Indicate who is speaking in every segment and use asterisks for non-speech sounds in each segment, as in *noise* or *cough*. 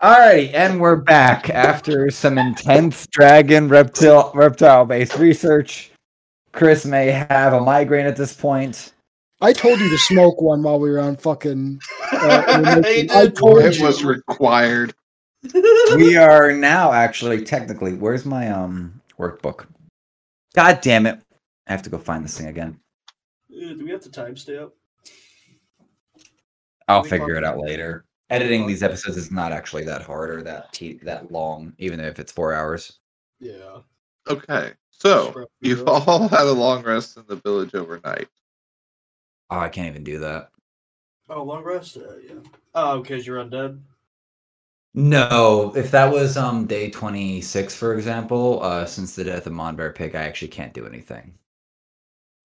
Speaker 1: All right, and we're back after some intense dragon reptile reptile based research. Chris may have a migraine at this point.
Speaker 2: I told you to smoke one while we were on fucking.
Speaker 3: *laughs*
Speaker 2: Uh, we were
Speaker 4: He
Speaker 2: making- I
Speaker 4: *laughs* did.
Speaker 2: told
Speaker 5: It
Speaker 2: you.
Speaker 5: was required.
Speaker 1: We are now actually technically. Where's my um workbook? God damn it! I have to go find this thing again.
Speaker 4: Uh, Do we have to timestamp?
Speaker 1: I'll
Speaker 4: We
Speaker 1: figure it
Speaker 4: fucking-
Speaker 1: out later. Editing these episodes is not actually that hard or that te- that long, even if it's four hours.
Speaker 4: Yeah.
Speaker 5: Okay, so
Speaker 4: Scrap
Speaker 5: you've
Speaker 4: metal.
Speaker 5: *laughs* all had a long rest in the village overnight.
Speaker 1: Oh, I can't even do that.
Speaker 4: Oh, long rest. Uh, yeah. Oh, because you're undead.
Speaker 1: No, if that was um day twenty six, for example, uh, since the death of Monbear Pig, I actually can't do anything.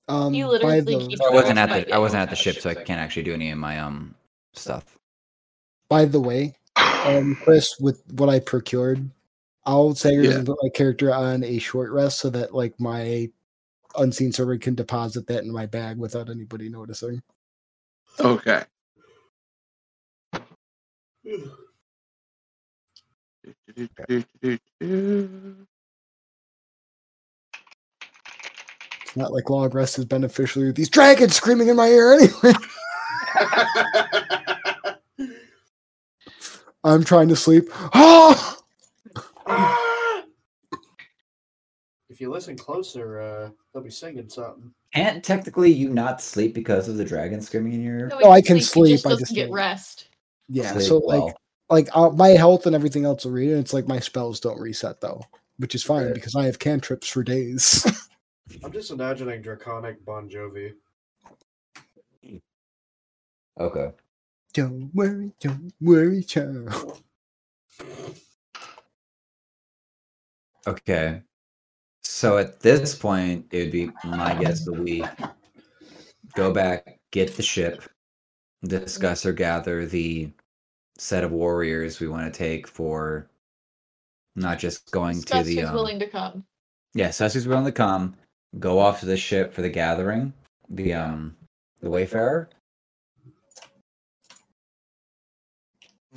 Speaker 2: Um,
Speaker 6: You
Speaker 2: by
Speaker 6: literally
Speaker 2: the,
Speaker 6: keep-
Speaker 1: So I
Speaker 6: Yeah,
Speaker 1: wasn't
Speaker 6: that's
Speaker 1: at
Speaker 6: not
Speaker 1: the
Speaker 6: yet.
Speaker 1: I wasn't at the ship, so I can't actually do any of my um stuff.
Speaker 2: By the way, um, Chris, with what I procured, I'll segregate
Speaker 5: Yeah.
Speaker 2: and put my character on a short rest so that like my unseen server can deposit that in my bag without anybody noticing.
Speaker 5: Okay.
Speaker 2: It's not like long rest is beneficial. to These dragons screaming in my ear anyway. I'm trying to sleep. *gasps* Oh,
Speaker 4: *laughs* if you listen closer, uh, they'll be singing something.
Speaker 1: Can't technically you not sleep because of the dragon screaming in your ear?
Speaker 2: No, Oh, I can
Speaker 6: You just
Speaker 2: sleep, I
Speaker 6: doesn't
Speaker 2: just
Speaker 6: get
Speaker 2: don't.
Speaker 6: rest.
Speaker 2: yeah.
Speaker 1: Sleep
Speaker 2: So like,
Speaker 1: well.
Speaker 2: like uh, my health and everything else will read, and it's like my spells don't reset though, which is fine
Speaker 4: Right.
Speaker 2: because I have cantrips for days. *laughs*
Speaker 4: I'm just imagining draconic Bon Jovi.
Speaker 1: okay.
Speaker 2: don't worry, don't worry, child.
Speaker 1: Okay. So at this point, it would be my guess that we go back, get the ship, discuss or gather the set of warriors we want to take for not just going
Speaker 6: Discuss
Speaker 1: to the
Speaker 6: who's
Speaker 1: um,
Speaker 6: willing to come.
Speaker 1: yeah, Sussy's willing to come, go off to the ship for the gathering, the um the Wayfarer.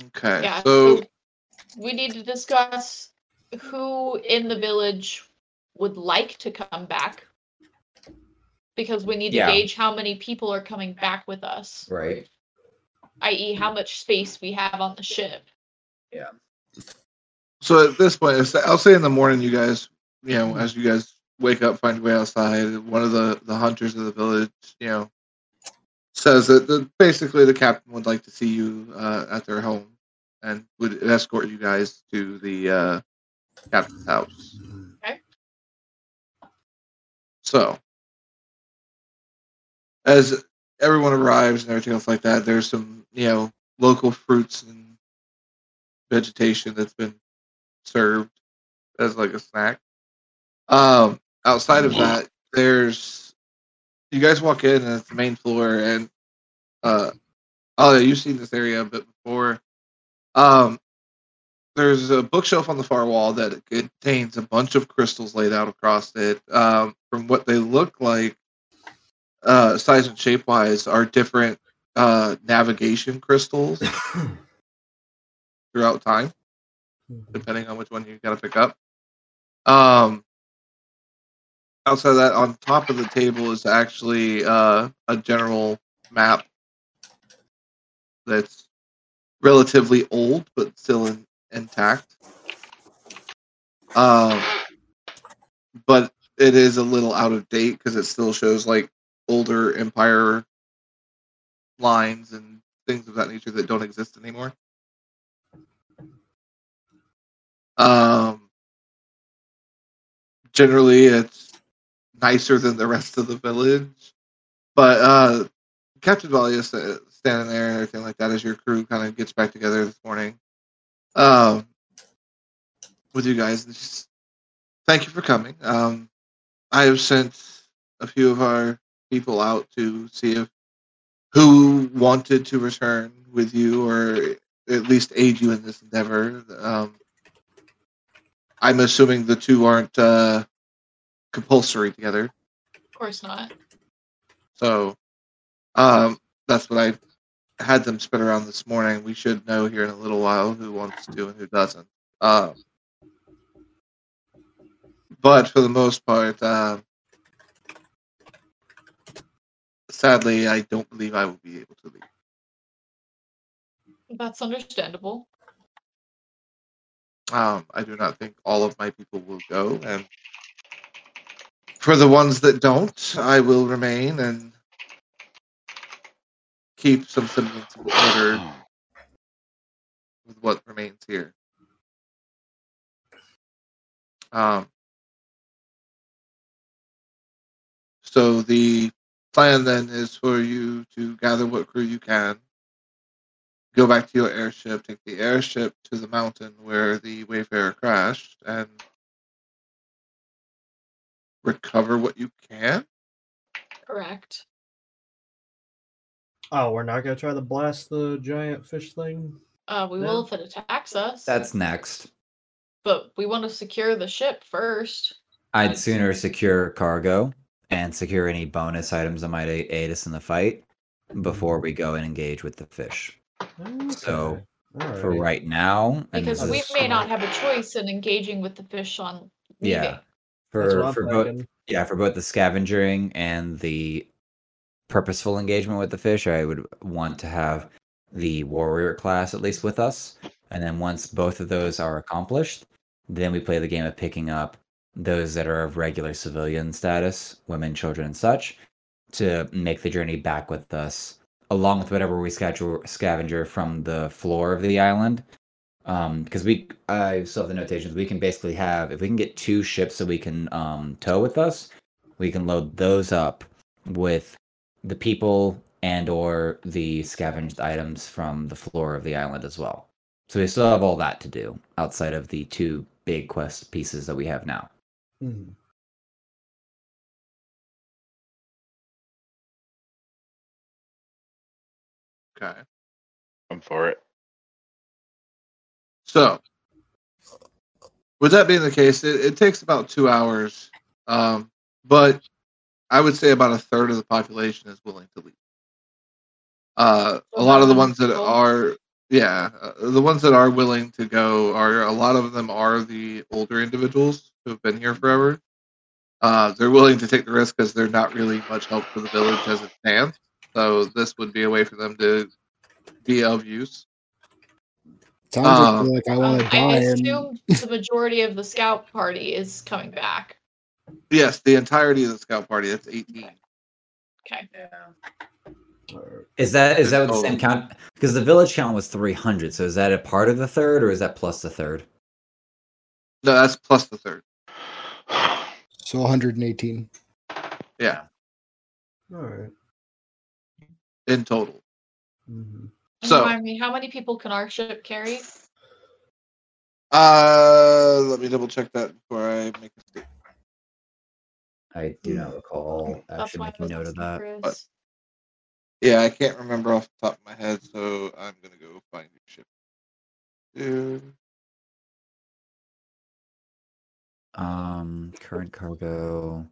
Speaker 5: Okay.
Speaker 6: Yeah.
Speaker 5: So
Speaker 6: we need to discuss who in the village would like to come back because we need to
Speaker 1: Yeah.
Speaker 6: gauge how many people are coming back with us,
Speaker 1: Right.
Speaker 6: i.e., how much space we have on the ship.
Speaker 5: so at this point, it's- I'll say in the morning, you guys, you know, as you guys wake up, find your way outside. One of the the hunters of the village, you know, says that the, basically the captain would like to see you uh, at their home and would escort you guys to the uh, captain's house.
Speaker 6: Okay.
Speaker 5: So, as everyone arrives and everything else like that, there's some you know local fruits and vegetation that's been served as like a snack. Um, outside of that, there's you guys walk in and it's the main floor and uh oh yeah, you've seen this area a bit before. Um there's a bookshelf on the far wall that contains a bunch of crystals laid out across it. Um, from what they look like, uh, size and shape wise, are different uh, navigation crystals throughout time depending on which one you got to pick up. Um, outside of that, on top of the table is actually uh, a general map that's relatively old but still in, intact. Um, but it is a little out of date because it still shows like older empire lines and things of that nature that don't exist anymore. Um, generally, it's nicer than the rest of the village, but uh, Captain Valia is standing there and everything like that as your crew kind of gets back together this morning. Um, with you guys, and just thank you for coming. Um, I have sent a few of our people out to see if who wanted to return with you or at least aid you in this endeavor. Um, I'm assuming the two aren't uh, compulsory together.
Speaker 6: Of course not.
Speaker 5: So um, that's what I had them spin around this morning. We should know here in a little while who wants to and who doesn't. Um, but for the most part, um, sadly, I don't believe I will be able to leave.
Speaker 6: That's understandable.
Speaker 5: Um, I do not think all of my people will go, and for the ones that don't, I will remain and keep some semblance of order with what remains here. Um, so the plan then is for you to gather what crew you can, go back to your airship, take the airship to the mountain where the Wayfarer crashed, and recover what you can.
Speaker 6: Correct.
Speaker 4: Oh, we're not gonna try to blast the giant fish thing.
Speaker 6: Uh, we will if it attacks us.
Speaker 1: That's next.
Speaker 6: But we want to secure the ship first.
Speaker 1: I'd sooner secure cargo and secure any bonus items that might a- aid us in the fight
Speaker 4: Mm-hmm.
Speaker 1: before we go and engage with the fish. So,
Speaker 4: Okay,
Speaker 1: For
Speaker 4: alright.
Speaker 1: right now, and
Speaker 6: Because
Speaker 1: this
Speaker 6: we
Speaker 1: is,
Speaker 6: may not have a choice in engaging with the fish on leaving.
Speaker 1: yeah,
Speaker 4: That's what
Speaker 1: for
Speaker 4: I'm
Speaker 1: for both
Speaker 4: thinking.
Speaker 1: yeah for both the scavenging and the purposeful engagement with the fish, I would want to have the warrior class at least with us, and then once both of those are accomplished, then we play the game of picking up those that are of regular civilian status, women, children, and such, to make the journey back with us, along with whatever we scavenger, scavenger from the floor of the island. Because Um, we, I still have the notations. We can basically have if we can get two ships that we can um, tow with us, we can load those up with the people and or the scavenged items from the floor of the island as well. So we still have all that to do outside of the two big quest pieces that we have now.
Speaker 4: Mhm.
Speaker 5: Okay.
Speaker 7: I'm for it.
Speaker 5: So, with that being the case, it, it takes about two hours, um, but I would say about a third of the population is willing to leave. Uh, a
Speaker 6: So
Speaker 5: lot of the
Speaker 6: how
Speaker 5: ones that
Speaker 6: many people?
Speaker 5: are, yeah, uh, the ones that are willing to go are a lot of them are the older individuals who have been here forever. Uh, they're willing to take the risk because they're not really much help to the village as it stands. So this would be a way for them to be of use.
Speaker 2: Sounds
Speaker 5: Uh,
Speaker 2: like, like I
Speaker 6: Um,
Speaker 2: want to
Speaker 6: I
Speaker 2: die. and-
Speaker 6: assume the majority of the scout party is coming back.
Speaker 5: Yes, the entirety of the scout party. That's eighteen.
Speaker 6: Okay.
Speaker 4: Alright.
Speaker 1: Is that is that with the same
Speaker 5: Oh.
Speaker 1: count? Because the village count was three hundred, so is that a part of the third, or is that plus the third?
Speaker 5: No, that's plus the third.
Speaker 2: So 118.
Speaker 5: Yeah,
Speaker 4: Alright.
Speaker 5: in total.
Speaker 4: Mhm.
Speaker 6: And
Speaker 5: So-
Speaker 6: Remind me, how many people can our ship carry?
Speaker 5: Uh, let me double check that before I make a statement.
Speaker 1: I do not recall actually
Speaker 6: why I
Speaker 1: making
Speaker 6: was
Speaker 1: note of that.
Speaker 6: asking
Speaker 5: but-
Speaker 6: Chris.
Speaker 5: Yeah, I can't remember off the top of my head, so I'm gonna go find your ship. Dude,
Speaker 1: Um, current cargo. I'm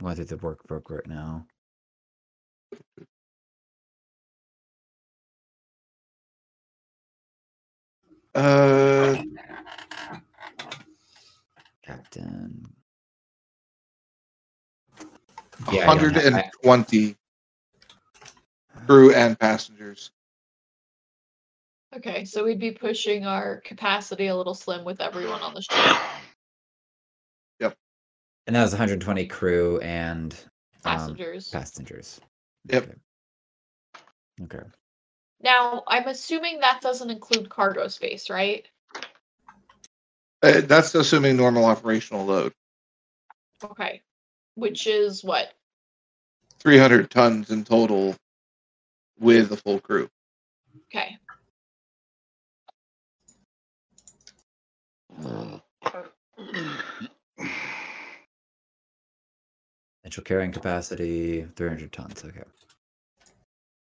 Speaker 1: Going through the workbook right now.
Speaker 5: Uh,
Speaker 1: Captain. Yeah, I don't have- I-
Speaker 5: 120 crew and passengers.
Speaker 6: Okay, so we'd be pushing our capacity a little slim with everyone on the ship.
Speaker 1: Um, and that was 120 crew and um,
Speaker 6: Passengers.
Speaker 1: passengers.
Speaker 5: Yep.
Speaker 1: Okay. Okay.
Speaker 6: now, I'm assuming that doesn't include cargo space, right?
Speaker 5: Uh, that's assuming normal operational load.
Speaker 6: Okay. Which is what?
Speaker 5: 300 tons in total with the full crew.
Speaker 6: Okay.
Speaker 1: Potential carrying capacity 300 tons. Okay.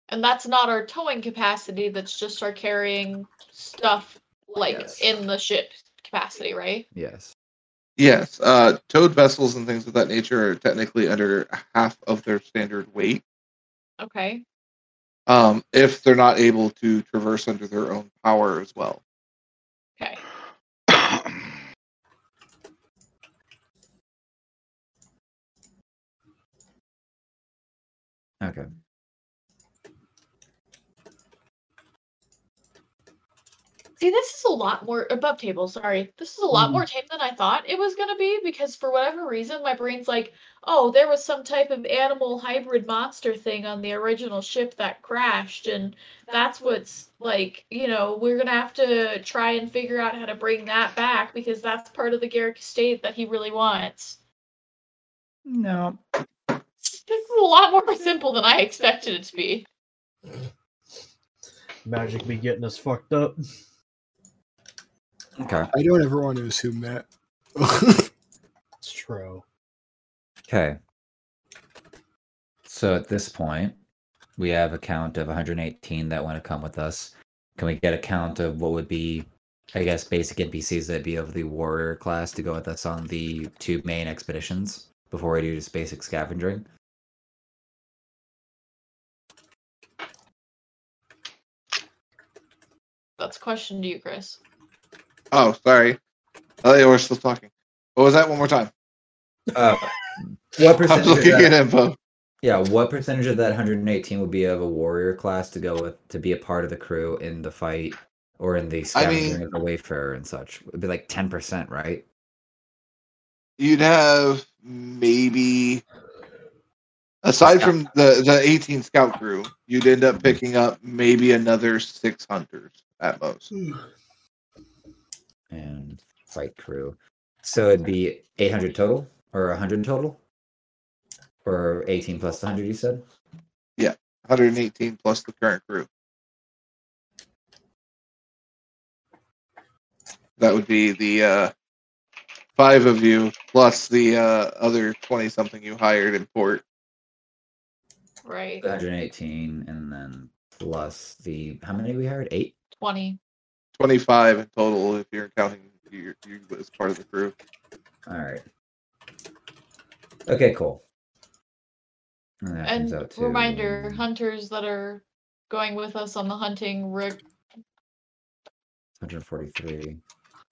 Speaker 6: And that's not our towing capacity, that's just our carrying stuff like
Speaker 1: Yes.
Speaker 6: in the ship capacity, right?
Speaker 1: Yes.
Speaker 5: Yes, uh, towed vessels and things of that nature are technically under half of their standard weight.
Speaker 6: Okay.
Speaker 5: um, if they're not able to traverse under their own power as well.
Speaker 6: Okay.
Speaker 1: Okay.
Speaker 6: See, this is a lot more above table. Sorry, this is a lot
Speaker 2: Mm.
Speaker 6: more tame than I thought it was gonna be because for whatever reason my brain's like, oh, there was some type of animal hybrid monster thing on the original ship that crashed, and that's what's like, you know, we're gonna have to try and figure out how to bring that back because that's part of the Garrick estate that he really wants.
Speaker 1: No.
Speaker 6: This is a lot more simple than I expected it to be.
Speaker 4: Magic be getting us fucked up. *laughs*
Speaker 1: Okay.
Speaker 2: I don't ever want to assume that.
Speaker 4: It's *sighs* true.
Speaker 1: Okay. So at this point, we have a count of 118 that want to come with us. Can we get a count of what would be, I guess, basic NPCs that'd be of the warrior class to go with us on the two main expeditions before we do just basic scavenging?
Speaker 6: That's a question to you, Chris.
Speaker 5: Oh, sorry. Oh, yeah, we're still talking. What was that one more time?
Speaker 1: Uh, what
Speaker 5: I was
Speaker 1: percentage? Of
Speaker 5: looking at
Speaker 1: that,
Speaker 5: info.
Speaker 1: *laughs* yeah, what percentage of that 118 would be of a warrior class to go with to be a part of the crew in the fight or in the
Speaker 5: I mean-
Speaker 1: scavenging of the wayfarer and such? It'd be like 10%, right?
Speaker 5: You'd have maybe, aside from the, the 18 scout crew, you'd end up picking up maybe another six hunters at most.
Speaker 1: and fight crew. So it'd be 800 total or 100 total or 18 plus 100 you said?
Speaker 5: 118 plus the current crew. That would be the uh, five of you plus the uh, other 20 something you hired in port.
Speaker 6: Right.
Speaker 1: 118 and then plus the how many we hired? 8.
Speaker 6: Twenty.
Speaker 5: 25 in total if you're counting you, you as part of the crew.
Speaker 1: All right. Okay, cool. And, that comes
Speaker 6: And
Speaker 1: out to-
Speaker 6: reminder, hunters that are going with us on the hunting rig.
Speaker 1: 143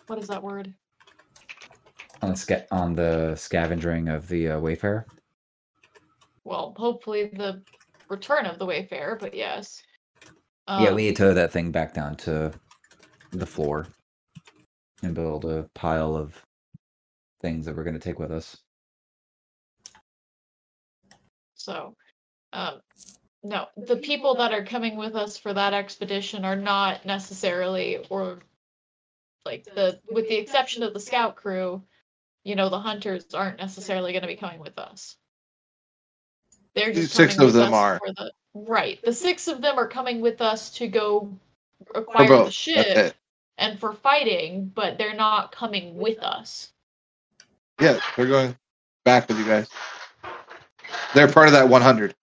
Speaker 6: What is that word?
Speaker 1: on sca- on the scavenging of the uh, wayfarer.
Speaker 6: Well, hopefully the return of the Wayfarer, but yes.
Speaker 1: yeah,
Speaker 6: Um,
Speaker 1: we need to tow that thing back down to the floor and build a pile of things that we're going to take with us.
Speaker 6: So, um, no, the people that are coming with us for that expedition are not necessarily, or like the, with the exception of the scout crew, you know, the hunters aren't necessarily going to be coming with us. They're just
Speaker 5: Six
Speaker 6: coming
Speaker 5: of
Speaker 6: with
Speaker 5: them
Speaker 6: us
Speaker 5: are.
Speaker 6: for the- right. The six of them are coming with us to go
Speaker 5: Or
Speaker 6: acquire the
Speaker 5: both. That's
Speaker 6: ship
Speaker 5: it.
Speaker 6: and for fighting, but they're not coming with us.
Speaker 5: Yeah, they're going back with you guys. They're part of that 100.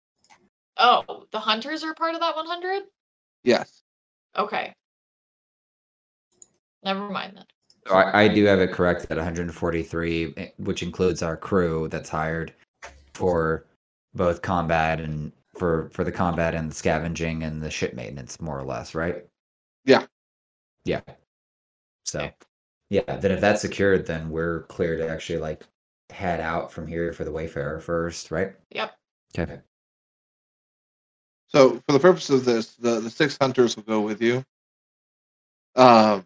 Speaker 6: Oh, the hunters are part of that 100?
Speaker 5: Yes.
Speaker 6: Okay. Never mind then.
Speaker 1: So I, I do have it correct at 143, eh, which includes our crew that's hired for both combat and for for the combat and the scavenging and the ship maintenance, more or less, right?
Speaker 5: Yeah.
Speaker 1: Yeah. So,
Speaker 6: Okay.
Speaker 1: yeah. Then if that's secured, then we're clear to actually like head out from here for the Wayfarer first, right?
Speaker 6: Yep.
Speaker 1: Okay.
Speaker 5: So, for the purpose of this, the, the six hunters will go with you. Um,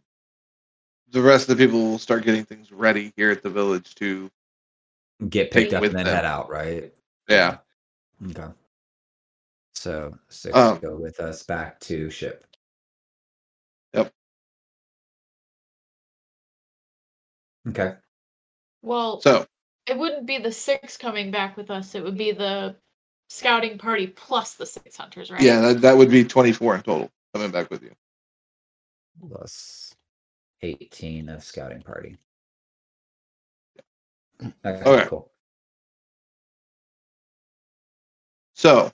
Speaker 5: the rest of the people will start getting things ready here at the village to.
Speaker 1: Get
Speaker 5: Take
Speaker 1: picked up
Speaker 5: with
Speaker 1: and then
Speaker 5: them.
Speaker 1: head out, right?
Speaker 5: Yeah.
Speaker 1: Okay. So six
Speaker 5: Um,
Speaker 1: go with us back to ship.
Speaker 5: Yep.
Speaker 1: Okay.
Speaker 6: Well,
Speaker 5: So,
Speaker 6: it wouldn't be the six coming back with us. It would be the scouting party plus the six hunters, right?
Speaker 5: yeah, that, that would be 24 in total coming back with you.
Speaker 1: Plus eighteen of scouting party. Okay,
Speaker 5: Okay.
Speaker 1: cool.
Speaker 5: So,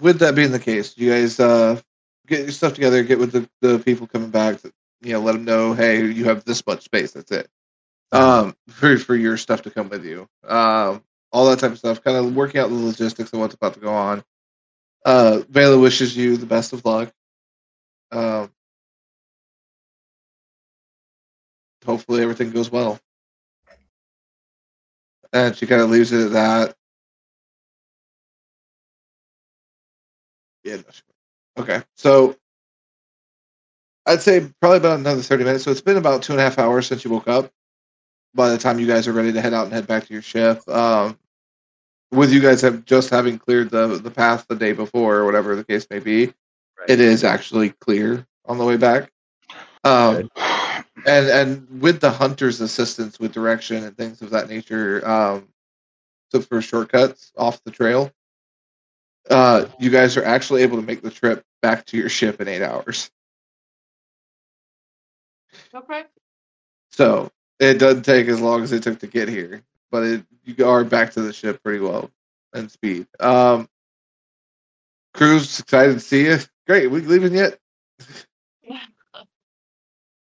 Speaker 5: with that being the case, you guys uh, get your stuff together, get with the, the people coming back, you know, let them know, hey, you have this much space, that's it. Um, for, for your stuff to come with you. Um, all that type of stuff, kind of working out the logistics of what's about to go on. Uh, Vela wishes you the best of luck. Um, hopefully everything goes well. And she kind of leaves it at that. Yeah. no, she- Okay. So I'd say probably about another 30 minutes. So it's been about two and a half hours since you woke up by the time you guys are ready to head out and head back to your ship. Um, with you guys have just having cleared the, the path the day before or whatever the case may be,
Speaker 1: Right.
Speaker 5: it is actually clear on the way back. Um, and and with the hunter's assistance with direction and things of that nature um so for shortcuts off the trail uh you guys are actually able to make the trip back to your ship in eight hours
Speaker 6: Okay.
Speaker 5: so it doesn't take as long as it took to get here but it, you are back to the ship pretty well and speed um crew's excited to see you great we leaving yet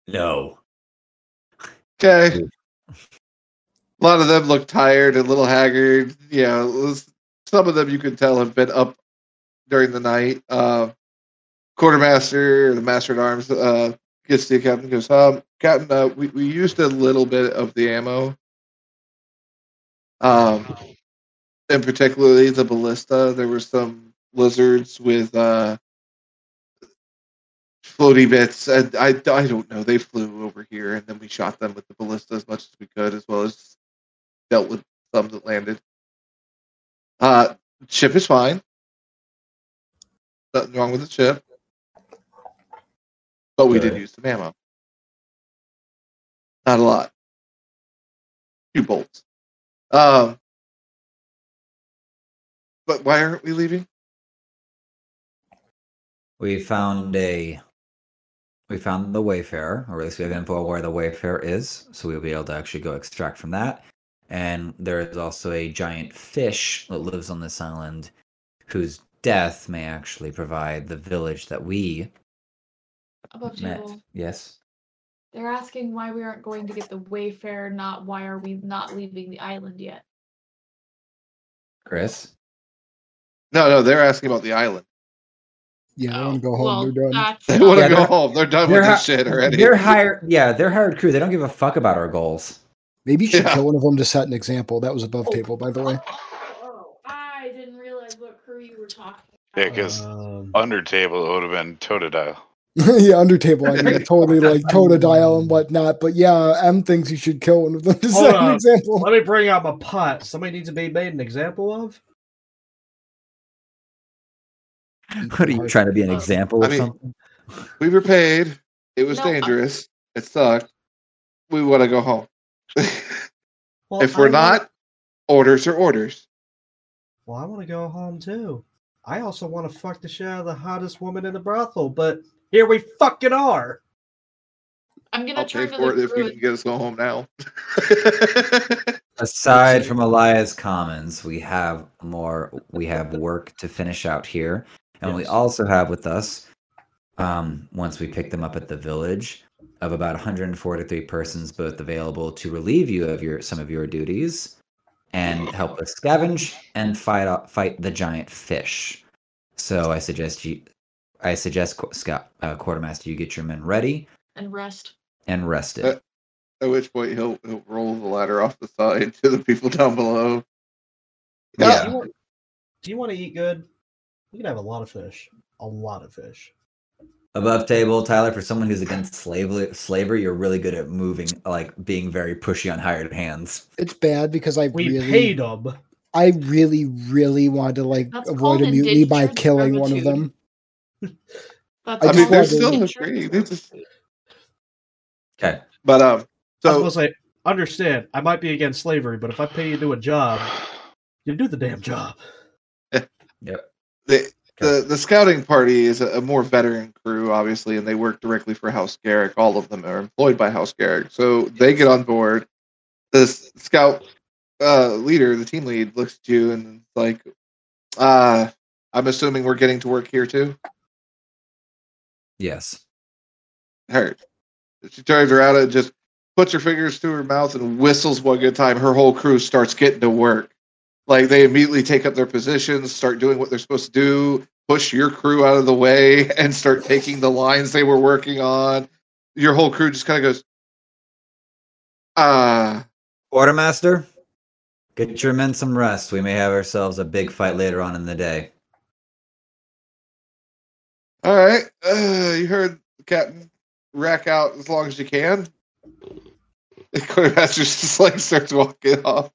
Speaker 1: No.
Speaker 5: okay a lot of them look tired and a little haggard. You know, some of them you can tell have been up during the night. Uh, quartermaster, the master at arms, uh, gets to the captain and goes, um, Captain, uh, we, we used a little bit of the ammo. Um, and particularly the ballista. There were some lizards with uh, floaty bits. And I, I don't know. They flew over here, and then we shot them with the ballista as much as we could, as well as dealt with some that landed. Uh, ship is fine. Nothing wrong with the ship. But we did
Speaker 1: Good.
Speaker 5: use some ammo. Not a lot. Few bolts. Um, but why aren't we leaving?
Speaker 1: We found a. We found the Wayfarer, or at least we have info where the Wayfarer is, so we'll be able to actually go extract from that. And there is also a giant fish that lives on this island, whose death may actually provide the village that we
Speaker 6: Above
Speaker 1: met.
Speaker 6: table.
Speaker 1: Yes.
Speaker 6: They're asking why we aren't going to get the Wayfarer, not why are we not leaving the island yet.
Speaker 1: Chris?
Speaker 5: No, no, they're asking about the island.
Speaker 2: *laughs* Yeah, I
Speaker 6: Oh,
Speaker 2: want to go home.
Speaker 6: well,
Speaker 2: They're done.
Speaker 6: That's
Speaker 5: *laughs* They want to
Speaker 1: Yeah,
Speaker 5: go
Speaker 1: they're-
Speaker 5: home. They're done
Speaker 1: they're
Speaker 5: with this
Speaker 1: ha-
Speaker 5: shit already.
Speaker 1: They're hired. Yeah, they're hired crew. They don't give a fuck about our goals. *laughs*
Speaker 2: Maybe you should
Speaker 5: Yeah.
Speaker 2: kill one of them to set an example. That was above table, by the way. *laughs*
Speaker 6: Oh, I didn't realize what crew you were talking
Speaker 7: Yeah, because
Speaker 3: Uh,
Speaker 4: Um,
Speaker 7: under table it would have been Totodile.
Speaker 2: yeah, under table. I mean, totally like Tota dial and whatnot. But yeah, M thinks you should kill one of them to
Speaker 3: Hold
Speaker 2: set an
Speaker 3: on.
Speaker 2: example.
Speaker 3: Let me bring out my pot. Somebody needs to be made an example of.
Speaker 1: What are you trying to be an
Speaker 6: Uh,
Speaker 1: example of
Speaker 5: I mean-
Speaker 1: something?
Speaker 5: We were paid. It was
Speaker 6: No, I-
Speaker 5: dangerous. It sucked. We want to go home. *laughs*
Speaker 3: Well,
Speaker 5: if we're
Speaker 3: I
Speaker 5: not,
Speaker 3: wanna-
Speaker 5: orders are orders.
Speaker 3: well, I want to go home too. I also want to fuck the shit out of the hottest woman in the brothel, but here we fucking are.
Speaker 6: I'm gonna
Speaker 5: I'll pay
Speaker 6: turn to
Speaker 5: for it
Speaker 6: the
Speaker 5: if
Speaker 6: crew.
Speaker 5: you can
Speaker 6: and-
Speaker 5: get us go home now. *laughs*
Speaker 1: Aside from Elias Commons, we have more. We have work to finish out here, and we
Speaker 3: Yes.
Speaker 1: also have with us, um, once we pick them up at the village, of about 143 persons, both available to relieve you of your some of your duties, and help us scavenge and fight off, fight the giant fish. So I suggest you, I suggest Qu- Scott uh, Quartermaster, you get your men ready
Speaker 6: and rest.
Speaker 1: and rested.
Speaker 5: Uh, At which point he'll he'll roll the ladder off the side to the people down below.
Speaker 1: Yeah.
Speaker 3: Do you, want, do you want to eat good? We can have a lot of fish. A lot of fish.
Speaker 1: above table tyler for someone who's against slavery slavery you're really good at moving like being very pushy on hired hands
Speaker 2: It's bad because I
Speaker 3: We
Speaker 2: really,
Speaker 3: paid them.
Speaker 2: I really, really wanted to like
Speaker 6: That's
Speaker 2: avoid
Speaker 6: called
Speaker 2: a mutiny by
Speaker 6: indentured
Speaker 2: killing one of
Speaker 6: servitude.
Speaker 2: them.
Speaker 6: That's
Speaker 2: I
Speaker 5: I
Speaker 6: all
Speaker 2: just
Speaker 6: it
Speaker 5: mean, they're
Speaker 2: wanted-
Speaker 5: still
Speaker 6: is.
Speaker 5: agreeing. They just-
Speaker 1: okay
Speaker 5: but um,
Speaker 3: I was
Speaker 5: so
Speaker 3: supposed to say, understand, I might be against slavery, but if I pay you to do a job, you do the damn job.
Speaker 5: *laughs* the, the the scouting party is a, a more veteran crew, obviously, and they work directly for House Garrick. All of them are employed by House Garrick, so they get on board. The s- scout uh, leader, the team lead, looks at you and is like, uh, "I'm assuming we're getting to work here too."
Speaker 1: yes
Speaker 5: hurt. She turns around and just puts her fingers to her mouth and whistles one good time. Her whole crew starts getting to work. Like they immediately take up their positions, start doing what they're supposed to do. push your crew out of the way *laughs* and start taking the lines they were working on. Your whole crew just kind of goes, uh,
Speaker 1: Quartermaster, get your men some rest. We may have ourselves a big fight later on in the day.
Speaker 5: all right. Uh, you heard the captain rack out as long as you can. *laughs* The quartermaster just like starts walking off.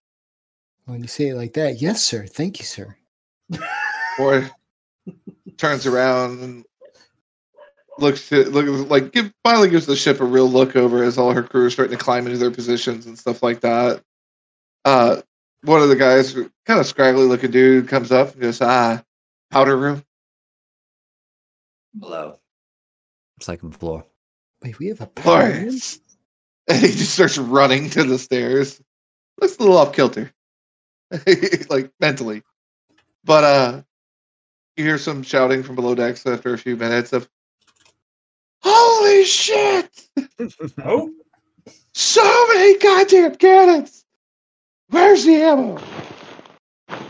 Speaker 2: When you say it like that, yes, sir. Thank you, sir.
Speaker 5: Boy turns around and looks to look like give, finally gives the ship a real look over as all her crew is starting to climb into their positions and stuff like that. Uh, one of the guys, kind of scraggly looking dude, comes up and goes, "Ah, powder room."
Speaker 1: Below. Second floor.
Speaker 2: Wait, we have a power room?
Speaker 5: Florence. *laughs* And he just starts running to the stairs. Looks a little off kilter, *laughs* like mentally. But uh, you hear some shouting from below decks after a few minutes of, "Holy shit!
Speaker 3: Oh, *sighs*
Speaker 5: So many goddamn cannons! Where's the ammo?"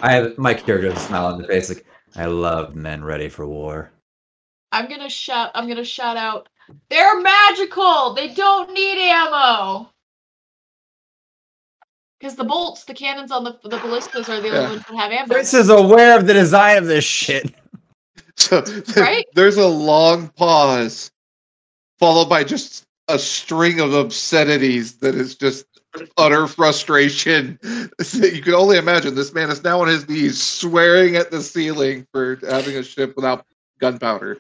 Speaker 1: I have my character with a smile on the face. Like, I love men ready for war.
Speaker 6: I'm gonna shout. I'm gonna shout out. They're magical. They don't need ammo. Because the bolts, the cannons on the the ballistas are the
Speaker 5: Yeah.
Speaker 6: only ones that have ammo.
Speaker 1: Prince is aware of the design of this shit.
Speaker 5: So
Speaker 6: Right?
Speaker 5: *laughs* there's a long pause, followed by just a string of obscenities that is just utter frustration. *laughs* So you can only imagine this man is now on his knees swearing at the ceiling for having a ship without gunpowder.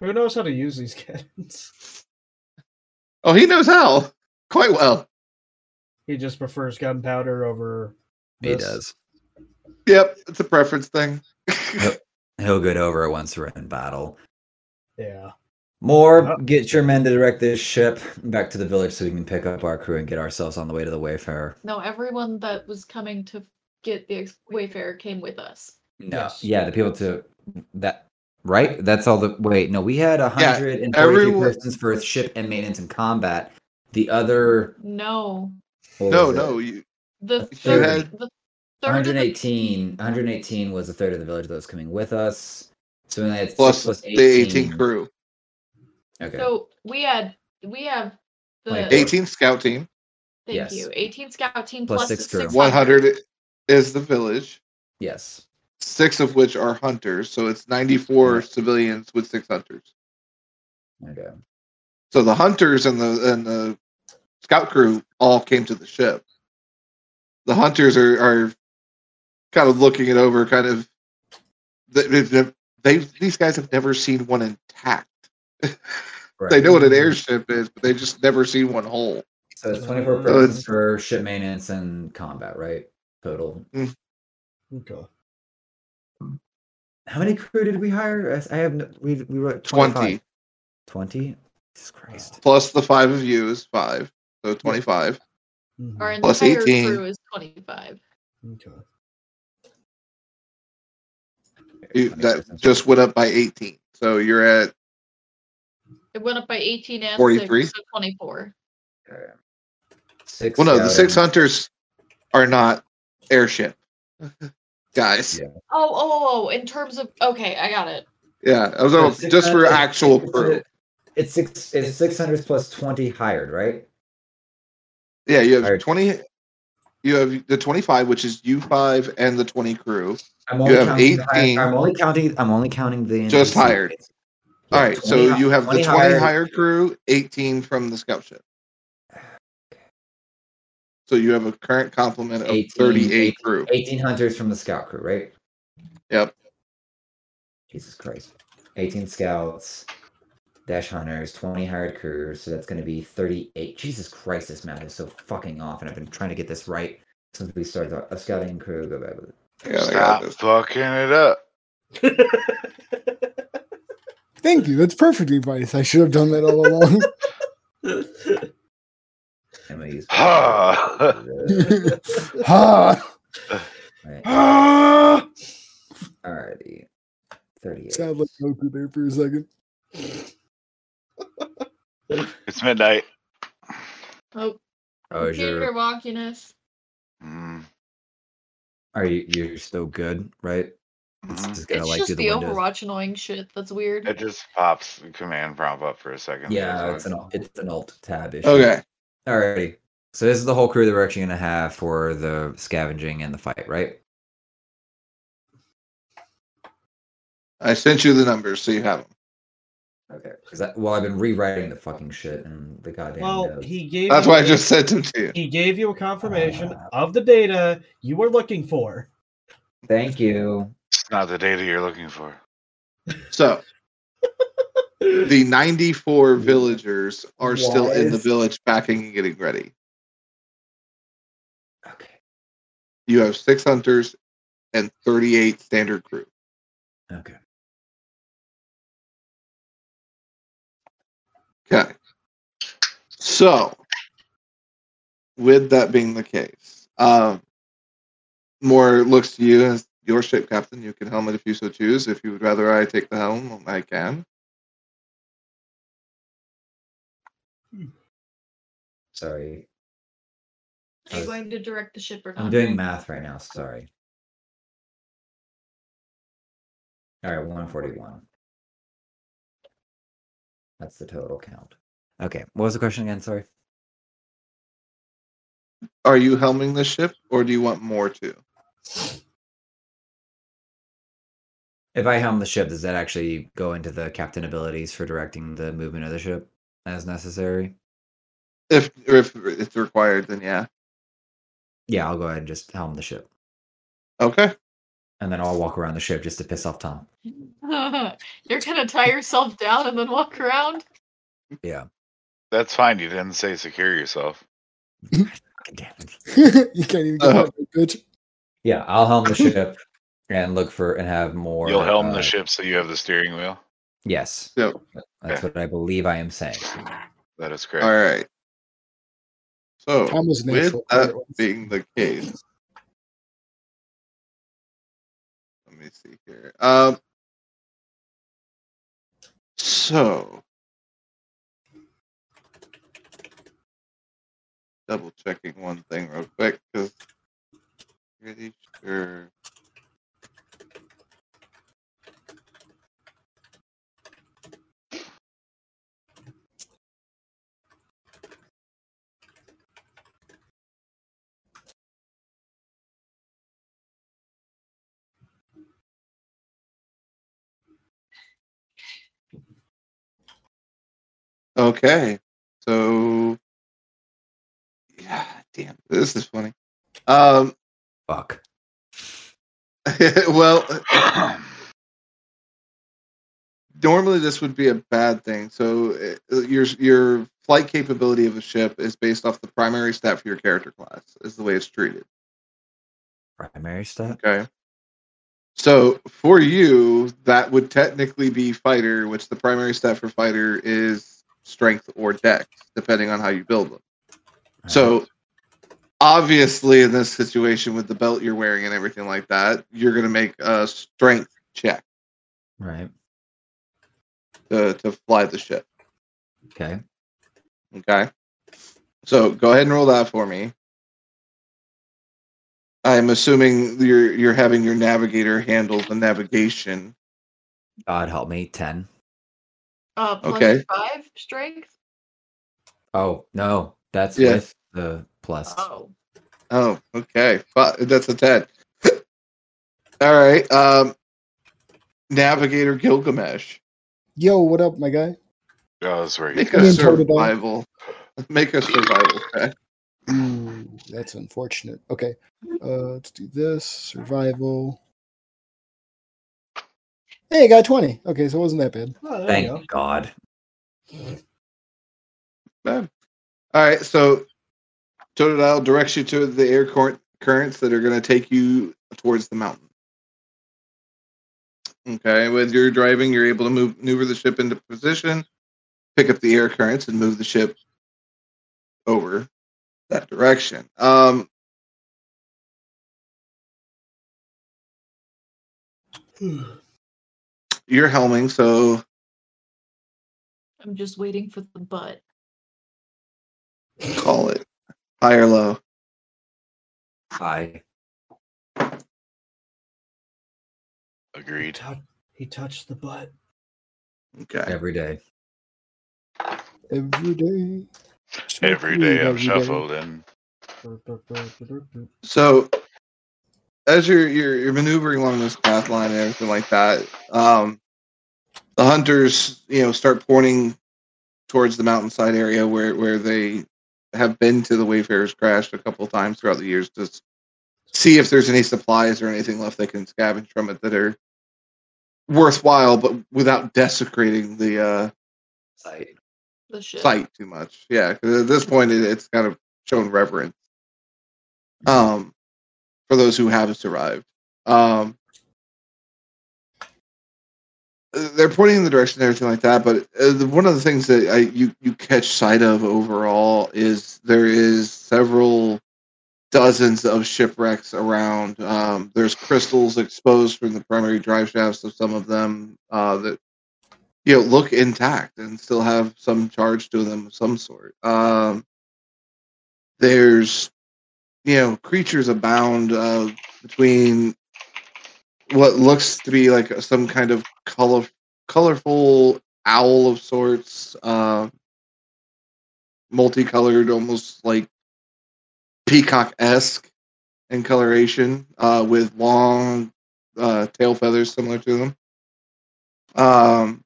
Speaker 3: who knows how to use these cannons?
Speaker 5: Oh, he knows how quite well.
Speaker 3: *laughs* He just prefers gunpowder over.
Speaker 1: He
Speaker 3: this.
Speaker 1: does.
Speaker 5: Yep, it's a preference thing. *laughs*
Speaker 1: He'll get over it once we're in battle.
Speaker 3: Yeah.
Speaker 1: More,
Speaker 3: Oh.
Speaker 1: get your men to direct this ship back to the village so we can pick up our crew and get ourselves on the way to the Wayfarer.
Speaker 6: No, everyone that was coming to get the ex- Wayfarer came with us.
Speaker 1: No.
Speaker 3: Yes.
Speaker 1: Yeah, the people to that right? That's all the wait, no, we had a
Speaker 5: Yeah,
Speaker 1: hundred and forty two
Speaker 5: everyone-
Speaker 1: persons for ship and maintenance and combat. The other
Speaker 6: No,
Speaker 1: what
Speaker 5: No,
Speaker 1: was it?
Speaker 5: no, you,
Speaker 6: the
Speaker 1: You
Speaker 6: third,
Speaker 5: had-
Speaker 6: the third, of the,
Speaker 1: 118 118 was a third of the village that was coming with us. So we only had six
Speaker 5: plus
Speaker 1: plus
Speaker 5: the 18 crew,
Speaker 1: Okay.
Speaker 6: so we had we have the
Speaker 1: Like
Speaker 6: thank
Speaker 1: eight-
Speaker 5: 18 scout team,
Speaker 1: yes.
Speaker 6: you eighteen scout team
Speaker 1: Plus
Speaker 6: plus
Speaker 1: six
Speaker 6: the
Speaker 1: crew.
Speaker 6: 600.
Speaker 5: 100 is the village.
Speaker 1: yes.
Speaker 5: six of which are hunters. So it's 94 civilians with six hunters.
Speaker 1: Okay.
Speaker 5: So the hunters and the and the scout crew all came to the ship. The hunters are, are kind of looking it over, kind of. They, they, they these guys have never seen one intact. *laughs*
Speaker 1: Right.
Speaker 5: They know what an airship is, but they just never seen one whole.
Speaker 1: So it's 24
Speaker 3: Uh,
Speaker 1: persons
Speaker 5: it's-
Speaker 1: for ship maintenance and combat, right? Total.
Speaker 3: Okay.
Speaker 1: How many crew did we hire? I- I have no, we we wrote
Speaker 5: 20.
Speaker 1: 25. 20? Jesus Christ.
Speaker 5: Plus the five of you is five, so 25.
Speaker 3: Mhm.
Speaker 6: Our entire
Speaker 5: Plus 18.
Speaker 6: crew is twenty five.
Speaker 3: Okay.
Speaker 5: You,
Speaker 1: 20
Speaker 5: that
Speaker 1: persons.
Speaker 5: just went up by 18. So you're at
Speaker 6: It went up by eighteen and
Speaker 5: 43?
Speaker 6: six, so twenty four.
Speaker 1: Okay. Six
Speaker 5: Well, no, the
Speaker 1: scouting.
Speaker 5: six hunters are not airship guys.
Speaker 1: Yeah.
Speaker 5: Yeah,
Speaker 6: Oh, oh, oh, in terms of okay, I got it.
Speaker 5: I was
Speaker 1: So
Speaker 5: talking-
Speaker 1: six
Speaker 5: just for
Speaker 1: hundred-
Speaker 5: actual
Speaker 1: it's-
Speaker 5: crew.
Speaker 1: It's six. It's six hundred plus twenty hired, right?
Speaker 5: Yeah, you have
Speaker 1: Hired.
Speaker 5: twenty. You have the twenty-five, which is you five and the twenty crew.
Speaker 1: I'm
Speaker 5: You have
Speaker 1: counting the hi-
Speaker 5: 18.
Speaker 1: I'm only counting. I'm only counting the
Speaker 5: Just
Speaker 1: NPC.
Speaker 5: hired.
Speaker 1: Yeah,
Speaker 5: All right, so
Speaker 1: 20 hi-
Speaker 5: you have the twenty
Speaker 1: hired.
Speaker 5: higher crew, eighteen from the scout ship. So you have a current complement of
Speaker 1: 18,
Speaker 5: thirty-eight
Speaker 1: 18.
Speaker 5: crew.
Speaker 1: Eighteen hunters from the scout crew, right?
Speaker 5: Yep.
Speaker 1: Jesus Christ. Eighteen scouts, dash hunters, twenty hired crew. So that's going to be thirty-eight. Jesus Christ, this math is so fucking off, and I've been trying to get this right since we started our- a scouting crew. Go back with it.
Speaker 5: Yeah, I got
Speaker 7: Stop
Speaker 5: this.
Speaker 7: fucking it up. *sighs*
Speaker 2: Thank you. That's perfect advice. I should have done that all along.
Speaker 5: *laughs*
Speaker 2: *laughs*
Speaker 7: *laughs*
Speaker 1: I'm gonna use. *laughs*
Speaker 7: Ha!
Speaker 2: ha!
Speaker 1: Right.
Speaker 3: Ah!
Speaker 1: Alrighty. 38.
Speaker 2: Sound like Goku there for a second. *laughs*
Speaker 7: it's midnight.
Speaker 6: Oh,
Speaker 1: Oh, is
Speaker 6: computer
Speaker 1: your,
Speaker 6: wonkiness.
Speaker 7: Mm.
Speaker 1: are you you're still good, right? It's
Speaker 5: Mm-hmm.
Speaker 7: Mhm.
Speaker 1: just gonna
Speaker 6: It's
Speaker 1: like do
Speaker 6: just
Speaker 1: the,
Speaker 6: the,
Speaker 1: windows.
Speaker 6: Overwatch annoying shit that's weird.
Speaker 7: It just pops the command prompt up for a second.
Speaker 1: Yeah,
Speaker 7: there,
Speaker 1: it's
Speaker 7: so
Speaker 1: an it's an alt tab issue.
Speaker 5: Okay.
Speaker 1: Alrighty. So this is the whole crew that we're actually gonna have for the scavenging and the fight, right?
Speaker 5: I sent you the numbers, so you have them.
Speaker 1: Okay. Because that well, I've been rewriting the fucking shit and the goddamn.
Speaker 3: Well,
Speaker 1: notes.
Speaker 3: he gave.
Speaker 5: That's
Speaker 3: you-
Speaker 5: why I just sent them to you.
Speaker 3: He gave you a confirmation of the data you were looking for.
Speaker 1: Thank you.
Speaker 7: It's not the data you're looking for.
Speaker 5: So the 94 villagers are still in the
Speaker 1: Yes.
Speaker 5: village packing and getting ready.
Speaker 1: Okay.
Speaker 5: You have six hunters and 38 standard crew.
Speaker 1: Okay.
Speaker 5: Okay. So, with that being the case, um, Moore looks to you as your ship captain. You can helm it if you so choose. If you would rather I take the helm, I can.
Speaker 1: Sorry.
Speaker 6: Are you
Speaker 1: I was-
Speaker 6: going to direct the ship or not?
Speaker 1: I'm doing math right now. Sorry. All right, 141. That's the total count. Okay, what was the question again? Sorry.
Speaker 5: Are you helming the ship, or do you want more to?
Speaker 1: If I helm the ship, does that actually go into the captain abilities for directing the movement of the ship as necessary?
Speaker 5: If if it's required, then yeah.
Speaker 1: Yeah, I'll go ahead and just helm the ship.
Speaker 5: Okay.
Speaker 1: And then I'll walk around the ship just to piss off Tom.
Speaker 6: *laughs* You're gonna tie yourself down and then walk around.
Speaker 7: That's fine. You didn't say secure yourself.
Speaker 1: God damn it.
Speaker 2: you can't even get
Speaker 5: Uh-huh.
Speaker 2: that good.
Speaker 1: Yeah, I'll helm
Speaker 3: *laughs*
Speaker 1: the ship and look for and have more.
Speaker 7: You'll helm
Speaker 1: uh,
Speaker 7: the ship so you have the steering wheel.
Speaker 1: Yes.
Speaker 5: So,
Speaker 1: That's what I believe I am saying.
Speaker 7: That is
Speaker 5: all
Speaker 7: correct.
Speaker 5: right. So,
Speaker 2: Tom was an
Speaker 5: with
Speaker 2: actual
Speaker 5: that
Speaker 2: pirate once.
Speaker 5: being the case, let me see here. Um, so, double checking one thing real quick because pretty sure. Okay. So, yeah, damn, this is funny. Um, *laughs*
Speaker 1: Fuck.
Speaker 5: well,
Speaker 7: *clears throat*
Speaker 5: normally this would be a bad thing. So uh, your your flight capability of a ship is based off the primary stat for your character class. Is the way it's treated.
Speaker 1: Primary stat?
Speaker 5: Okay. So for you, that would technically be fighter, which the primary stat for fighter is strength or dex, depending on how you build them. So obviously, in this situation with the belt you're wearing and everything like that, you're going to make a strength check
Speaker 1: Right.
Speaker 5: to, to fly the ship.
Speaker 1: Okay.
Speaker 5: Okay. So go ahead and roll that for me. I'm assuming you're you're having your navigator handle the navigation.
Speaker 1: God help me. 10.
Speaker 6: Uh, plus
Speaker 5: Okay.
Speaker 6: five strength.
Speaker 1: Oh, no. That's
Speaker 5: Yeah.
Speaker 1: with the plus.
Speaker 6: Oh,
Speaker 5: Oh, okay. Fi- That's a ten. *laughs* All right. Um, navigator Gilgamesh,
Speaker 2: Yo, what up, my guy?
Speaker 7: Oh, that's where you
Speaker 5: make
Speaker 2: I
Speaker 5: a
Speaker 2: mean, Totodile.
Speaker 5: survival. Make a survival
Speaker 2: Ooh,
Speaker 5: check. Mm.
Speaker 2: that's unfortunate. Okay, uh, let's do this survival. Hey, I got twenty. Okay, so it wasn't that bad.
Speaker 3: Oh, there
Speaker 1: Thank
Speaker 3: you go.
Speaker 1: God.
Speaker 5: Bad. All right, so Totodile directs you to the air current currents that are going to take you towards the mountain. Okay, with your driving, you're able to move maneuver the ship into position, pick up the air currents, and move the ship over that direction. Um, you're helming, so
Speaker 6: I'm just waiting for the butt.
Speaker 5: call it high or low.
Speaker 1: Hi.
Speaker 5: *laughs*
Speaker 7: Agreed.
Speaker 3: Tou- He touched the butt.
Speaker 5: Okay.
Speaker 1: every day.
Speaker 2: Every day.
Speaker 7: Every day I'm shuffling.
Speaker 5: So, as you're, you're you're maneuvering along this path line and everything like that, um, the hunters, you know, start pointing towards the mountainside area where where they have been to the Wayfarers crashed a couple of times throughout the years to s- see if there's any supplies or anything left they can scavenge from it that are worthwhile, but without desecrating the uh,
Speaker 1: Site.
Speaker 6: The ship.
Speaker 5: site too much. Yeah, 'cause at this point, it, it's kind of shown reverence um, for those who have survived. Um, uh, they're pointing in the direction and everything like that, but uh, the, one of the things that I, you you catch sight of overall is there is several dozens of shipwrecks around. Um, there's crystals exposed from the primary drive shafts of some of them uh, that you know look intact and still have some charge to them of some sort um there's you know creatures abound uh between what looks to be like some kind of color colorful owl of sorts uh multicolored almost like peacock-esque in coloration uh with long uh tail feathers similar to them um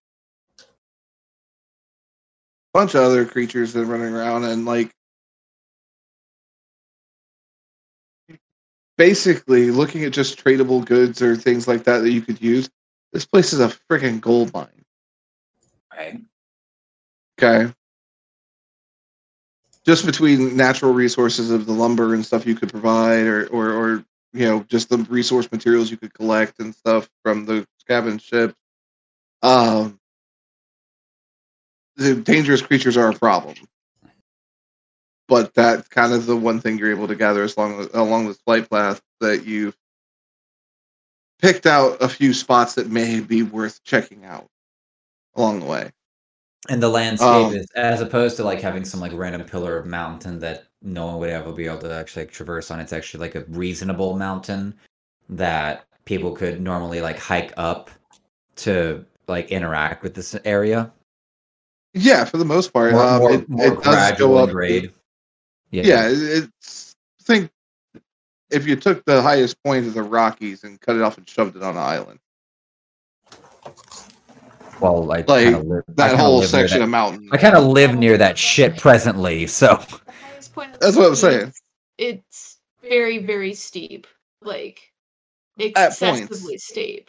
Speaker 5: bunch of other creatures that are running around and like basically looking at just tradable goods or things like that that you could use this place is a freaking gold mine
Speaker 1: Right.
Speaker 5: okay just between natural resources of the lumber and stuff you could provide or or, or you know just the resource materials you could collect and stuff from the scavenged ship um the dangerous creatures are a problem. But that's kind of the one thing you're able to gather as long along this flight path that you've picked out a few spots that may be worth checking out along the way.
Speaker 1: And the landscape
Speaker 5: Um,
Speaker 1: is as opposed to like having some like random pillar of mountain that no one would ever be able to actually like, traverse on. It's actually like a reasonable mountain that people could normally like hike up to like interact with this area.
Speaker 5: Yeah, for the most part,
Speaker 1: More,
Speaker 5: um,
Speaker 1: more,
Speaker 5: it,
Speaker 1: more
Speaker 5: it does
Speaker 1: gradual
Speaker 5: go up.
Speaker 1: grade.
Speaker 5: Yeah, it- it's I think if you took the highest point of the Rockies and cut it off and shoved it on an island,
Speaker 1: Well, I
Speaker 5: Like,
Speaker 1: kinda live, I
Speaker 5: that
Speaker 1: kinda
Speaker 5: whole
Speaker 1: live near
Speaker 5: section
Speaker 1: that-
Speaker 5: of mountain.
Speaker 1: I kind of live near that shit presently, so
Speaker 6: The highest point of the
Speaker 5: That's what I'm
Speaker 6: mountain,
Speaker 5: saying.
Speaker 6: It's very, very steep. Like
Speaker 5: points.
Speaker 6: excessively steep.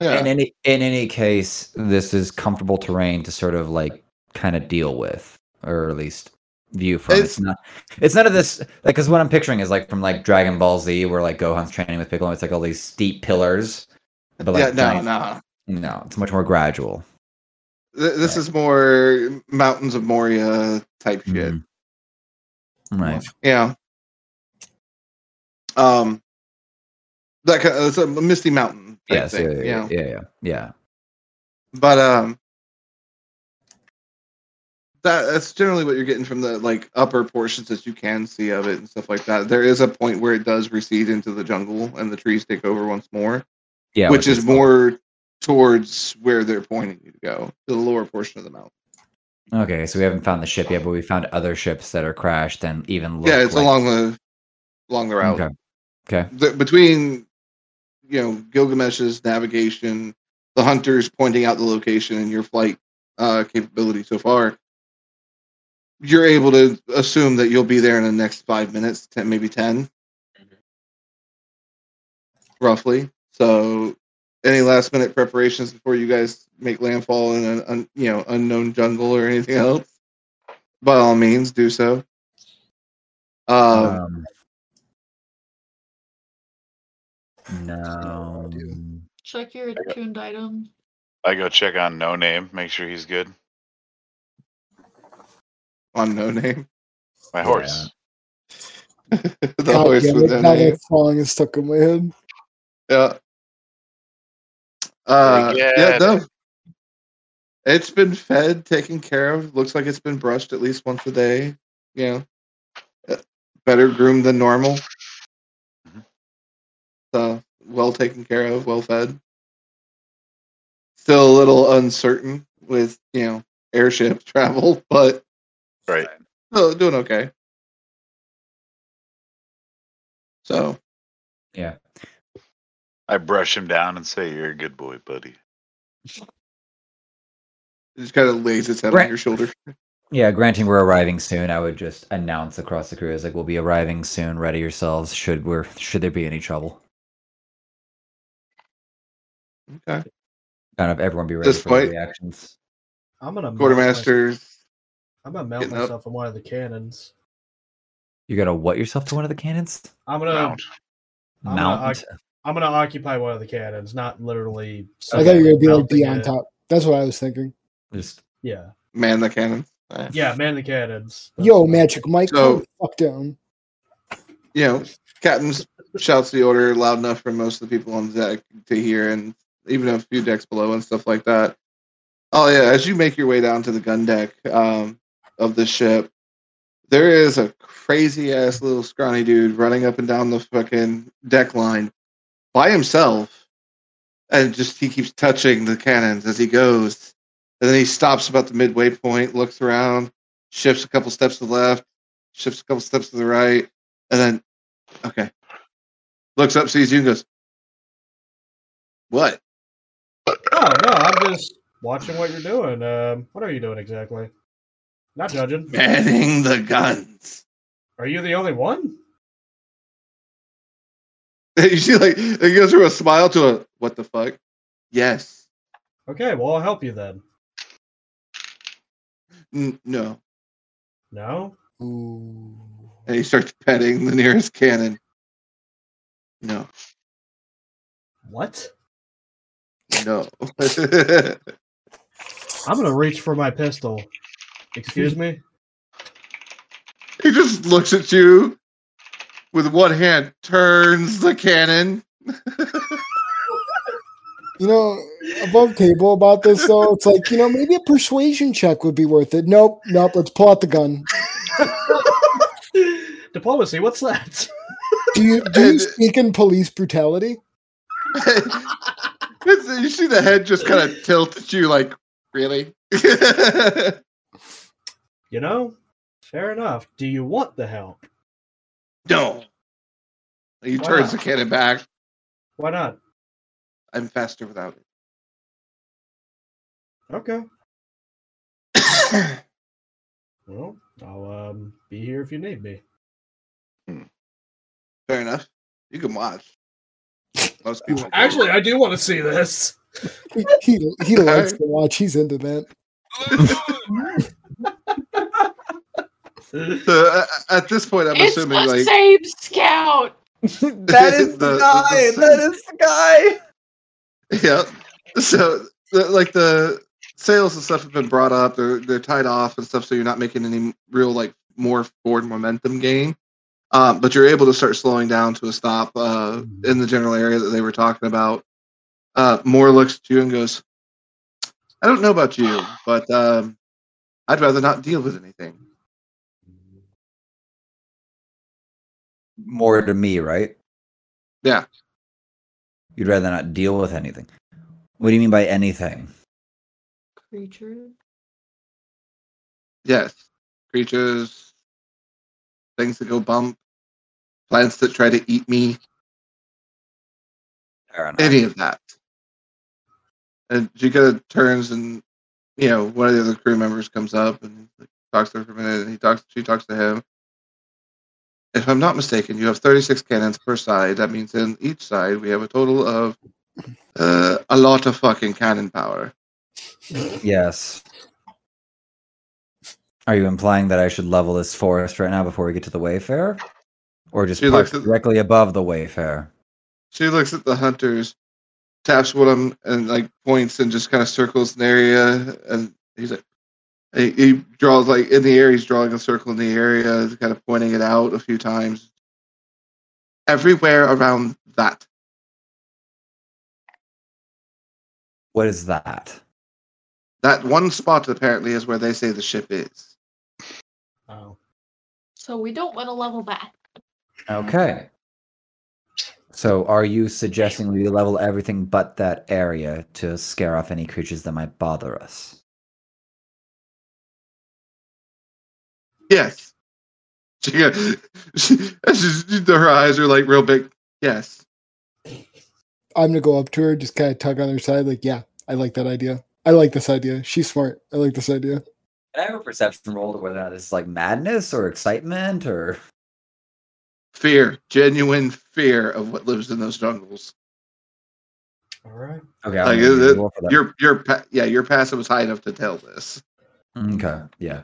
Speaker 5: Yeah.
Speaker 1: in any in any case, this is comfortable terrain to sort of like kind of deal with, or at least view from. It's,
Speaker 5: It's-
Speaker 1: not. It's none of this. Like, because what I'm picturing is like from like Dragon Ball Z, where like Gohan's training with Piccolo. It's like all these steep pillars. But like,
Speaker 5: yeah, no,
Speaker 1: giant-
Speaker 5: no.
Speaker 1: no, it's much more gradual.
Speaker 5: Th- this
Speaker 1: Right.
Speaker 5: is more mountains of moria type shit
Speaker 1: Mhm. Right.
Speaker 5: yeah um that kind of, it's a misty mountain type
Speaker 1: Yes. Yeah.
Speaker 5: thing,
Speaker 1: Yeah.
Speaker 5: you know?
Speaker 1: Yeah. Yeah. yeah, yeah.
Speaker 5: but um that that's generally what you're getting from the like upper portions that you can see of it and stuff like that there is a point where it does recede into the jungle and the trees take over once more
Speaker 1: Yeah,
Speaker 5: which is
Speaker 1: fun.
Speaker 5: more towards where they're pointing you to go to the lower portion of the mountain
Speaker 1: Okay, so we haven't found the ship yet, but we found other ships that are crashed and even look
Speaker 5: yeah it's
Speaker 1: like-
Speaker 5: along the along the route
Speaker 1: Okay. Okay.
Speaker 5: the, between you know Gilgamesh's navigation, the hunters pointing out the location, and your flight uh, capability so far, you're able to assume that you'll be there in the next five minutes, ten, maybe 10 roughly. So, any last minute preparations before you guys make landfall in an un, you know unknown jungle or anything else? By all means, do so. um,
Speaker 1: Um, Um, no. um,
Speaker 6: Check your attuned item.
Speaker 7: I go check on No Name, make sure he's good.
Speaker 5: on no name,
Speaker 7: My
Speaker 1: Yeah.
Speaker 7: horse.
Speaker 5: *laughs* the
Speaker 2: God
Speaker 5: horse
Speaker 2: damn
Speaker 5: with eh?
Speaker 2: it,
Speaker 5: no
Speaker 2: now
Speaker 5: name.
Speaker 2: that song is stuck in my head.
Speaker 5: Yeah. Uh, yeah,
Speaker 7: get
Speaker 5: no. It's been fed, taken care of. Looks like it's been brushed at least once a day. You know, Uh, better groomed than normal.
Speaker 7: Mhm.
Speaker 5: So well taken care of, well fed. still a little uncertain with you know airship *laughs* travel, but
Speaker 7: Right.
Speaker 5: oh, doing okay. So
Speaker 1: Yeah.
Speaker 7: I brush him down and say, "You're a good boy, buddy."
Speaker 5: it just kind of lays its head
Speaker 1: Right.
Speaker 5: on your shoulder.
Speaker 1: Yeah, granting we're arriving soon, I would just announce across the crew as like we'll be arriving soon. Ready yourselves. Should we're should there be any trouble?
Speaker 5: Okay.
Speaker 1: Kind of everyone be ready
Speaker 5: This
Speaker 1: for their
Speaker 5: point-
Speaker 1: reactions.
Speaker 3: I'm gonna mount my-
Speaker 5: Quartermaster
Speaker 3: I'm gonna mount
Speaker 5: getting up.
Speaker 3: myself in one of the cannons.
Speaker 1: You gotta what yourself to one of the cannons?
Speaker 3: I'm gonna
Speaker 1: Uh,
Speaker 7: Mount.
Speaker 3: I'm gonna
Speaker 1: Mount.
Speaker 3: I'm gonna occupy one of the cannons, not literally.
Speaker 2: I thought you were gonna be like
Speaker 3: mounting
Speaker 5: eh?
Speaker 2: beyond
Speaker 3: it.
Speaker 2: top. That's what I was thinking.
Speaker 1: Just
Speaker 3: Yeah,
Speaker 5: man the cannon. Uh,
Speaker 3: yeah, man, the cannons. That's
Speaker 2: Yo,
Speaker 3: fine.
Speaker 2: Magic Mike,
Speaker 5: So-
Speaker 2: come the fuck down.
Speaker 5: you know, captain shouts the order loud enough for most of the people on deck to hear, and even a few decks below and stuff like that. Oh yeah, as you make your way down to the gun deck um, of the ship, there is a crazy ass little scrawny dude running up and down the fucking deck line by himself, and just he keeps touching the cannons as he goes, and then he stops about the midway point, looks around, shifts a couple steps to the left, shifts a couple steps to the right, and then, okay. Looks up, sees you, and goes, *laughs* What?
Speaker 3: Oh no, I'm just watching what you're doing. Um, what are you doing exactly? Not judging.
Speaker 5: Manning the guns.
Speaker 3: Are you the only one?
Speaker 5: *laughs* You see, like, it goes from a smile to a, What the fuck? Yes.
Speaker 3: Okay, well I'll help you then.
Speaker 5: N- no.
Speaker 3: No,
Speaker 2: Ooh.
Speaker 5: And he starts petting the nearest cannon. No.
Speaker 3: what?
Speaker 5: No. *laughs*
Speaker 3: I'm gonna reach for my pistol. Excuse me. *laughs*
Speaker 5: he just looks at you with one hand, turns the cannon. *laughs*
Speaker 2: You know, above table about this though, it's like you know maybe a persuasion check would be worth it. Nope, nope. Let's pull out the gun.
Speaker 3: Diplomacy. What's that?
Speaker 2: Do you do you
Speaker 5: *laughs* And-
Speaker 2: speak in police brutality?
Speaker 5: It's- you see the head just kind of tilt at you, like, Really? *laughs*
Speaker 3: You know, fair enough. Do you want the help?
Speaker 5: No. He
Speaker 3: Why
Speaker 5: turns
Speaker 3: not?
Speaker 5: the cannon back.
Speaker 3: Why not?
Speaker 5: I'm faster without
Speaker 3: Okay. *coughs*
Speaker 5: it.
Speaker 3: Well, I'll um, be here if you need me.
Speaker 5: Fair enough. You can watch. Most people.
Speaker 3: Actually, I do want to see this.
Speaker 2: He he, he
Speaker 5: *laughs*
Speaker 2: likes to watch. He's into that.
Speaker 7: *laughs*
Speaker 5: So, uh, at this point, I'm
Speaker 6: it's
Speaker 5: assuming
Speaker 6: the
Speaker 5: like
Speaker 6: same scout.
Speaker 5: *laughs* *laughs* That is The- Sky, the- that
Speaker 1: is Sky.
Speaker 5: yeah. So the, like the sails and stuff have been brought up. They're they're tied off and stuff. So you're not making any real like more forward momentum gain. Um, but you're able to start slowing down to a stop uh, in the general area that they were talking about. Uh, Moore looks at you and goes, "I don't know about you, but um, I'd rather not deal with anything."
Speaker 1: More to me, right?
Speaker 5: Yeah.
Speaker 1: You'd rather not deal with anything. What do you mean by anything?
Speaker 6: Creature.
Speaker 5: Yes. Creatures, things that go bump, plants that try to eat me,
Speaker 1: Fair enough.
Speaker 5: any of that. And she kind of turns and, you know, one of the other crew members comes up and like, talks to her for a minute and he talks, she talks to him. If I'm not mistaken, you have 36 cannons per side. That means in each side we have a total of uh, a lot of fucking cannon power.
Speaker 1: Yes. Are you implying that I should level this forest right now before we get to the Wayfarer? Or just
Speaker 5: She
Speaker 1: park
Speaker 5: looks at-
Speaker 1: directly above the Wayfarer?
Speaker 5: She looks at the hunters, taps one of them, and like points and just kind of circles an area. And he's like, he, he draws like in the air. He's drawing a circle in the area, kind of pointing it out a few times. Everywhere around that,
Speaker 1: What is that?
Speaker 5: that one spot apparently is where they say the ship is.
Speaker 3: Oh,
Speaker 6: So we don't want to level that.
Speaker 1: Okay. So, are you suggesting we level everything but that area to scare off any creatures that might bother us?
Speaker 5: Yes. *laughs* She got, she, she's- her eyes are like real big. Yes.
Speaker 2: I'm gonna go up to her, just kind of tug on her side, like, yeah, I like that idea. I like this idea. She's smart. I like this idea.
Speaker 1: Can I have a perception roll to whether or not this is like madness or excitement or? *laughs*
Speaker 5: Fear. Genuine fear of what lives in those jungles.
Speaker 3: All right.
Speaker 1: Okay, I'm gonna
Speaker 5: Like, is
Speaker 1: give you a
Speaker 5: it-
Speaker 1: roll for that.
Speaker 5: Your your pa- yeah, your passive is high enough to tell this.
Speaker 1: Okay, yeah.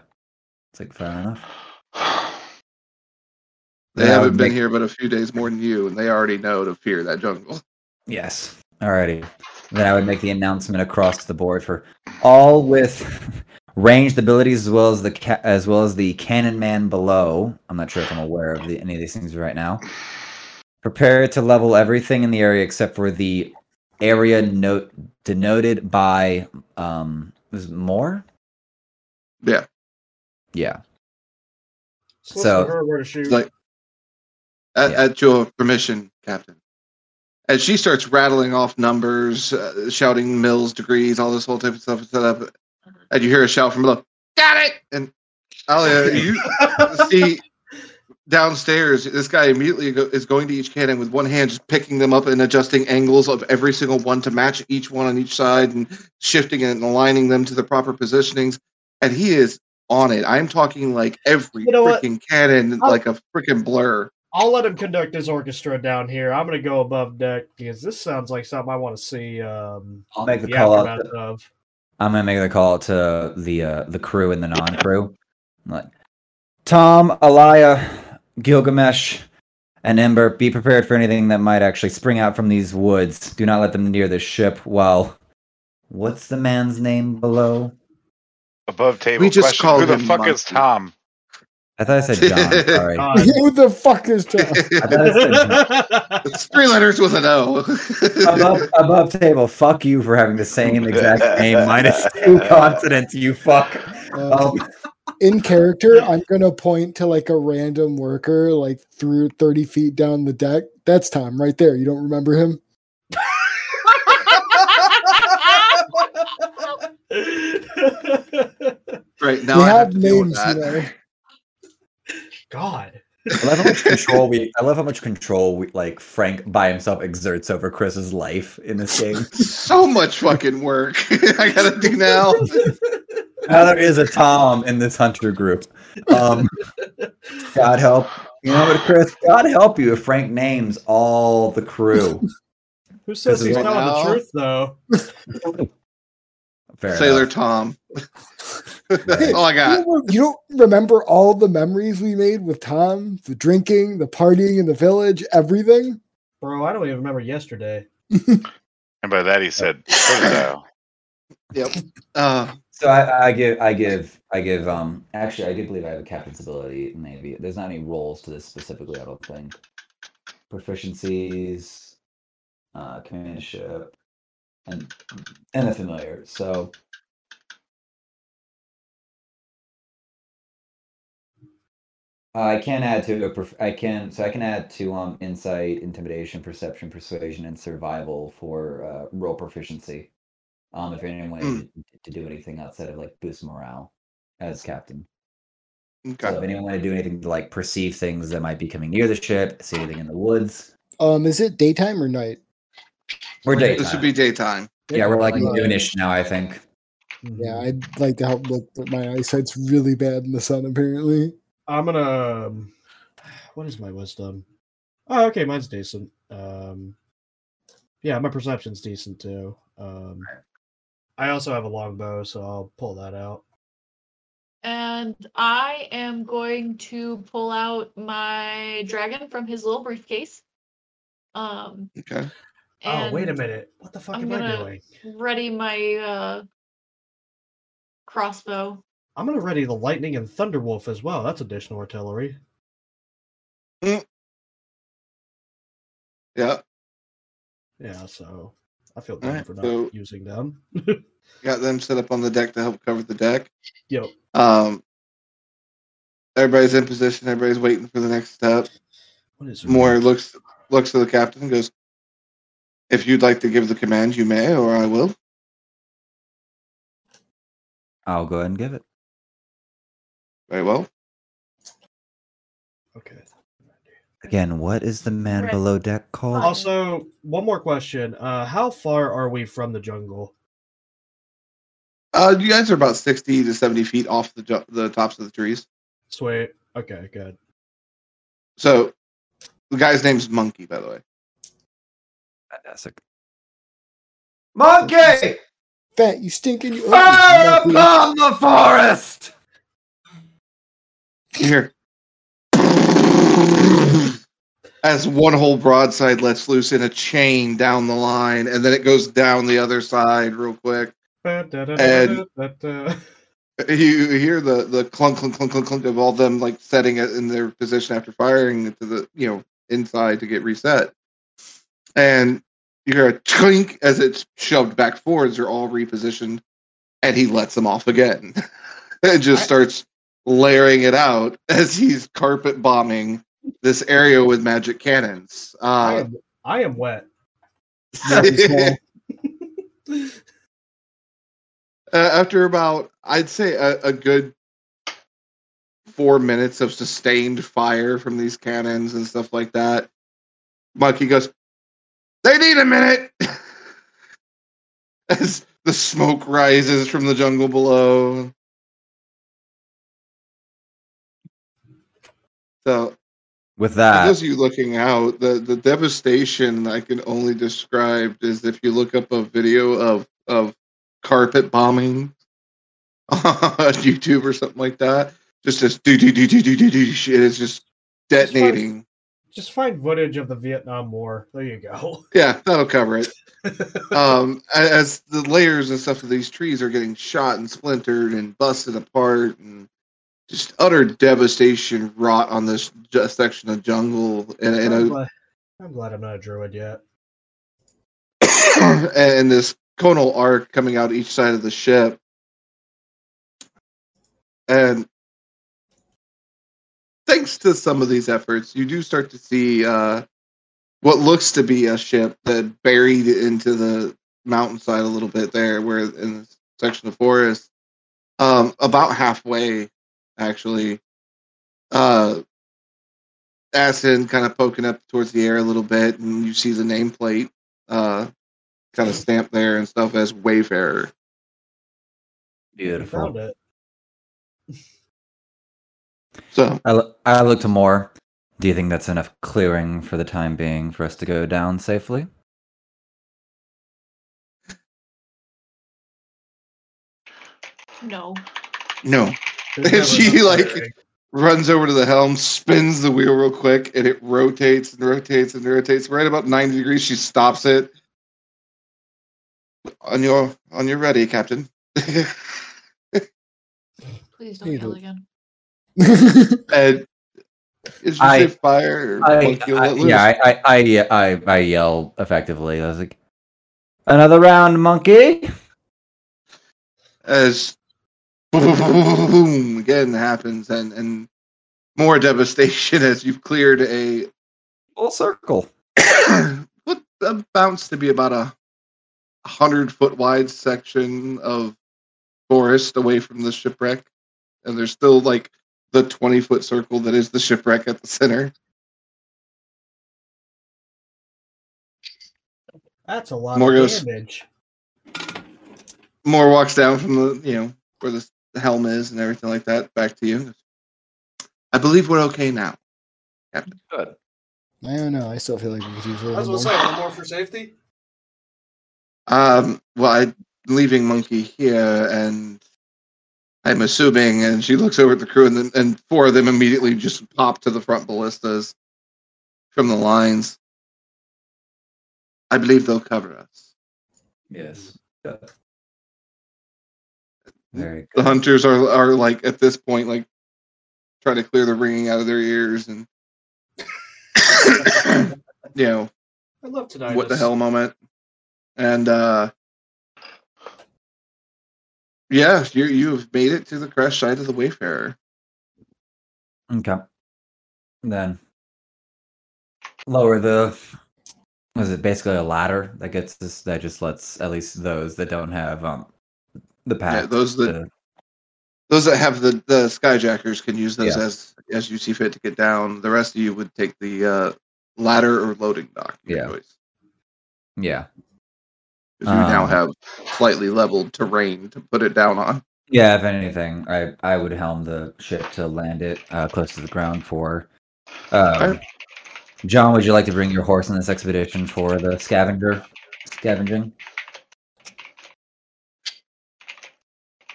Speaker 1: It's like fair enough.
Speaker 7: *sighs*
Speaker 1: *laughs*
Speaker 5: They
Speaker 1: Yeah, I
Speaker 5: haven't
Speaker 1: would
Speaker 5: been
Speaker 1: make-
Speaker 5: here but a few days more than you, and they already know to fear that jungle. *laughs*
Speaker 1: Yes. Alrighty. Then I would make the announcement across the board for all with *laughs* ranged abilities as well as the ca- as well as the cannon man below. I'm not sure if I'm aware of the, any of these things right now. Prepare to level everything in the area except for the area note denoted by um was it more?
Speaker 5: Yeah.
Speaker 1: Yeah.
Speaker 3: So,
Speaker 1: So-
Speaker 3: so her where to shoot.
Speaker 5: It's like at,
Speaker 1: Yeah.
Speaker 5: at your permission, Captain. As she starts rattling off numbers, uh, shouting mills, degrees, all this whole type of stuff is set up, and you hear a shout from below, "Got it!" And
Speaker 1: *laughs*
Speaker 5: Alia, you
Speaker 3: *laughs*
Speaker 5: see downstairs, this guy immediately go- is going to each cannon with one hand, just picking them up and adjusting angles of every single one to match each one on each side and shifting it and aligning them to the proper positionings. And he is on it. I'm talking like every
Speaker 3: You know what?
Speaker 5: freaking cannon,
Speaker 3: I'll-
Speaker 5: like a freaking blur.
Speaker 3: I'll let him conduct his orchestra down here. I'm gonna go above deck because this sounds like something I want to see. Um,
Speaker 1: I'll make the
Speaker 3: the
Speaker 1: call out
Speaker 3: aftermath
Speaker 1: *laughs*
Speaker 3: of.
Speaker 1: I'm gonna make the call to the uh, the crew and the non-crew. I'm Like Tom, Alaya, Gilgamesh, and Ember, be prepared for anything that might actually spring out from these woods. Do not let them near this ship. While what's the man's name below?
Speaker 7: Above table.
Speaker 5: We just
Speaker 7: question,
Speaker 5: called
Speaker 7: Who the
Speaker 5: him
Speaker 7: fuck is
Speaker 5: Monkey.
Speaker 7: Tom?
Speaker 1: I thought I said John. Sorry, I
Speaker 3: God.
Speaker 2: *laughs* Who the fuck is John?
Speaker 1: *laughs* thought I said John.
Speaker 5: It's three letters with an O.
Speaker 1: Above, above table, fuck you for having the same exact name minus two consonants. You fuck.
Speaker 2: Uh,
Speaker 1: Um,
Speaker 2: in character, I'm gonna point to like a random worker, like through 30 feet down the deck. That's Tom right there. You don't remember him?
Speaker 5: *laughs* right now,
Speaker 2: we
Speaker 5: I have,
Speaker 2: have
Speaker 5: to deal with
Speaker 2: names, you
Speaker 5: that.
Speaker 2: know.
Speaker 3: *laughs* God.
Speaker 1: I love how much control we. I love how much control we, like Frank by himself exerts over Chris's life in this game.
Speaker 5: So much fucking work *laughs* I gotta do now.
Speaker 1: now there is a Tom in this hunter group. Um, God help. You know what, Chris? God help you if Frank names all the crew.
Speaker 3: Who
Speaker 1: This
Speaker 3: says
Speaker 1: is
Speaker 3: he's
Speaker 1: what-
Speaker 3: telling
Speaker 5: Now-
Speaker 3: the truth though?
Speaker 1: Fair
Speaker 5: Sailor
Speaker 1: enough.
Speaker 5: Tom. That's all I
Speaker 2: You
Speaker 5: got.
Speaker 2: don't re- you don't remember all the memories we made with Tom, the drinking, the partying in the village, everything?
Speaker 3: Bro, I don't even remember yesterday.
Speaker 7: And by that he said, "Crocodile."
Speaker 5: Uh,
Speaker 1: So I, I give, I give, I give. Um, actually, I do believe I have a captain's ability. Maybe there's not any roles to this specifically. I don't think. Proficiencies, uh, commandership, and and a familiar. So I can add to a. Prof- I can so I can add to um insight, intimidation, perception, persuasion, and survival for uh, role proficiency. Um, if anyone
Speaker 5: Hmm.
Speaker 1: wanted to do anything outside of like boost morale as captain. So if
Speaker 5: okay.
Speaker 1: anyone wanted to do anything to like perceive things that might be coming near the ship, see anything in the woods,
Speaker 2: Um, is it daytime or night?
Speaker 1: we're daytime.
Speaker 5: This should be daytime.
Speaker 1: yeah, we're like
Speaker 2: Yeah.
Speaker 1: noonish now. I think.
Speaker 3: Mm-hmm.
Speaker 2: Yeah, I'd like to help look, but my eyesight's really bad in the sun, apparently.
Speaker 3: I'm gonna. Um, what is my wisdom? Oh, okay, mine's decent. Um, yeah, my perception's decent too. Um, I also have a longbow, so I'll pull that out.
Speaker 6: And I am going to pull out my dragon from his little briefcase. Um,
Speaker 5: Okay.
Speaker 3: oh, wait a
Speaker 6: and
Speaker 3: minute! What the fuck
Speaker 6: I'm
Speaker 3: am I
Speaker 6: gonna-
Speaker 3: doing?
Speaker 6: Ready my uh, crossbow.
Speaker 3: I'm gonna ready the lightning and thunderwolf as well. That's additional artillery.
Speaker 5: Yeah.
Speaker 3: Yeah, so I feel
Speaker 5: All
Speaker 3: bad
Speaker 5: right,
Speaker 3: for not
Speaker 5: so-
Speaker 3: using them.
Speaker 5: Got them set up on the deck to help cover the deck.
Speaker 3: Yep.
Speaker 5: Um, everybody's in position. Everybody's waiting for the next step.
Speaker 3: What is
Speaker 5: Moore looks looks to the captain and goes, If you'd like to give the command, you may, or I will.
Speaker 1: I'll go ahead and give it.
Speaker 5: Very well.
Speaker 3: Okay.
Speaker 1: Again, what is the man
Speaker 6: Right.
Speaker 1: below deck called?
Speaker 6: Awesome.
Speaker 3: Also, one more question. Uh, how far are we from the jungle?
Speaker 5: Uh, you guys are about 60 to 70 feet off the, ju- the tops of the trees.
Speaker 3: Sweet. Okay, good.
Speaker 5: So the guy's name's Monkey, by the way.
Speaker 1: Fantastic.
Speaker 2: Monkey! Fat, you stinking. You ugly monkey.
Speaker 1: the forest!
Speaker 5: You hear. As one whole broadside lets loose in a chain down the line, and then it goes down the other side real quick.
Speaker 3: Ba-da-da-da-da-da-da.
Speaker 5: You hear the the clunk clunk clunk clunk clunk of all them like setting it in their position after firing to the you know inside to get reset, and you hear a clink as it's shoved back forwards. They're all repositioned, and he lets them off again, *laughs* and just starts layering it out as he's carpet bombing this area with magic cannons.
Speaker 3: *laughs* I
Speaker 5: Uh,
Speaker 3: am, I am
Speaker 5: *laughs*
Speaker 3: wet.
Speaker 2: Yeah,
Speaker 5: uh, after about i'd say a, a good four minutes of sustained fire from these cannons and stuff like that monkey goes they need a minute *laughs* as the smoke rises from the jungle below so
Speaker 1: With
Speaker 5: for
Speaker 1: that,
Speaker 5: those of you looking out, the, the devastation I can only describe is if you look up a video of of carpet bombing *laughs* on YouTube or something like that. Just this do do do do do do do shit is just
Speaker 3: That's fine.
Speaker 5: detonating.
Speaker 3: Just find footage of the Vietnam War. There you go. *laughs*
Speaker 5: Yeah, that'll cover it. um, a- as the layers and stuff of these trees are getting shot and splintered and busted apart, and just utter devastation wrought on this ju- section of jungle and, and
Speaker 3: I'm,
Speaker 5: a
Speaker 3: glad, I'm glad I'm not a druid yet.
Speaker 5: *coughs* and this conal arc coming out each side of the ship. And thanks to some of these efforts, you do start to see uh, what looks to be a ship that buried into the mountainside a little bit there, where in this section of forest, um, about halfway, actually. Uh, Acid kind of poking up towards the air a little bit, and you see the nameplate uh, kind of stamped there and stuff as Wayfarer.
Speaker 3: I found
Speaker 1: beautiful.
Speaker 5: *laughs*
Speaker 3: it.
Speaker 5: So
Speaker 1: I, lo- I look to more. Do you think that's enough clearing for the time being for us to go down safely?
Speaker 6: No.
Speaker 5: no,
Speaker 3: There's
Speaker 5: Is
Speaker 3: never
Speaker 5: she
Speaker 3: enough
Speaker 5: like-
Speaker 3: clearing.
Speaker 5: runs over to the helm, spins the wheel real quick, and it rotates and rotates and rotates. Right about ninety degrees, she stops it. On your on your ready, Captain. *laughs*
Speaker 6: Please don't
Speaker 2: Neither.
Speaker 6: kill again.
Speaker 5: and is you
Speaker 1: I-
Speaker 5: say fire? or
Speaker 1: I,
Speaker 5: fuck, you'll
Speaker 1: I,
Speaker 5: let loose?
Speaker 1: yeah, I, I, I, I, I yell effectively. I was like, another round, monkey.
Speaker 5: as boom, boom, boom, boom, boom, boom again happens, and and more devastation *laughs* as you've cleared a
Speaker 1: Full circle.
Speaker 5: *coughs* what amounts to be about a hundred foot wide section of forest away from the shipwreck, and there's still like the twenty foot circle that is the shipwreck at the center.
Speaker 3: That's a lot
Speaker 5: Morgos.
Speaker 3: of damage.
Speaker 5: Moore walks down from the you know where the, the helm is and everything like that back to you. I believe we're okay now.
Speaker 1: Good.
Speaker 2: *laughs* I don't know. I still feel like we could use a
Speaker 4: I was
Speaker 2: little
Speaker 4: gonna
Speaker 2: more.
Speaker 4: say one more for safety.
Speaker 5: Um, well, I'm leaving Monkey here, and I'm assuming. And she looks over at the crew, and then, and four of them immediately just pop to the front ballistas from the lines. I believe they'll cover us.
Speaker 1: Yes. Good. Very
Speaker 5: The
Speaker 1: good.
Speaker 5: hunters are are like at this point, like trying to clear the ringing out of their ears, and *coughs* you know,
Speaker 4: I love tonight.
Speaker 5: what the hell moment. And uh yeah, you you've made it to the crash site of the Wayfarer.
Speaker 1: Okay. Then lower the was it basically a ladder that gets us that just lets at least those that don't have um the path.
Speaker 5: those that- Those that have the the skyjackers can use those
Speaker 1: Yeah.
Speaker 5: as as you see fit to get down. The rest of you would take the uh, ladder or loading dock. your
Speaker 1: Yeah.
Speaker 5: choice.
Speaker 1: yeah.
Speaker 5: 'Cause you now
Speaker 1: Um,
Speaker 5: have slightly leveled terrain to put it down on.
Speaker 1: Yeah, if anything, I I would helm the ship to land it uh, close to the ground for. Um,
Speaker 5: Okay.
Speaker 1: John, would you like to bring your horse on this expedition for the scavenger scavenging?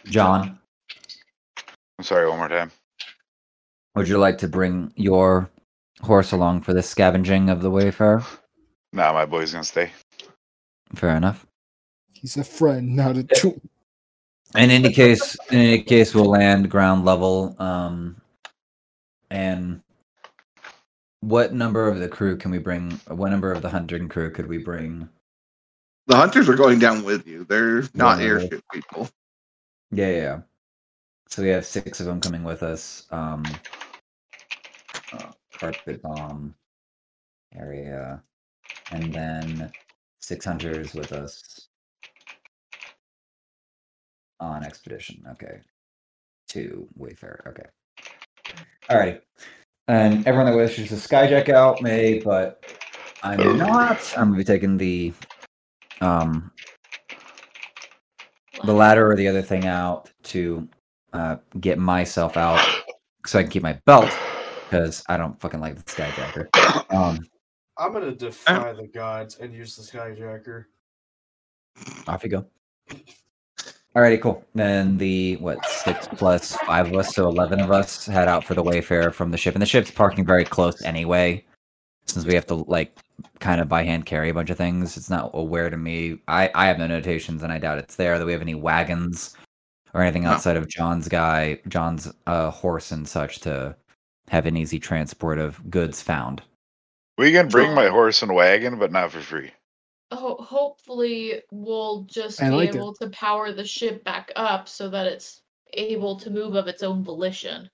Speaker 1: John,
Speaker 7: I'm sorry, one more time.
Speaker 1: would you like to bring your horse along for this scavenging of the wayfarer?
Speaker 7: Nah, my boy's gonna stay.
Speaker 1: Fair enough.
Speaker 2: He's a friend, not a tool.
Speaker 1: in any case in any case we'll land ground level um and what number of the crew can we bring what number of the hunting crew could we bring
Speaker 5: The hunters are going down with you. They're not
Speaker 1: Yeah.
Speaker 5: airship people.
Speaker 1: yeah yeah, yeah so we have six of them coming with us um uh, carpet bomb area and then six hunters with us on expedition okay to Wayfarer. Okay. Alrighty. And everyone that wishes to skyjack out may, but I'm not. I'm gonna be taking the um the ladder or the other thing out to uh get myself out so I can keep my belt because I don't fucking like the skyjacker. Um
Speaker 4: I'm gonna defy the gods and use the skyjacker.
Speaker 1: off you go. Alrighty, cool. Then the what six plus five of us, so eleven of us, head out for the Wayfarer from the ship, and the ship's parking very close anyway. Since we have to like kind of by hand carry a bunch of things, it's not aware to me. I I have no notations, and I doubt it's there that we have any wagons or anything
Speaker 5: No.
Speaker 1: outside of John's guy, John's uh, horse and such to have an easy transport of goods found.
Speaker 7: We can bring
Speaker 5: Sure.
Speaker 7: my horse and wagon, but not for free.
Speaker 6: Ho- hopefully, we'll just
Speaker 2: I
Speaker 6: be
Speaker 2: like it.
Speaker 6: able to power the ship back up so that it's able to move of its own volition.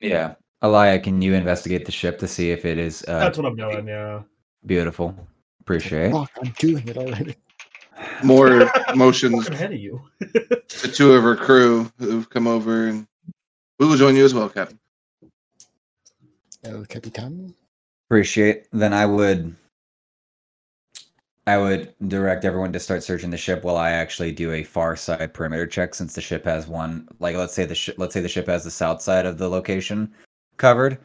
Speaker 1: Yeah, Elia, can you investigate the ship to see if it is uh,
Speaker 3: That's what I'm doing. Yeah.
Speaker 1: beautiful? Appreciate. it.
Speaker 2: Fuck, I'm doing it already.
Speaker 1: *laughs*
Speaker 2: *laughs*
Speaker 5: More motions
Speaker 3: Fucking ahead of you.
Speaker 5: to two of her crew who've come over, and we will join you as well, Captain.
Speaker 2: El Capitan.
Speaker 1: appreciate then i would i would direct everyone to start searching the ship while i actually do a far side perimeter check since the ship has one like let's say the ship let's say the ship has the south side of the location covered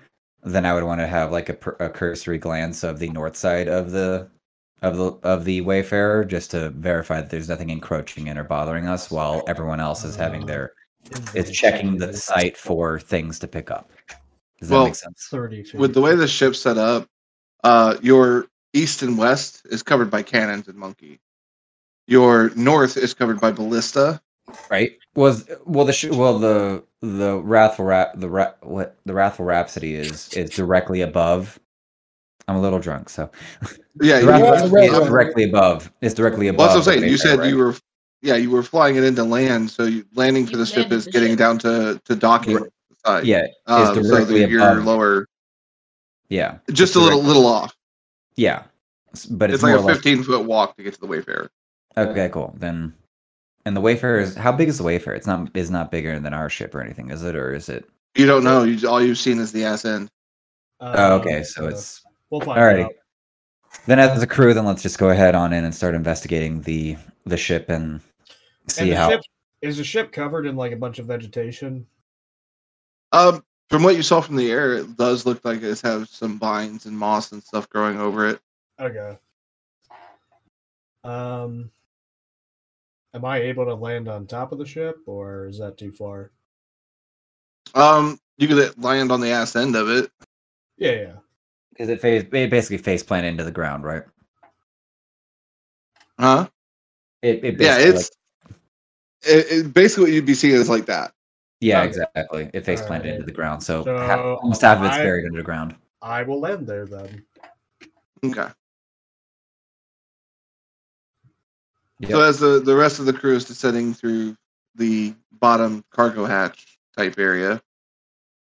Speaker 1: then i would want to have like a, per- a cursory glance of the north side of the of the of the wayfarer just to verify that there's nothing encroaching in or bothering us while everyone else is having
Speaker 3: Uh,
Speaker 1: their is checking the site for things to pick up does that
Speaker 5: Well,
Speaker 1: make sense
Speaker 3: Thirty. feet.
Speaker 5: With the way the ship's set up, uh, your east and west is covered by cannons and monkey. Your north is covered by ballista.
Speaker 1: right? Was well the sh- well the the wrathful rap the ra- what the wrathful rhapsody is is directly above. I'm a little drunk, so
Speaker 5: Yeah,
Speaker 1: the
Speaker 5: you
Speaker 1: wrathful
Speaker 2: right,
Speaker 5: were,
Speaker 1: rhapsody
Speaker 2: right,
Speaker 1: is
Speaker 2: right.
Speaker 1: directly above. It's directly above.
Speaker 5: well, that's what I'm
Speaker 1: the
Speaker 5: saying. You
Speaker 1: Wayfarer,
Speaker 5: said
Speaker 1: right?
Speaker 5: you were, yeah, you were flying it into land. So you, landing for
Speaker 6: You
Speaker 5: the ship
Speaker 6: landed
Speaker 5: is
Speaker 6: the
Speaker 5: getting
Speaker 6: ship.
Speaker 5: down to to docking.
Speaker 1: Right.
Speaker 5: side.
Speaker 1: yeah
Speaker 5: Um, so
Speaker 1: directly
Speaker 5: that you're
Speaker 1: above.
Speaker 5: lower,
Speaker 1: yeah
Speaker 5: just a little
Speaker 1: directly-
Speaker 5: little off.
Speaker 1: yeah, S- but it's,
Speaker 5: It's, like
Speaker 1: more
Speaker 5: a 15 foot walk to get to the Wayfarer.
Speaker 1: okay, cool then. And the Wayfarer is how big is the Wayfarer? It's not is not bigger than our ship or anything, is it? Or is it?
Speaker 5: You don't know. You all you've seen is the ass end.
Speaker 3: Uh,
Speaker 1: Oh, okay, so it's
Speaker 3: We'll find
Speaker 1: all right.
Speaker 3: out.
Speaker 1: Then as a crew, then let's just go ahead on in and start investigating the the ship and see
Speaker 3: And the
Speaker 1: how
Speaker 3: ship, is the ship covered in like a bunch of vegetation?
Speaker 5: Um, from what you saw from the air, it does look like it has some vines and moss and stuff growing over it.
Speaker 3: Okay. Um, am I able to land on top of the ship, or is that too far?
Speaker 5: Um, you could land on the ass end of it.
Speaker 3: Yeah, yeah.
Speaker 1: Because it face it basically face plant into the ground, right?
Speaker 5: Huh?
Speaker 1: It, it
Speaker 5: Yeah,
Speaker 1: basically,
Speaker 5: it's
Speaker 1: like-
Speaker 5: it, it- basically what you'd be seeing is like that.
Speaker 1: yeah,
Speaker 3: okay.
Speaker 1: exactly. It face planted
Speaker 3: Alright.
Speaker 1: into the ground, so,
Speaker 3: So,
Speaker 1: half, almost half of it's
Speaker 3: I-
Speaker 1: buried under the ground.
Speaker 3: I will land there then.
Speaker 5: Okay.
Speaker 1: Yep.
Speaker 5: So as the the rest of the crew is descending through the bottom cargo hatch type area,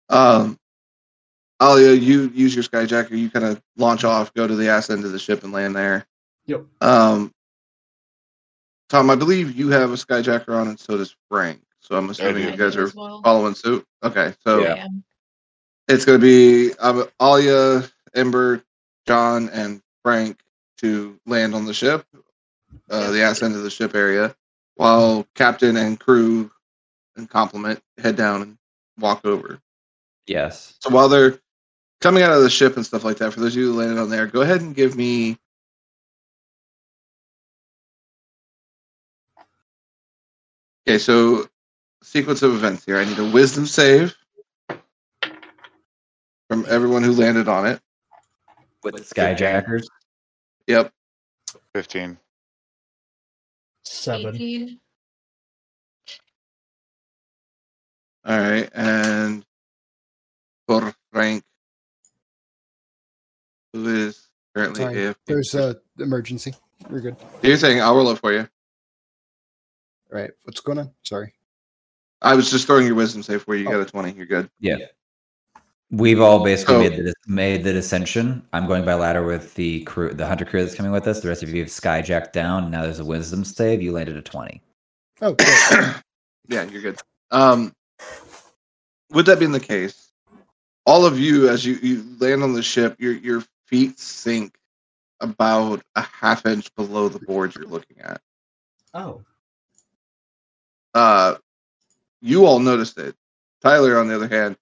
Speaker 5: um, Alia, you use your skyjacker. You kind of launch off, go to the ass end of the ship, and land there.
Speaker 3: Yep.
Speaker 5: Um, Tom, I believe you have a skyjacker on, and so does Frank. So I'm assuming
Speaker 7: do.
Speaker 5: you guys are
Speaker 6: As well.
Speaker 5: following suit. Okay, so
Speaker 1: Yeah.
Speaker 6: Yeah.
Speaker 5: it's going to be um, Alia, Ember, John, and Frank to land on the ship, uh, the ass end of the ship area, while captain and crew and complement head down and walk over.
Speaker 1: Yes.
Speaker 5: So while they're coming out of the ship and stuff like that, for those of you who landed on there, go ahead and give me. Okay, so sequence of events here. I need a wisdom save from everyone who landed on it.
Speaker 1: With skyjackers.
Speaker 5: Yep.
Speaker 7: 15.
Speaker 3: Seven.
Speaker 6: 18.
Speaker 5: All right, and for Frank, who is currently
Speaker 2: Sorry,
Speaker 5: AFK.
Speaker 2: There's a emergency. We're good.
Speaker 5: You're saying I'll roll it for you.
Speaker 2: All right. What's going on? Sorry.
Speaker 5: I was just throwing your wisdom save for you. You
Speaker 2: Oh.
Speaker 5: got a twenty. You're good.
Speaker 1: We've all basically
Speaker 5: So-
Speaker 1: made the made the ascension. I'm going by ladder with the crew, the hunter crew that's coming with us. The rest of you have skyjacked down. Now there's a wisdom save. You landed a twenty.
Speaker 2: Oh, great.
Speaker 5: *coughs* yeah, you're good. Um, with that being the case, all of you, as you, you land on the ship, your your feet sink about a half inch below the boards you're looking at.
Speaker 3: Oh.
Speaker 5: Uh, you all noticed it. Tyler, on the other hand,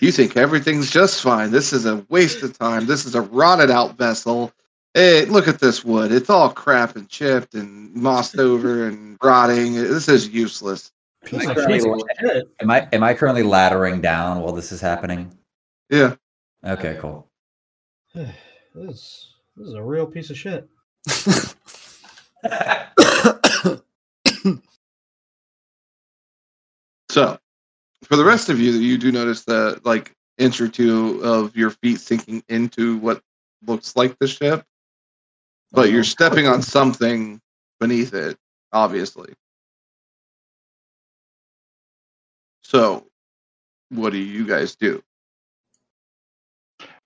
Speaker 5: you think everything's just fine. This is a waste of time. This is a rotted out vessel. Hey, look at this wood. It's all crap and chipped and mossed over and rotting. This is useless.
Speaker 3: Piece
Speaker 1: I
Speaker 3: of
Speaker 1: currently
Speaker 3: shit.
Speaker 1: la- am I am I currently laddering down while this is happening?
Speaker 5: Yeah.
Speaker 1: Okay, cool.
Speaker 3: this, this is a real piece of shit.
Speaker 5: So, for the rest of you, you do notice the like inch or two of your feet sinking into what looks like the ship, but you're stepping on something beneath it, obviously. So, what do you guys do?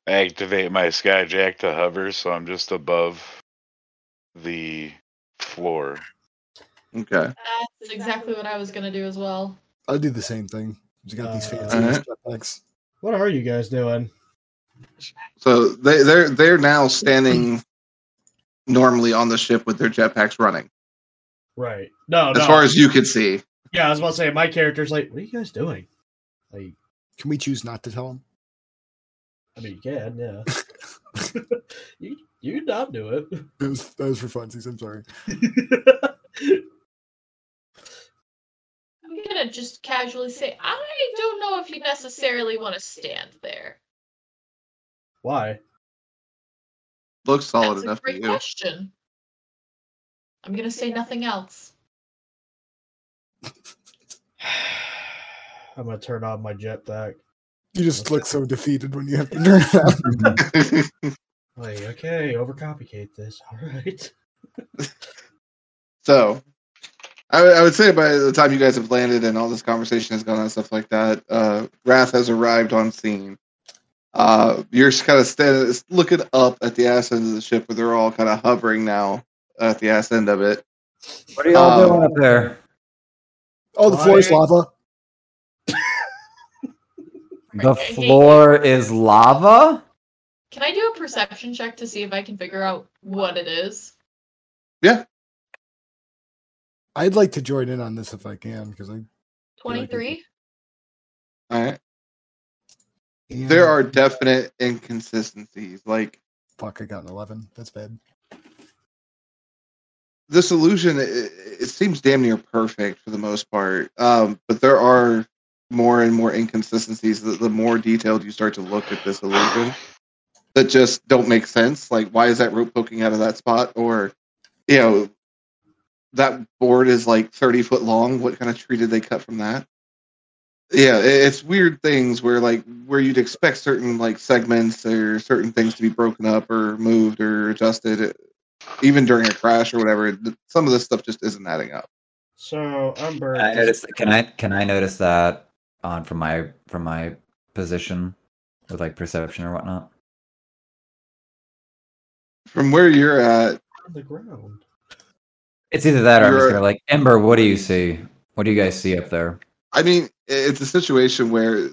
Speaker 7: Activate my skyjack to hover, so I'm just above the floor.
Speaker 5: Okay.
Speaker 6: That's exactly what I was going to do as well.
Speaker 2: *laughs* I'll do the same thing. He's got these fancy
Speaker 5: Alright.
Speaker 2: jetpacks.
Speaker 3: What are you guys doing?
Speaker 5: So they they're they're now standing normally on the ship with their jetpacks running,
Speaker 3: Right. No,
Speaker 5: as
Speaker 3: Oh, no.
Speaker 5: far as you could see.
Speaker 3: yeah, I was about to say, my character's like, what are you guys doing? Like,
Speaker 2: Can we choose not to tell him? *laughs*
Speaker 3: I mean, you can, yeah.
Speaker 5: *laughs*
Speaker 3: you you not do it.
Speaker 2: That was, that was for funsies. I'm sorry.
Speaker 5: *laughs*
Speaker 6: I'm going to just casually say, I don't know if you necessarily want to stand there.
Speaker 3: Why?
Speaker 5: Looks solid
Speaker 6: That's a
Speaker 5: enough for
Speaker 6: great
Speaker 5: you.
Speaker 6: question. I'm going to say nothing else.
Speaker 3: I'm gonna turn on my
Speaker 5: *laughs*
Speaker 3: jetpack.
Speaker 2: You just look so defeated when you have to turn it on.
Speaker 3: Like, okay, overcomplicate this. *laughs* All right.
Speaker 5: So, I, I would say by the time you guys have landed and all this conversation has gone on and stuff like that, uh, Wrath has arrived on scene. Uh, you're kind of standing, looking up at the ass end of the ship, where they're all kind of hovering now at the ass end of it.
Speaker 1: What are y'all
Speaker 5: Um,
Speaker 1: doing up there?
Speaker 2: Oh, the floor is
Speaker 3: Why-
Speaker 2: lava.
Speaker 1: The
Speaker 6: I hate
Speaker 1: floor is lava.
Speaker 6: Can I do a perception check to see if I can figure out what it is?
Speaker 2: I'd like to join in on this if I can, because I
Speaker 6: 23?
Speaker 5: All right, there are definite inconsistencies. Like
Speaker 2: fuck. I got an eleven. That's bad.
Speaker 5: this illusion, it, it seems damn near perfect for the most part, um, but there are more and more inconsistencies the, the more detailed you start to look at this illusion. that just don't make sense. Like, why is that rope poking out of that spot? Or, you know, that board is like 30 foot long. What kind of tree did they cut from that? Yeah, i- it's weird things where, like, where you'd expect certain, like, segments or certain things to be broken up or moved or adjusted, it- even during a crash or whatever. th- Some of this stuff just isn't adding up.
Speaker 3: So Umber,
Speaker 1: Uh, I
Speaker 5: Uh,
Speaker 3: just-
Speaker 1: noticed. Can I can I notice that on from my from my position? with like perception or whatnot?
Speaker 5: From where you're at,
Speaker 3: On the ground.
Speaker 1: It's either that or I'm just
Speaker 5: You're-
Speaker 1: gonna like Ember. What do you see? What do you guys see up there?
Speaker 5: I mean, i- it's a situation where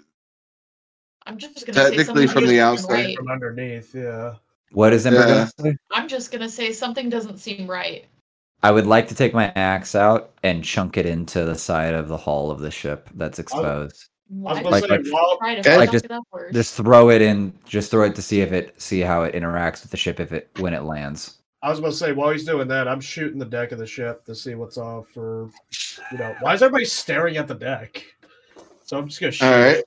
Speaker 6: I'm just gonna say
Speaker 5: Technically
Speaker 6: something
Speaker 5: from the
Speaker 6: doesn't seem
Speaker 5: outside.
Speaker 6: right.
Speaker 3: From underneath, yeah.
Speaker 1: What is Ember
Speaker 5: Yeah.
Speaker 1: gonna see?
Speaker 6: I'm just gonna say something doesn't seem right.
Speaker 1: I would like to take my axe out and chunk it into the side of the hull of the ship that's
Speaker 5: Oh.
Speaker 1: exposed.
Speaker 3: I was
Speaker 6: Why
Speaker 3: gonna
Speaker 1: Like-
Speaker 3: say,
Speaker 1: like-
Speaker 3: while,
Speaker 6: try to
Speaker 5: Okay.
Speaker 1: Like
Speaker 6: like
Speaker 1: just-
Speaker 6: it upwards?
Speaker 1: Just throw it in. Just throw it to see if it see how it interacts with the ship if it when it lands.
Speaker 3: I was about to say, while he's doing that, I'm shooting the deck of the ship to see what's off for, you know, why is everybody staring at the deck? So I'm just gonna shoot.
Speaker 5: all right,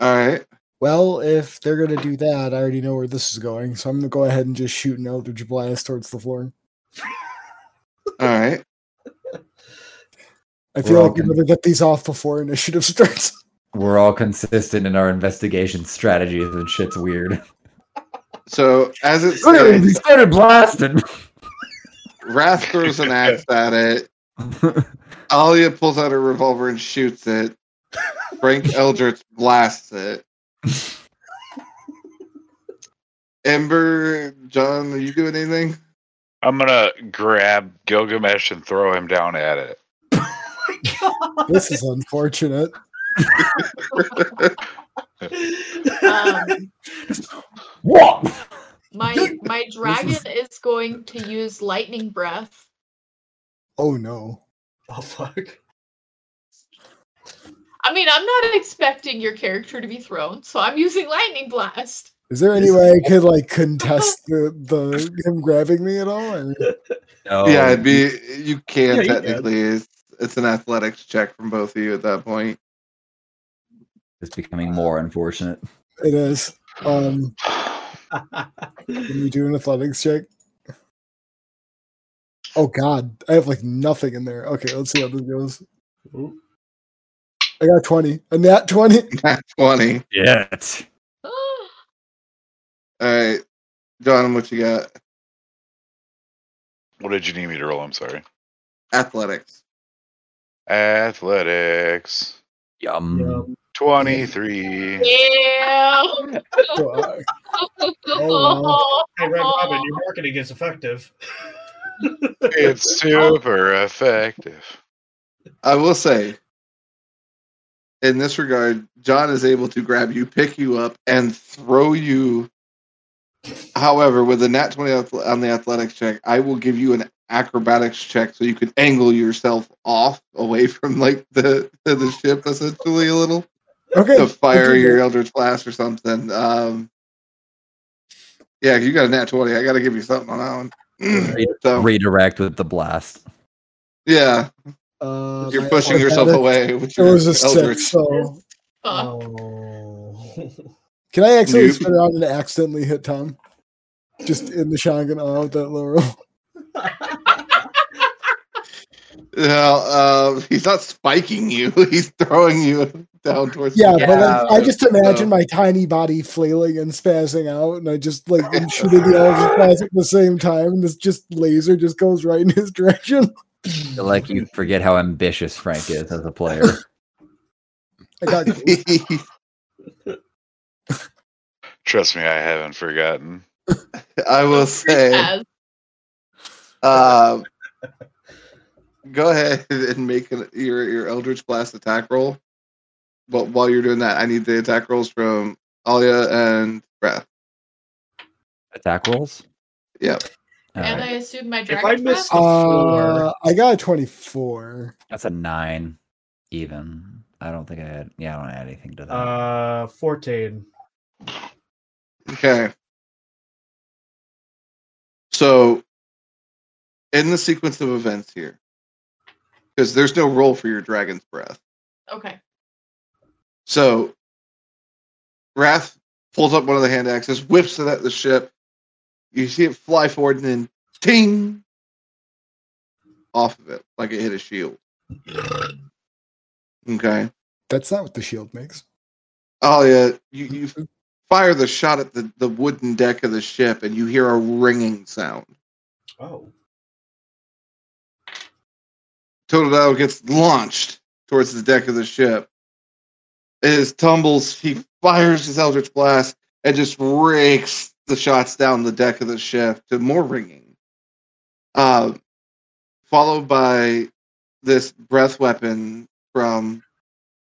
Speaker 5: all right.
Speaker 2: Well, if they're gonna do that, I already know where this is going, so I'm gonna go ahead and just shoot an Eldritch Blast towards the floor.
Speaker 5: All right.
Speaker 2: I feel
Speaker 1: We're all
Speaker 2: like we're
Speaker 1: gonna-
Speaker 2: gonna get these off before initiative *laughs* starts.
Speaker 1: We're all consistent in our investigation strategies, and shit's weird. *laughs*
Speaker 5: So as it
Speaker 1: Clearly,
Speaker 5: stands,
Speaker 1: started blasting. *laughs*
Speaker 5: Wrath throws
Speaker 3: *laughs*
Speaker 5: an axe at it. Alia pulls out her revolver and shoots it. Frank Eldritch blasts it. Ember, John, are you doing anything?
Speaker 7: I'm gonna grab Gilgamesh and throw him down at it. *sighs*
Speaker 2: this is unfortunate.
Speaker 6: Um,
Speaker 1: Whoa! *laughs*
Speaker 6: my my dragon is going to use lightning breath.
Speaker 2: Oh no.
Speaker 3: *laughs* oh *laughs* fuck!
Speaker 6: I mean, I'm not expecting your character to be thrown, so I'm using lightning
Speaker 3: *gasps*
Speaker 6: blast.
Speaker 2: Is there any way I could like contest the, the him grabbing me at all? Or-
Speaker 1: No.
Speaker 5: yeah, it'd be you can
Speaker 3: Yeah, you can.
Speaker 5: technically. It's, it's an athletics check from both of you at that point.
Speaker 1: It's becoming more unfortunate.
Speaker 2: It is. Um, can we do an athletics check? Oh god, I have like nothing in there. Okay, let's see how this goes.
Speaker 3: Ooh.
Speaker 2: I got 20. A nat 20.
Speaker 5: Nat twenty.
Speaker 1: Yeah.
Speaker 5: All right, John, what you got?
Speaker 7: What did you need me to roll? I'm sorry.
Speaker 5: Athletics.
Speaker 7: Athletics.
Speaker 1: Yum.
Speaker 3: Um,
Speaker 6: *laughs*
Speaker 7: 23.
Speaker 6: yeah.
Speaker 2: Fuck.
Speaker 6: Oh,
Speaker 2: wow.
Speaker 3: hey, Red Robin, your marketing is effective.
Speaker 7: It's super effective.
Speaker 5: I will say, in this regard, John is able to grab you, pick you up, and throw you. However, with a nat 20 ath- on the athletics check, I will give you an acrobatics check so you can angle yourself off away from like the the ship essentially a little
Speaker 2: Okay.
Speaker 5: to fire
Speaker 2: do *laughs*
Speaker 5: your
Speaker 2: that.
Speaker 5: eldritch blast or something. Um, yeah, you got a nat 20. I got to give you something on that one.
Speaker 1: Re-
Speaker 5: *clears throat* so,
Speaker 1: Redirect with the blast.
Speaker 5: yeah,
Speaker 3: Uh,
Speaker 5: you're
Speaker 3: my
Speaker 5: pushing
Speaker 3: athletics-
Speaker 5: yourself
Speaker 2: acrobatics-
Speaker 5: away. With
Speaker 2: It
Speaker 5: your
Speaker 2: was a six,
Speaker 5: eldritch.
Speaker 2: so
Speaker 6: Fuck.
Speaker 3: Oh.
Speaker 2: can I accidentally
Speaker 5: Nope.
Speaker 2: spin around and accidentally hit Tom? Just in the shotgun oh, with that low roll.
Speaker 5: Yeah, uh, he's not spiking you. *laughs* He's throwing you down towards.
Speaker 2: *laughs* Yeah,
Speaker 5: the
Speaker 2: but
Speaker 1: Yeah.
Speaker 2: I, I just imagine
Speaker 5: So-
Speaker 2: my tiny body flailing and spazzing out, and I just like am shooting the Eldritch Blast at the same time, and this just laser just goes right in his *laughs* direction.
Speaker 1: Like you forget how ambitious Frank is as a player.
Speaker 2: I
Speaker 5: *laughs*
Speaker 2: got
Speaker 7: Trust me, I haven't forgotten.
Speaker 5: I will say.
Speaker 6: As-
Speaker 5: Uh, go ahead and make an, your your Eldritch Blast attack roll. But while you're doing that, I need the attack rolls from Alia and Breath.
Speaker 1: Attack rolls.
Speaker 5: Yep.
Speaker 1: All
Speaker 6: and
Speaker 1: right.
Speaker 6: I assume my
Speaker 3: I
Speaker 6: dragon
Speaker 3: miss-
Speaker 6: breath.
Speaker 2: uh, I got a twenty-four.
Speaker 1: That's a nine, even. I don't think I had. Yeah, I don't add anything to that.
Speaker 3: uh, fourteen.
Speaker 5: Okay. So, in the sequence of events here, because there's no roll for your Dragon's Breath.
Speaker 6: Okay.
Speaker 5: So Wrath pulls up one of the hand axes, whips it at the ship. You see it fly forward and then ting off of it, like it hit a shield. Okay.
Speaker 2: That's not what the shield makes.
Speaker 5: Oh yeah, you, you fire the shot at the, the wooden deck of the ship and you hear a ringing sound.
Speaker 3: Oh,
Speaker 5: Totodile gets launched towards the deck of the ship. As tumbles, he fires his Eldritch Blast and just rakes the shots down the deck of the ship to more ringing. Uh, followed by this breath weapon from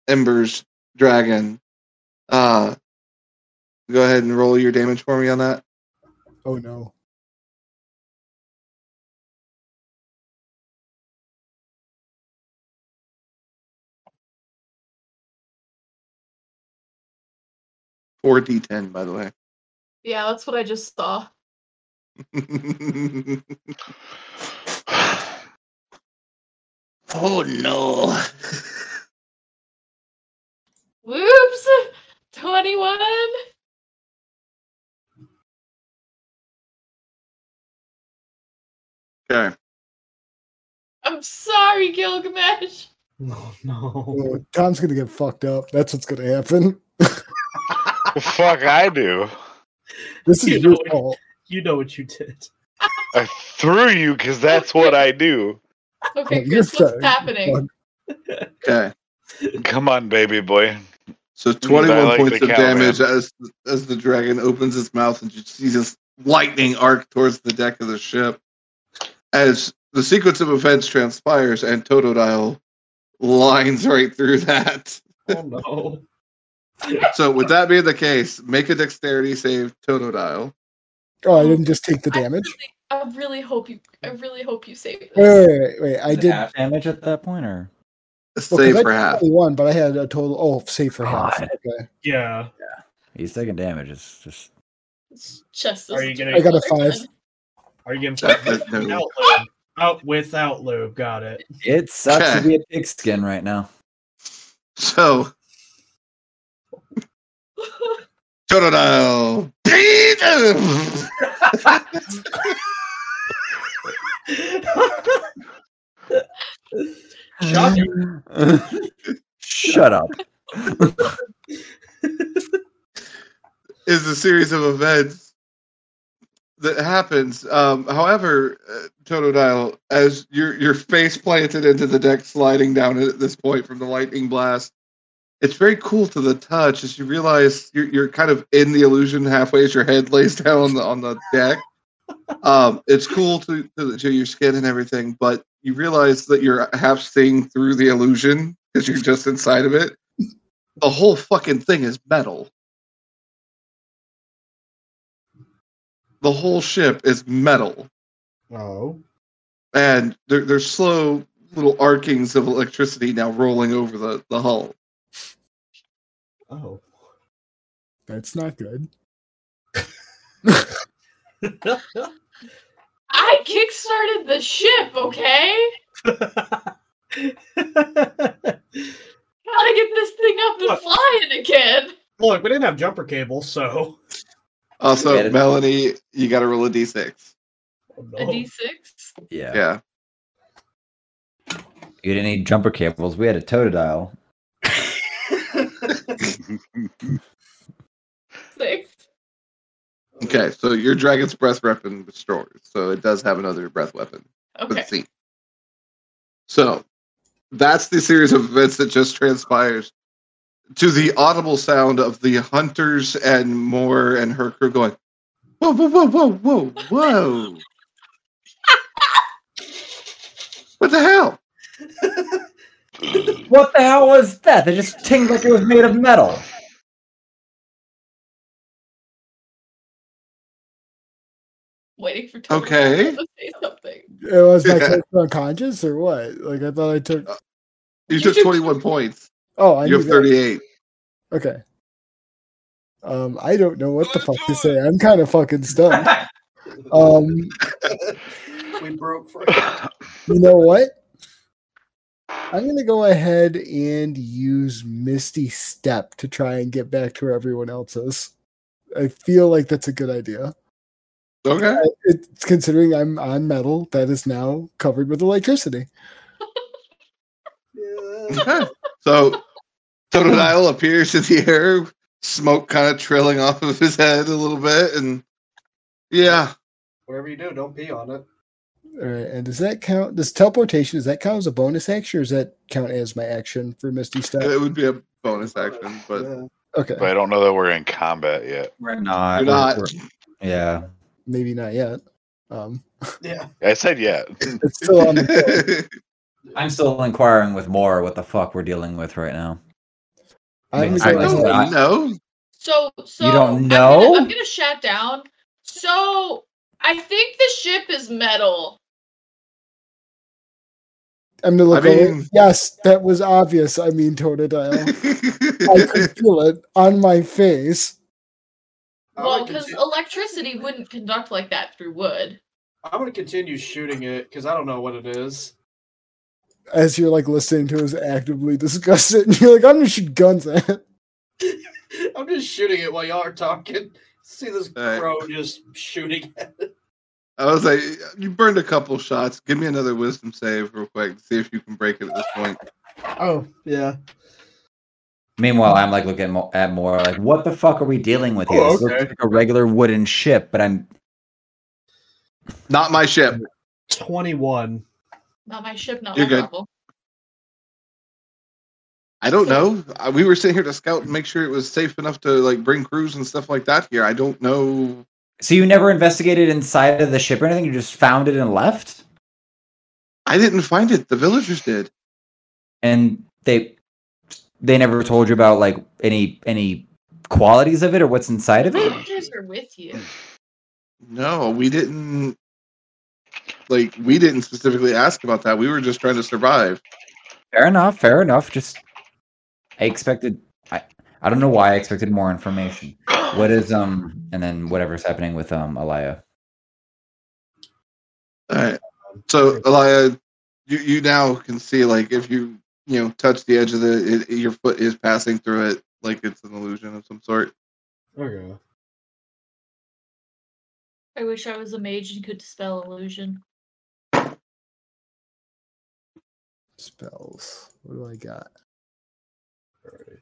Speaker 5: Ember's dragon. Uh, go ahead and roll your damage for me on that.
Speaker 2: Oh no.
Speaker 5: Four D10, by the way. *laughs*
Speaker 6: Yeah, that's what I just saw.
Speaker 5: oh no!
Speaker 6: Whoops! *laughs* 21!
Speaker 5: Okay.
Speaker 6: I'm sorry,
Speaker 2: *laughs*
Speaker 6: Gilgamesh!
Speaker 3: Oh *laughs* no.
Speaker 2: Oh, Tom's gonna get fucked up. That's what's gonna happen.
Speaker 7: The fuck I do.
Speaker 2: This is
Speaker 3: You
Speaker 2: your
Speaker 3: know it.
Speaker 2: fault.
Speaker 3: You know what you did.
Speaker 7: I threw you because that's what I do.
Speaker 6: Okay,
Speaker 2: Oh, you're
Speaker 6: Chris, what's
Speaker 2: sorry.
Speaker 6: happening?
Speaker 5: Okay.
Speaker 7: Come on, baby boy.
Speaker 5: So
Speaker 7: I
Speaker 5: 21
Speaker 7: like
Speaker 5: points
Speaker 7: the
Speaker 5: of
Speaker 7: cow,
Speaker 5: damage as as the dragon opens its mouth and just sees this lightning arc towards the deck of the ship. As the sequence of events transpires and Totodile lines right through that.
Speaker 3: Oh no.
Speaker 5: So with that being the case, make a dexterity save Totodile.
Speaker 2: Oh, I didn't just take the *laughs* damage.
Speaker 6: I really, I really hope you. I really hope you save
Speaker 2: Wait,
Speaker 6: this.
Speaker 2: wait, wait, wait. I
Speaker 1: Is it
Speaker 2: did
Speaker 1: half damage at that point, or
Speaker 5: A
Speaker 2: well, 'cause
Speaker 5: save
Speaker 2: I
Speaker 5: for
Speaker 2: did
Speaker 5: half.
Speaker 2: 21, but I had a total oh save for half.
Speaker 1: God.
Speaker 2: Okay.
Speaker 3: Yeah.
Speaker 1: he's taking damage. It's just
Speaker 6: It's Just
Speaker 3: Are you
Speaker 6: this-
Speaker 3: gonna-
Speaker 2: I got a five.
Speaker 3: Are you giving
Speaker 5: That-
Speaker 3: without
Speaker 5: that-
Speaker 2: *laughs*
Speaker 5: no.
Speaker 3: lube? Out without lube. Got it.
Speaker 1: it sucks to
Speaker 5: Okay.
Speaker 1: be a pigskin right now. *laughs*
Speaker 5: So Totodile. *laughs*
Speaker 3: Shocker.
Speaker 1: Shut up.
Speaker 5: is a series of events that happens. Um, however, uh, Totodile, as your your face planted into the deck, sliding down it at this point from the lightning blast, it's very cool to the touch as you realize you're, you're kind of in the illusion halfway as your head lays *laughs* down on the, on the deck. Um, it's cool to, to to your skin and everything, but you realize that you're half seeing through the illusion because you're just inside of it. The whole fucking thing is metal. the whole ship is metal
Speaker 3: Oh.
Speaker 5: and there, there's slow little arcings of electricity now rolling over the, the hull
Speaker 3: *laughs* Oh.
Speaker 2: That's not good.
Speaker 6: *laughs* I kickstarted the ship, okay?
Speaker 3: *laughs*
Speaker 6: Gotta get this thing up and
Speaker 3: Look.
Speaker 6: flying again.
Speaker 3: Look, we didn't have jumper cables, so
Speaker 5: also
Speaker 1: Get it.
Speaker 5: Uh, melanie you gotta roll a d6
Speaker 3: Oh,
Speaker 6: A
Speaker 3: no.
Speaker 6: D6?
Speaker 1: Yeah.
Speaker 5: yeah
Speaker 1: You didn't need jumper cables. We had a totodile.
Speaker 6: Six.
Speaker 5: okay so your dragon's breath weapon restores so it does have another breath weapon for the
Speaker 6: Okay.
Speaker 5: scene so that's the series of events that just transpires to the audible sound of the hunters and moore and her crew going whoa whoa whoa whoa whoa
Speaker 6: *laughs*
Speaker 5: whoa what the hell
Speaker 1: What the hell was that? They just tinged like it was made of metal.
Speaker 6: Waiting for Tony
Speaker 5: Okay.
Speaker 6: to say something.
Speaker 2: Uh, was
Speaker 5: *laughs*
Speaker 2: my
Speaker 5: Yeah.
Speaker 2: character unconscious or what? Like I thought I took
Speaker 5: You
Speaker 6: You
Speaker 5: took
Speaker 6: took-
Speaker 5: 21 points.
Speaker 2: oh I
Speaker 5: you
Speaker 2: knew
Speaker 5: have
Speaker 2: that.
Speaker 5: 38.
Speaker 2: Okay. Um, I don't know what the fuck to say. I'm kind of fucking *laughs* stumped. Um,
Speaker 4: we broke for
Speaker 2: you know what? I'm gonna go ahead and use Misty Step to try and get back to where everyone else is. I feel like that's a good idea.
Speaker 5: Okay.
Speaker 2: Uh, It's considering I'm on metal that is now covered with electricity.
Speaker 5: okay. So Totodile appears in the air, smoke kind of trailing off of his head a little bit. And yeah,
Speaker 4: Whatever you do, don't pee on it.
Speaker 2: All right, and does that count? Does teleportation does that count as a bonus action, or does that count as my action for Misty Step?
Speaker 5: it would be a bonus action, Uh, but
Speaker 4: Yeah.
Speaker 2: Okay,
Speaker 7: But I don't know that we're in combat yet.
Speaker 1: We're not.
Speaker 5: You're not.
Speaker 1: we're- yeah.
Speaker 2: maybe not yet.
Speaker 5: *laughs*
Speaker 2: Um,
Speaker 4: yeah.
Speaker 7: I said yet.
Speaker 2: it's still on the
Speaker 1: I'm still inquiring with more what the fuck we're dealing with right now.
Speaker 2: I'm
Speaker 1: Man,
Speaker 5: I
Speaker 1: Sorry, *laughs*
Speaker 2: going
Speaker 1: that's
Speaker 5: don't
Speaker 1: not-
Speaker 5: know.
Speaker 6: So, so
Speaker 1: don't
Speaker 6: I'm
Speaker 1: know?
Speaker 6: gonna- I'm gonna, shut down. So, I think the ship is metal.
Speaker 2: I'm gonna look.
Speaker 5: I
Speaker 2: over-
Speaker 5: mean-
Speaker 2: yes, that was obvious. I mean, Totodile. I
Speaker 5: *laughs*
Speaker 2: could feel it on my face.
Speaker 4: I'm
Speaker 6: Well,
Speaker 4: gonna
Speaker 6: because
Speaker 4: conti-
Speaker 6: electricity wouldn't conduct like that through wood.
Speaker 4: I'm going to continue shooting it because I don't know what it is.
Speaker 2: As you're like listening to us actively discuss it, and you're like, "I'm gonna shoot guns at it."
Speaker 4: I'm just shooting it while y'all are talking. See this
Speaker 5: Alright.
Speaker 4: crow just shooting.
Speaker 5: I was like, you burned a couple shots. Give me another wisdom save real quick. See if you can break it at this point.
Speaker 3: Oh yeah.
Speaker 1: Meanwhile, I'm like looking mo- at more like, what the fuck are we dealing with here?
Speaker 3: Oh,
Speaker 1: This looks
Speaker 3: okay.
Speaker 1: like a regular wooden ship, but I'm
Speaker 5: Not my ship.
Speaker 3: Twenty-one.
Speaker 6: Not my ship, not
Speaker 5: You're
Speaker 6: my
Speaker 5: good.
Speaker 6: problem.
Speaker 5: I don't know. Uh, We were sitting here to scout and make sure it was safe enough to like bring crews and stuff like that here. I don't know.
Speaker 1: so you never investigated inside of the ship or anything. You just found it and left,
Speaker 5: I didn't find it. The villagers did.
Speaker 1: and they they never told you about like any any qualities of it or what's inside of it.
Speaker 6: You guys are with you.
Speaker 5: No, we didn't. Like we didn't specifically ask about that. We were just trying to survive.
Speaker 1: Fair enough. Fair enough. Just I expected. I I don't know why I expected more information. What is um and then whatever's happening with um Alaya.
Speaker 5: All right. So, Elia, you, you now can see like if you you know touch the edge of the, it, your foot is passing through it, like it's an illusion of some sort.
Speaker 3: Okay.
Speaker 6: I wish I was a mage and could dispel illusion.
Speaker 2: *laughs* Spells. What do I got?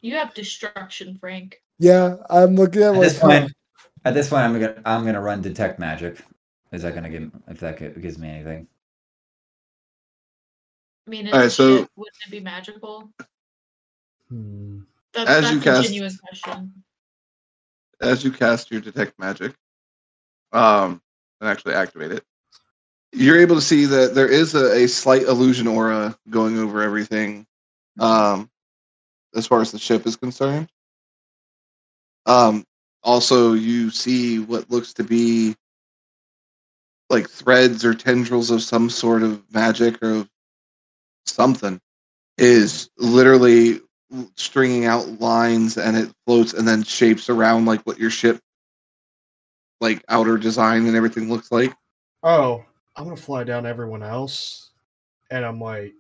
Speaker 6: You have destruction, Frank.
Speaker 2: Yeah, I'm looking at
Speaker 1: At
Speaker 2: like,
Speaker 1: this point, at this point, I'm gonna I'm gonna run detect magic. Is that gonna give if that gi- gives me anything?
Speaker 6: I mean, it's
Speaker 5: Alright,
Speaker 6: a
Speaker 5: so-
Speaker 6: ship. Wouldn't it be magical?
Speaker 3: Hmm.
Speaker 6: That's,
Speaker 5: As
Speaker 6: that's
Speaker 5: you
Speaker 6: a
Speaker 5: cast-
Speaker 6: genuine question.
Speaker 5: as you cast your detect magic um, and actually activate it, you're able to see that there is a, a slight illusion aura going over everything um, as far as the ship is concerned. Um, also, you see what looks to be like threads or tendrils of some sort of magic or of something is literally stringing out lines and it floats and then shapes around like what your ship like outer design and everything looks like
Speaker 3: Oh, I'm gonna fly down to everyone else, and I'm like,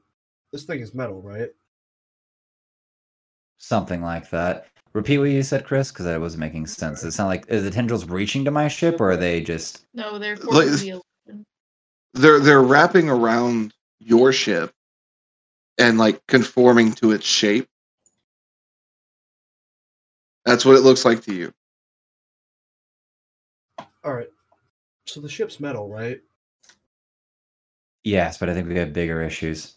Speaker 3: this thing is metal, right?
Speaker 1: Something like that. Repeat what you said, Chris, because that wasn't making sense. It sounded like is the tendrils reaching to my ship, or are they just?
Speaker 6: No, they're
Speaker 5: Like-
Speaker 6: forced to be
Speaker 5: they're they're wrapping around your ship and like conforming to its shape that's what it looks like to you
Speaker 3: All right. So the ship's metal, right?
Speaker 1: Yes, but I think we have bigger issues.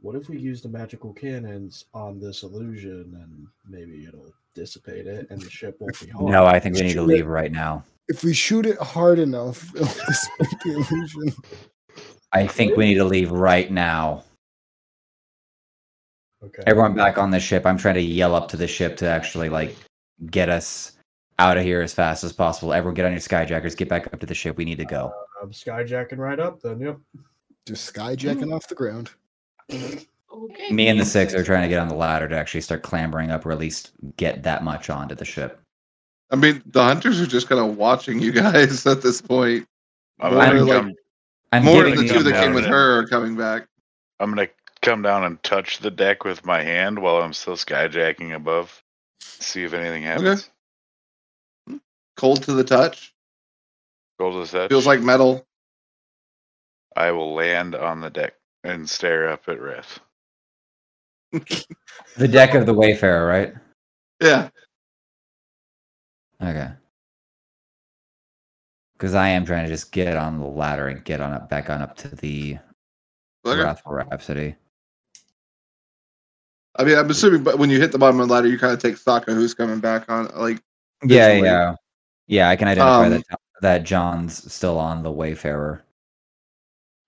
Speaker 3: What if we use the magical cannons on this illusion, and maybe it'll dissipate it, and the ship won't be harmed?
Speaker 1: No, I think we need to
Speaker 2: Sure.
Speaker 1: leave right now.
Speaker 2: if we shoot it hard enough, *laughs* it'll dissipate the illusion.
Speaker 1: I think we need to leave right now.
Speaker 3: Okay.
Speaker 1: Everyone back on the ship. I'm trying to yell up to the ship to actually like get us out of here as fast as possible. Everyone get on your skyjackers, get back up to the ship. We need to go.
Speaker 3: I'm skyjacking right up. Then, yep.
Speaker 2: Just skyjacking off the ground. *laughs*
Speaker 6: okay.
Speaker 1: Me and the six are trying to get on the ladder to actually start clambering up or at least get that much onto the ship.
Speaker 5: i mean the hunters are just kind of watching you guys *laughs* at this point
Speaker 7: I'm,
Speaker 5: Well,
Speaker 7: gonna
Speaker 5: like-
Speaker 7: come,
Speaker 1: I'm
Speaker 5: more of
Speaker 1: giving
Speaker 5: the
Speaker 1: you
Speaker 5: two that
Speaker 1: the-
Speaker 5: came with her are coming back
Speaker 7: I'm gonna come down and touch the deck with my hand while I'm still skyjacking above. See if anything happens.
Speaker 5: cold to the touch
Speaker 7: Gold as that
Speaker 5: feels like metal
Speaker 7: I will land on the deck and stare up at Wrath.
Speaker 1: the deck of the Wayfarer, right?
Speaker 5: yeah
Speaker 1: Okay. Because I am trying to just get on the ladder and get on up back on up to the
Speaker 5: okay.
Speaker 1: Wrathful Rhapsody.
Speaker 5: I mean, I'm assuming, but when you hit the bottom of the ladder, you kind of take stock of who's coming back on. Like,
Speaker 1: Yeah,
Speaker 5: Digitally.
Speaker 1: yeah, yeah. I can identify
Speaker 5: Um,
Speaker 1: that that John's still on the Wayfarer.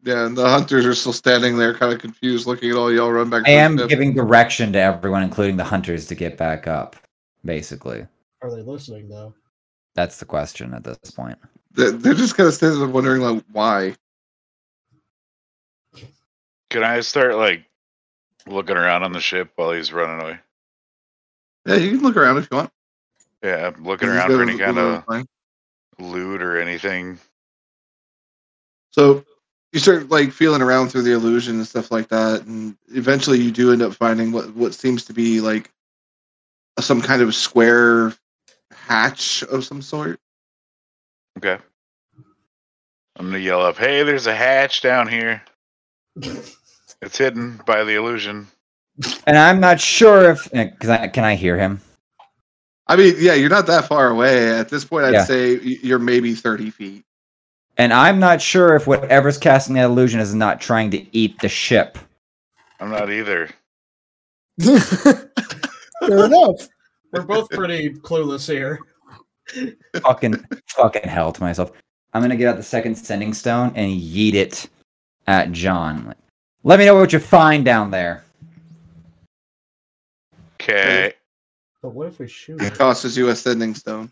Speaker 5: yeah, and the hunters are still standing there, kind of confused, looking at all y'all run back. to
Speaker 1: I
Speaker 5: the
Speaker 1: am
Speaker 5: ship.
Speaker 1: giving direction to everyone, including the hunters, to get back up. Basically,
Speaker 3: Are they listening though? *laughs*
Speaker 1: that's the question at this point.
Speaker 5: They're, they're just kind of standing there wondering, like, why?
Speaker 7: Can I start like looking around on the ship while he's running away?
Speaker 5: Yeah, you can look around if you want.
Speaker 7: Yeah, I'm looking
Speaker 5: This
Speaker 7: around
Speaker 5: is good
Speaker 7: for
Speaker 5: as
Speaker 7: any
Speaker 5: a
Speaker 7: kind
Speaker 5: little
Speaker 7: of
Speaker 5: thing.
Speaker 7: loot or anything.
Speaker 5: So you start like feeling around through the illusion and stuff like that, and eventually you do end up finding what what seems to be like some kind of square hatch of some sort.
Speaker 7: Okay. I'm gonna yell up, "Hey, there's a hatch down here. It's hidden by the illusion."
Speaker 1: And I'm not sure if because I can I hear him.
Speaker 5: I mean, yeah, you're not that far away at this point. I'd
Speaker 1: Yeah.
Speaker 5: say y- you're maybe thirty feet.
Speaker 1: And I'm not sure if whatever's casting that illusion is not trying to eat the
Speaker 7: *laughs*
Speaker 1: ship.
Speaker 7: I'm not either.
Speaker 2: Fair enough.
Speaker 3: We're both pretty clueless here.
Speaker 1: fucking fucking hell to myself. I'm gonna get out the second sending stone and yeet it at John. Like, Let me know what you find down there.
Speaker 7: Okay.
Speaker 3: But what if we shoot?
Speaker 5: It
Speaker 3: it?
Speaker 5: costs you a sending stone.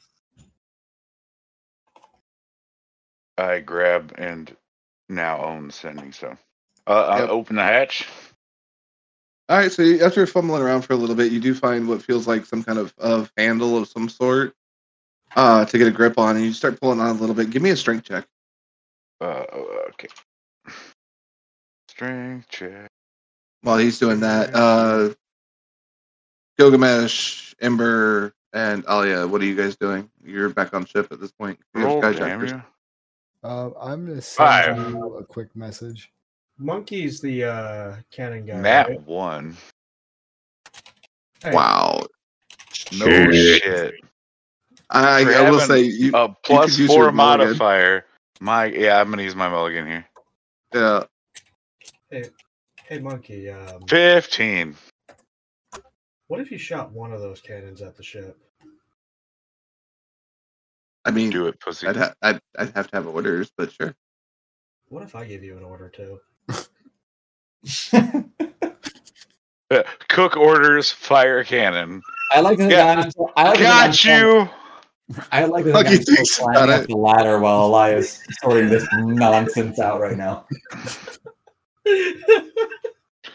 Speaker 7: I grab and now own sending stone. Uh, I
Speaker 5: Yep.
Speaker 7: open the hatch.
Speaker 5: All right, so you- after fumbling around for a little bit, you do find what feels like some kind of, of handle of some sort uh, to get a grip on, and you start pulling on a little bit. Give me a strength check.
Speaker 7: Uh, okay. Strength check.
Speaker 5: while he's doing that. Uh, Gilgamesh, Ember, and Alia, what are you guys doing? You're back on ship at this point. You have
Speaker 7: Roll
Speaker 5: skyjackers.
Speaker 7: damage.
Speaker 2: Um, I'm gonna
Speaker 7: Five.
Speaker 2: send you a quick message.
Speaker 3: Monkey's the uh, cannon guy.
Speaker 7: Nat
Speaker 3: right?
Speaker 7: one.
Speaker 3: Hey,
Speaker 5: Wow.
Speaker 7: No
Speaker 1: Shit.
Speaker 7: shit.
Speaker 5: I,
Speaker 7: For
Speaker 5: I will
Speaker 7: having
Speaker 5: say, you,
Speaker 7: A plus
Speaker 5: use your
Speaker 7: four
Speaker 5: mulligan.
Speaker 7: modifier. My yeah, I'm gonna use my mulligan here.
Speaker 5: uh,
Speaker 3: Hey, monkey. Um,
Speaker 7: Fifteen.
Speaker 3: what if you shot one of those cannons at the ship?
Speaker 5: I mean,
Speaker 7: Do it, pussy.
Speaker 5: I'd, ha- I'd, I'd have to have orders, but sure.
Speaker 3: What if I give you an order too?
Speaker 7: Uh, Cook orders fire cannon.
Speaker 8: I like to think
Speaker 7: Yeah.
Speaker 8: I'm still, I like to think I'm
Speaker 7: Got
Speaker 8: still-
Speaker 7: you.
Speaker 5: *laughs*
Speaker 8: I like to
Speaker 5: Fuck
Speaker 8: think
Speaker 5: you,
Speaker 8: I'm still
Speaker 5: thanks about
Speaker 8: climbing
Speaker 5: it.
Speaker 8: up the ladder while Elias sorting this nonsense out right now.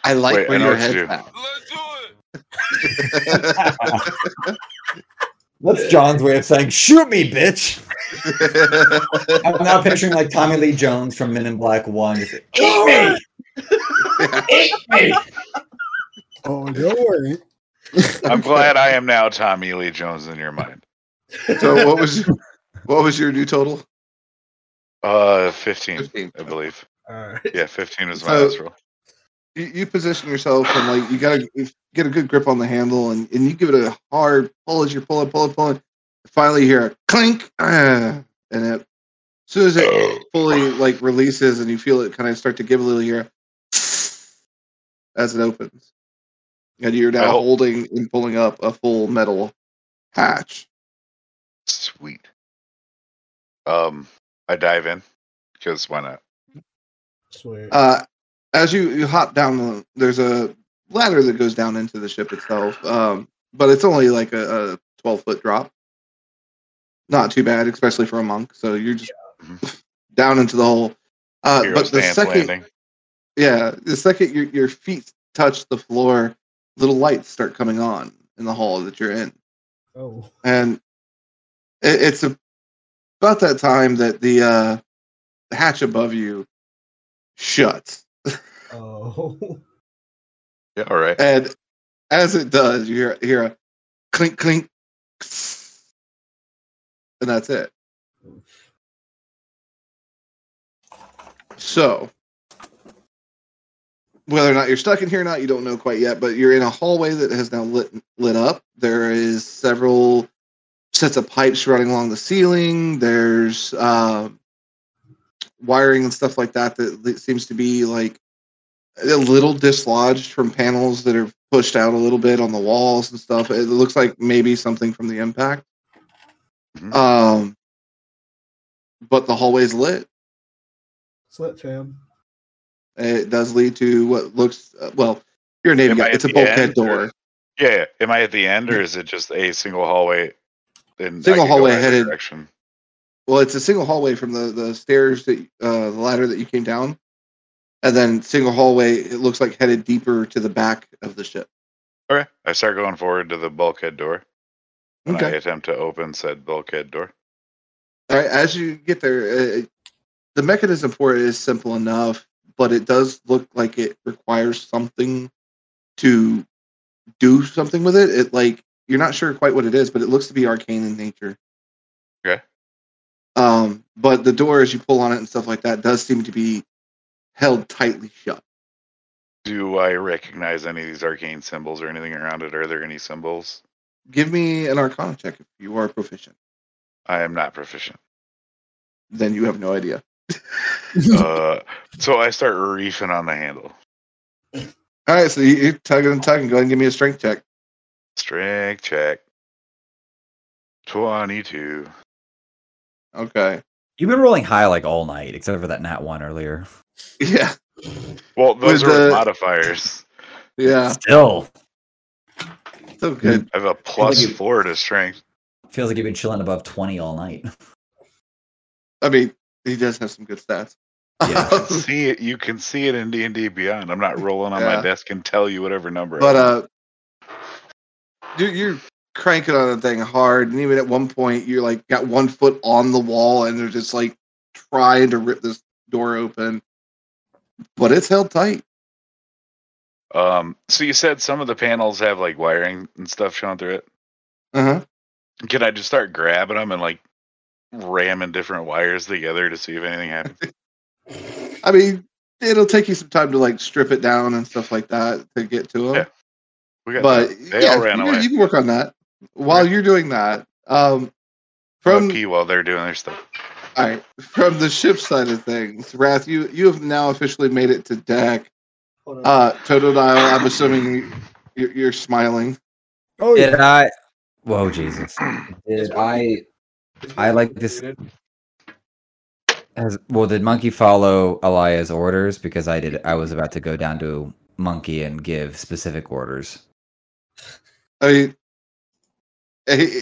Speaker 5: I like
Speaker 7: Wait, I
Speaker 5: where
Speaker 7: know
Speaker 5: your
Speaker 7: what to
Speaker 5: head's
Speaker 7: do.
Speaker 5: at.
Speaker 7: Let's do it.
Speaker 8: That's John's way of saying, "Shoot me, bitch." I'm now picturing like Tommy Lee Jones from Men in Black One. just, Eat me, eat me.
Speaker 2: Oh, don't worry.
Speaker 7: I'm glad I am now Tommy Lee Jones in your mind.
Speaker 5: *laughs* so, what was your, what was your new total?
Speaker 7: Uh, fifteen,
Speaker 5: 15.
Speaker 7: I
Speaker 5: *laughs*
Speaker 7: believe.
Speaker 3: All right. *laughs*
Speaker 7: Yeah, fifteen was my
Speaker 5: So-
Speaker 7: last roll.
Speaker 5: you, you position yourself and like you gotta if- get a good grip on the handle and, and you give it a hard pull as you're pulling, pulling, pulling. Finally, you hear a clink, ah, and it, as soon as it fully like releases and you feel it kind of start to give a *sniffs* little here as it opens, and you're now
Speaker 7: Oh.
Speaker 5: holding and pulling up a full metal hatch.
Speaker 7: Sweet. Um, I dive in because why not?
Speaker 3: Sweet.
Speaker 5: Uh, as you, you hop down, the, there's a ladder that goes down into the ship itself, um, but it's only like a, a 12 foot drop. Not too bad, especially for a monk. So you're just *laughs* down into the hole. Uh,
Speaker 7: Hero's
Speaker 5: but the
Speaker 7: dance
Speaker 5: second,
Speaker 7: landing.
Speaker 5: yeah, the second your, your feet touch the floor, little lights start coming on in the hall that you're in
Speaker 3: oh,
Speaker 5: and it, it's a, about that time that the uh, hatch above you shuts,
Speaker 3: oh, *laughs*
Speaker 7: Yeah, all right.
Speaker 5: and as it does, you hear, hear a clink, clink, and that's it. So, whether or not you're stuck in here or not, you don't know quite yet. But you're in a hallway that has now lit lit up. There is several sets of pipes running along the ceiling. There's uh, wiring and stuff like that that that seems to be like a little dislodged from panels that are pushed out a little bit on the walls and stuff. It looks like maybe something from the impact.
Speaker 7: Mhm.
Speaker 5: Um, but the hallway's lit.
Speaker 3: Slit fam.
Speaker 5: It does lead to what looks uh, well. You're a navy
Speaker 7: Am I
Speaker 5: guy.
Speaker 7: at
Speaker 5: It's a
Speaker 7: the
Speaker 5: bulkhead
Speaker 7: end, or-
Speaker 5: door.
Speaker 7: Yeah. Am I at the end or is it just a single hallway? And I
Speaker 5: Single
Speaker 7: can go
Speaker 5: hallway
Speaker 7: either
Speaker 5: headed-
Speaker 7: Direction?
Speaker 5: Well, it's a single hallway from the the stairs that uh, the ladder that you came down, and then single hallway. It looks like headed deeper to the back of the ship.
Speaker 7: Okay. I start going forward to the bulkhead door. And I
Speaker 5: Okay.
Speaker 7: attempt to open said bulkhead door.
Speaker 5: All right, as you get there, uh, the mechanism for it is simple enough, but it does look like it requires something to do something with it. It like you're not sure quite what it is, but it looks to be arcane in nature.
Speaker 7: Okay.
Speaker 5: Um, but the door, as you pull on it and stuff like that, does seem to be held tightly shut.
Speaker 7: Do I recognize any of these arcane symbols or anything around it? Are there any symbols?
Speaker 5: Give me an Arcana check if you are proficient.
Speaker 7: I am not
Speaker 5: *laughs*
Speaker 7: proficient.
Speaker 5: Then you have no idea.
Speaker 7: uh, so I start reefing on the handle.
Speaker 5: All right, so you, you tug and tug and go ahead and give me a strength check.
Speaker 7: Strength check. 22.
Speaker 5: Okay. *laughs*
Speaker 1: You've been rolling high like all night, except for that nat one earlier.
Speaker 5: Yeah.
Speaker 7: Well, those
Speaker 5: With
Speaker 7: are
Speaker 5: the-
Speaker 7: modifiers.
Speaker 5: Yeah.
Speaker 1: Still
Speaker 5: So good.
Speaker 7: I
Speaker 5: *laughs*
Speaker 7: have a plus
Speaker 1: you-
Speaker 7: four to strength.
Speaker 1: feels like you've been chilling above twenty all
Speaker 5: *laughs*
Speaker 1: night.
Speaker 5: I mean, he does have some good stats.
Speaker 1: Yeah.
Speaker 7: You can see it. You can see it in D and D Beyond. I'm not rolling on
Speaker 5: Yeah.
Speaker 7: my desk and tell you whatever number. I
Speaker 5: *laughs* but
Speaker 7: want.
Speaker 5: uh, you you're cranking on the thing hard, and even at one point, you're like got one foot on the wall, and they're just like trying to rip this door open, but it's held tight.
Speaker 7: um, so you said some of the panels have like wiring and stuff shown through it.
Speaker 5: Uh huh.
Speaker 7: Can I just start grabbing them and like ramming different wires together to see if anything happens?
Speaker 5: I mean, it'll take you some time to like strip it down and stuff like that to get to them.
Speaker 7: Yeah, We got.
Speaker 5: but
Speaker 7: time. they
Speaker 5: yeah,
Speaker 7: all ran
Speaker 5: you, can-
Speaker 7: away.
Speaker 5: you can work on that while you're doing that. Um,
Speaker 7: from
Speaker 5: from
Speaker 7: pee while they're doing their stuff.
Speaker 5: All right, from the ship side of things, Wrath, you you have now officially made it to deck.
Speaker 4: Hold on.
Speaker 5: Uh, Totodile, I'm assuming you- you're, you're smiling.
Speaker 2: Oh
Speaker 1: Did
Speaker 2: yeah.
Speaker 1: I? Whoa, Jesus! Did I? I like this- Has, well, did Monkey follow Elia's orders? Because I did. I was about to go down to Monkey and give specific orders.
Speaker 5: I mean, eh, he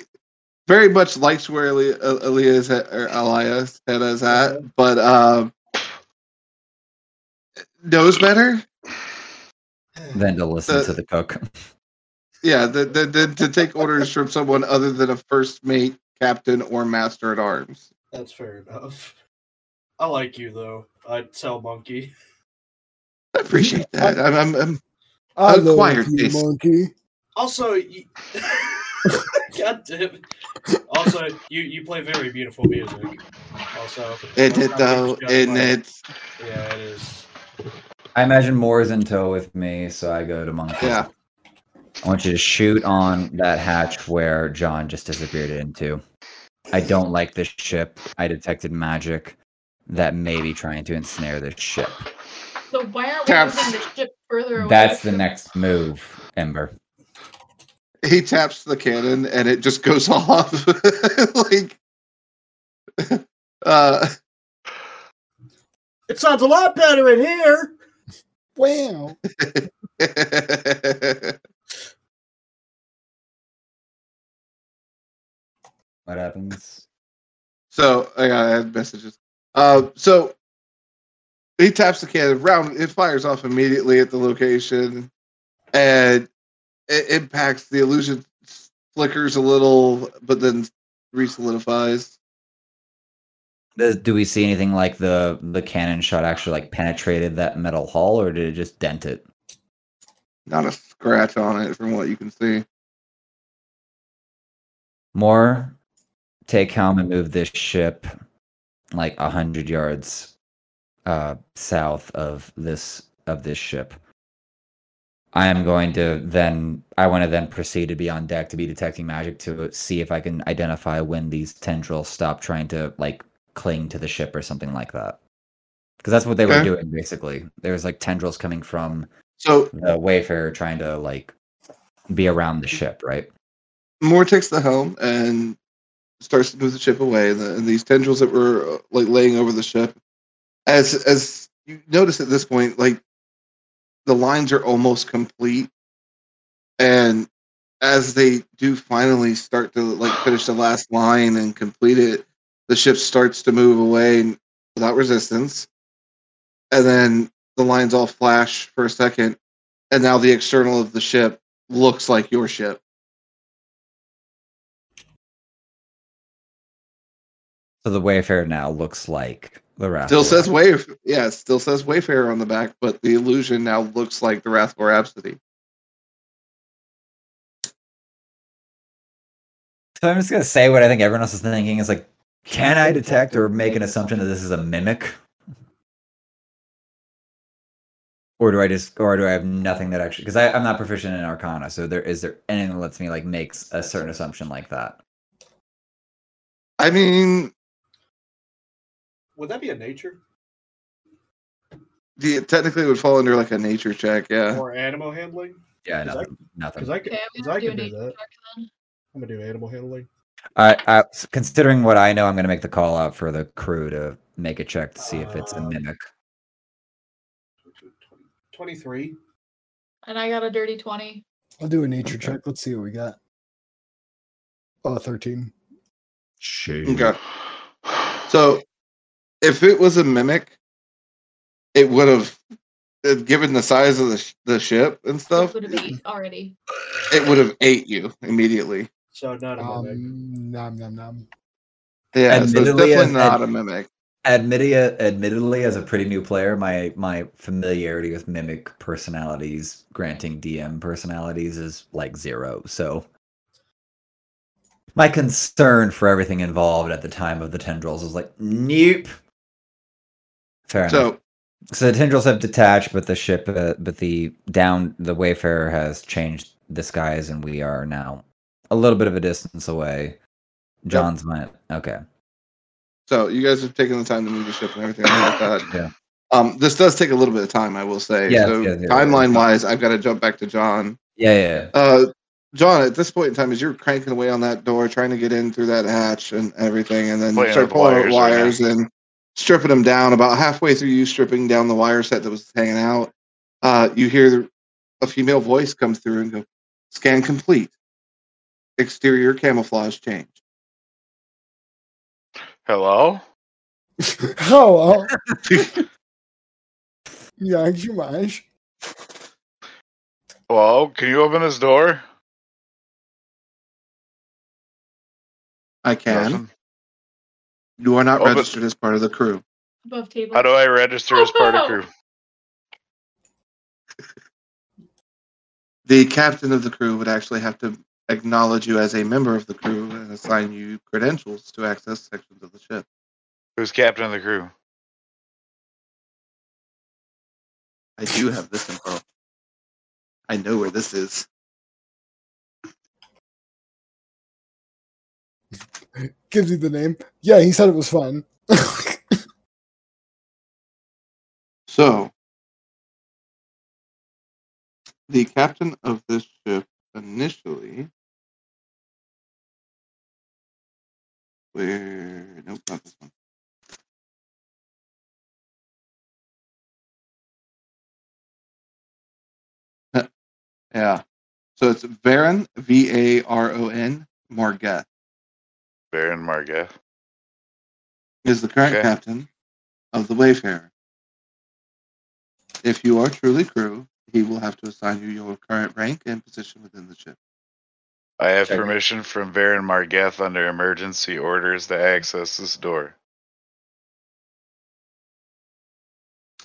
Speaker 5: very much likes where Eli- Elias or Elias head is at, but um, knows better.
Speaker 1: Than to listen
Speaker 5: Uh,
Speaker 1: to the cook.
Speaker 5: Yeah, the, the, the, to take orders from someone other than a first mate, captain, or master at arms.
Speaker 4: That's fair enough. I like you though. I'd sell monkey.
Speaker 5: I appreciate that. I'm, I'm, I'm
Speaker 2: I love
Speaker 5: Acquired
Speaker 2: you,
Speaker 5: taste.
Speaker 2: monkey.
Speaker 4: Also, you... *laughs* God damn it. Also, you you play very beautiful music. Also,
Speaker 5: in
Speaker 4: let's
Speaker 5: it
Speaker 4: not
Speaker 5: though,
Speaker 4: get
Speaker 5: in
Speaker 4: shut
Speaker 5: it.
Speaker 4: by- Yeah, it is.
Speaker 1: I imagine Moore is in tow with me, so I go to Monkey.
Speaker 5: Yeah.
Speaker 1: I want you to shoot on that hatch where John just disappeared into. I don't like this ship. I detected magic that may be trying to ensnare this ship.
Speaker 6: So why aren't we
Speaker 5: Taps.
Speaker 6: moving the ship further away?
Speaker 1: That's the next move, Ember.
Speaker 5: he taps the cannon and it just goes *laughs* off like uh *laughs*
Speaker 3: It sounds a lot better in here.
Speaker 2: Wow.
Speaker 1: What happens?
Speaker 5: so i gotta add messages uh so he taps the cannon round it fires off immediately at the location and it impacts the illusion flickers a little but then resolidifies
Speaker 1: Does, do we see anything like the the cannon shot actually like penetrated that metal hull, or did it just dent it?
Speaker 5: not a scratch on it from what you can see
Speaker 1: More, take helm and move this ship like a hundred yards uh, south of this of this ship. I am going to then. I want to then proceed to be on deck to be detecting magic to see if I can identify when these tendrils stop trying to like cling to the ship or something like that. Because that's what they were
Speaker 5: Okay.
Speaker 1: doing basically. There was like tendrils coming from
Speaker 5: so
Speaker 1: the Wayfarer trying to like be around the ship, right?
Speaker 5: Moore takes the helm and starts to move the ship away. And, the, and these tendrils that were uh, like laying over the ship, as as you notice at this point, like the lines are almost complete, and as they do finally start to like finish the last line and complete it, the ship starts to move away without resistance, and then the lines all flash for a second, and now the external of the ship looks like your ship.
Speaker 1: So the Wayfarer now looks like the Wrath.
Speaker 5: Still
Speaker 1: of
Speaker 5: says
Speaker 1: Ra-
Speaker 5: Wayf yeah, it still says Wayfarer on the back, but the illusion now looks like the Wrathful Rhapsody.
Speaker 1: So I'm just gonna say what I think everyone else is thinking is like, can I detect or make an assumption that this is a mimic? Or do I just, or do I have nothing that actually? Because I'm not proficient in Arcana, so there is there anything that lets me like make a certain assumption like that?
Speaker 5: I mean,
Speaker 4: Would that be a nature
Speaker 5: the, it technically would fall under like a nature check, yeah.
Speaker 4: or animal handling?
Speaker 1: Yeah,
Speaker 3: Is that-
Speaker 1: nothing. nothing.
Speaker 3: Because I could,
Speaker 6: Okay, I'm
Speaker 3: 'cause
Speaker 6: gonna
Speaker 3: I
Speaker 6: do
Speaker 3: could
Speaker 6: an
Speaker 3: do
Speaker 6: nature
Speaker 3: that.
Speaker 6: check then.
Speaker 3: I'm gonna do animal handling.
Speaker 1: I, I, considering what I know, I'm going to make the call out for the crew to make a check to see if it's a
Speaker 4: Um,
Speaker 1: mimic.
Speaker 4: 23.
Speaker 6: And I got a dirty twenty.
Speaker 2: I'll do a nature check. Let's see what we got. Oh, 13.
Speaker 7: *sighs*
Speaker 5: Okay. So if it was a mimic, it would have, uh, given the size of the, sh- the ship and
Speaker 6: It
Speaker 5: stuff,
Speaker 6: would have been
Speaker 7: *laughs*
Speaker 6: already.
Speaker 5: it would have ate you immediately.
Speaker 4: So not a mimic.
Speaker 2: Um, nom, nom, nom.
Speaker 5: Yeah, so it's
Speaker 1: Admittedly,
Speaker 5: definitely
Speaker 1: uh,
Speaker 5: not
Speaker 1: ad-
Speaker 5: a mimic.
Speaker 1: Admittedly, admittedly, as a pretty new player, my my familiarity with mimic personalities, granting DM personalities, is like zero. So, my concern for everything involved at the time of the tendrils was like, nope. Fair enough.
Speaker 5: So
Speaker 1: So the tendrils have detached, but the ship, uh, but the down, the wayfarer has changed disguise, and we are now a little bit of a distance away. John's mind. Okay.
Speaker 5: So you guys have taken the time to move the ship and everything like that.
Speaker 1: Yeah.
Speaker 5: Um, this does take a little bit of time, I will say.
Speaker 1: Yes,
Speaker 5: so
Speaker 1: yes, yes,
Speaker 5: timeline
Speaker 1: yes.
Speaker 5: wise, I've got to jump back to John.
Speaker 1: Yeah, yeah. yeah.
Speaker 5: Uh, John, at this point in time, as you're cranking away on that door, trying to get in through that hatch and everything, and then you
Speaker 7: Playing
Speaker 5: start
Speaker 7: with
Speaker 5: pulling out
Speaker 7: wires right now.
Speaker 5: wires and stripping them down. About halfway through you stripping down the wire set that was hanging out, uh, you hear a female voice come through and go, "Scan complete. Exterior camouflage change." *laughs*
Speaker 7: Hello?
Speaker 2: oh, well. yeah, *laughs* you mind.
Speaker 7: Hello? Can you open this door?
Speaker 5: I can.
Speaker 7: Nothing.
Speaker 5: You are not
Speaker 7: Oh, but-
Speaker 5: registered as part of the crew.
Speaker 6: Above table.
Speaker 7: How do I register as part of crew?
Speaker 5: the captain of the crew would actually have to acknowledge you as a member of the crew and assign you credentials to access sections of the ship.
Speaker 7: Who's captain of the crew?
Speaker 5: I do have this info. I know where this is.
Speaker 2: Gives you the name. Yeah, he said it was fun. *laughs*
Speaker 5: So, the captain of this ship initially. Where? Nope, not this one. Huh, Uh, yeah. So it's Varon, V A R O N, Morgeth
Speaker 7: Baron Marga.
Speaker 5: is the current
Speaker 7: Okay.
Speaker 5: captain of the Wayfarer. If you are truly crew, he will have to assign you your current rank and position within the ship.
Speaker 7: I have
Speaker 1: Check.
Speaker 7: permission from Baron Margeth under emergency orders to access this door.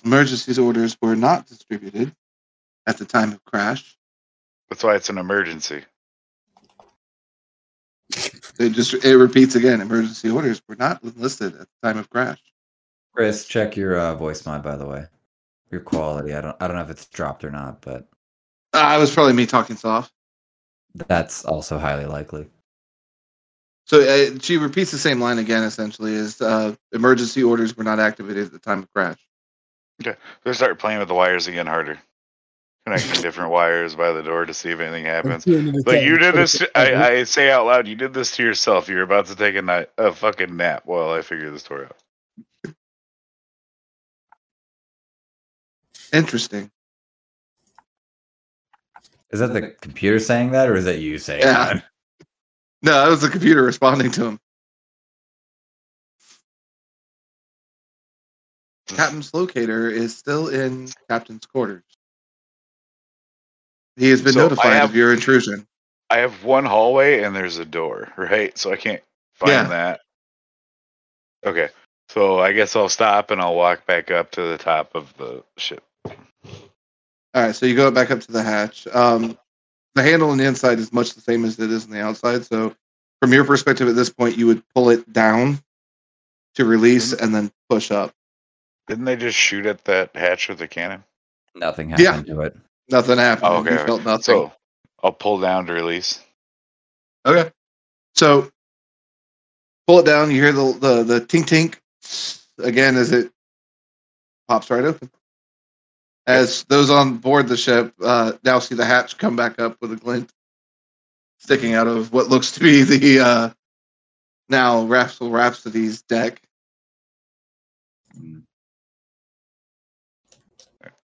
Speaker 5: Emergency orders were not distributed at the time of crash.
Speaker 7: That's why it's an emergency.
Speaker 5: It just it repeats again. Emergency orders were not listed at the time of crash.
Speaker 1: Chris, check your uh, voice mod by the way. Your quality. I don't. I don't know if it's dropped or not, but
Speaker 5: Ah, it was probably me talking soft.
Speaker 1: that's also highly likely.
Speaker 5: So uh, she repeats the same line again. Essentially, is uh, emergency orders were not activated at the time of crash.
Speaker 7: They start playing with the wires again harder.
Speaker 5: *laughs*
Speaker 7: connecting different wires by the door to see if anything happens.
Speaker 2: doing it
Speaker 7: But
Speaker 2: again.
Speaker 7: you did this. I, I say out loud, you did this to yourself. You're about to take a, night, a fucking nap while I figure this story out.
Speaker 5: Interesting.
Speaker 1: Is that the computer saying that, or is that you saying
Speaker 5: Yeah.
Speaker 1: that? *laughs*
Speaker 5: No, that was the computer responding to him. Captain's locator is still in Captain's quarters. He has been
Speaker 7: So, I
Speaker 5: notified
Speaker 7: have-
Speaker 5: of your intrusion.
Speaker 7: I have one hallway and there's a door, right? So I can't find
Speaker 5: Yeah.
Speaker 7: that. Okay. So I guess I'll stop and I'll walk back up to the top of the ship.
Speaker 5: All right, so you go back up to the hatch. Um, the handle on the inside is much the same as it is on the outside. So, from your perspective at this point, you would pull it down to release
Speaker 7: Mm-hmm.
Speaker 5: and then push up.
Speaker 7: Didn't they just shoot at that hatch with a cannon?
Speaker 1: Nothing
Speaker 5: Yeah.
Speaker 1: happened to it.
Speaker 5: Nothing happened.
Speaker 7: Oh, okay.
Speaker 5: You felt Mm-hmm. nothing.
Speaker 7: So I'll pull down to release.
Speaker 5: Okay. So pull it down. You hear the the, the tink tink again as it pops right open. As those on board the ship uh, now see the hatch come back up with a glint sticking out of what looks to be the uh, now Rhapsody Rhapsody's deck.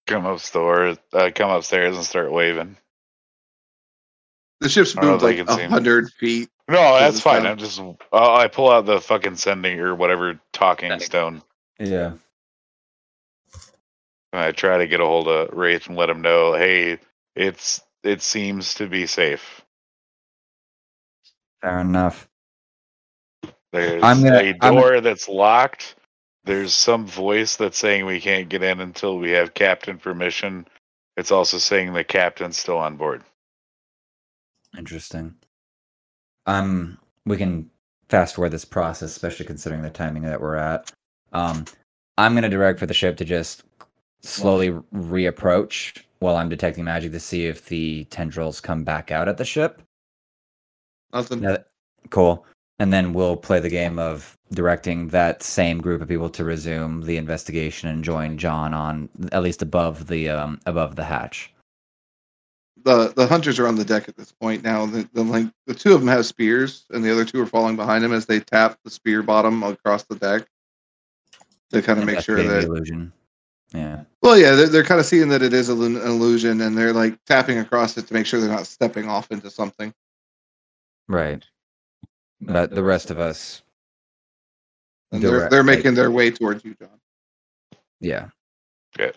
Speaker 7: Come upstairs. Uh, come upstairs and start waving.
Speaker 5: The ship's
Speaker 7: I don't know
Speaker 5: moved
Speaker 7: if they
Speaker 5: like
Speaker 7: can see me.
Speaker 5: a hundred feet.
Speaker 7: No, that's
Speaker 5: the
Speaker 7: fine.
Speaker 5: top.
Speaker 7: I'm just. Uh, I pull out the fucking sending or whatever talking
Speaker 1: Sending.
Speaker 7: stone.
Speaker 1: Yeah.
Speaker 7: And I try to get a hold of Wraith and let him know, hey, it's it seems to be safe.
Speaker 1: Fair enough.
Speaker 7: There's
Speaker 1: I'm gonna-
Speaker 7: a
Speaker 1: I'm gonna-
Speaker 7: door that's locked. There's some voice that's saying we can't get in until we have captain permission. It's also saying the captain's still on *sighs* board.
Speaker 1: Interesting. Um, we can fast forward this process, especially considering the timing that we're at. Um, I'm gonna direct for the ship to just slowly reapproach while I'm detecting magic to see if the tendrils come back out at the ship.
Speaker 5: Nothing.
Speaker 1: Now that- cool. And then we'll play the game of directing that same group of people to resume the investigation and join John on at least above the um above the hatch.
Speaker 5: the the hunters are on the deck at this point now. The, the like the two of them have spears, and the other two are falling behind them as they tap the spear bottom across the deck to kind of make sure
Speaker 1: Investigating the
Speaker 5: that.
Speaker 1: illusion. Yeah.
Speaker 5: Well, yeah, they're, they're kind of seeing that it is an illusion, and they're like tapping across it to make sure they're not stepping off into something.
Speaker 1: Right. But the rest of us
Speaker 5: And they're
Speaker 1: Direct,
Speaker 5: they're
Speaker 1: like-
Speaker 5: making their way towards you, John.
Speaker 1: Yeah.
Speaker 7: Okay.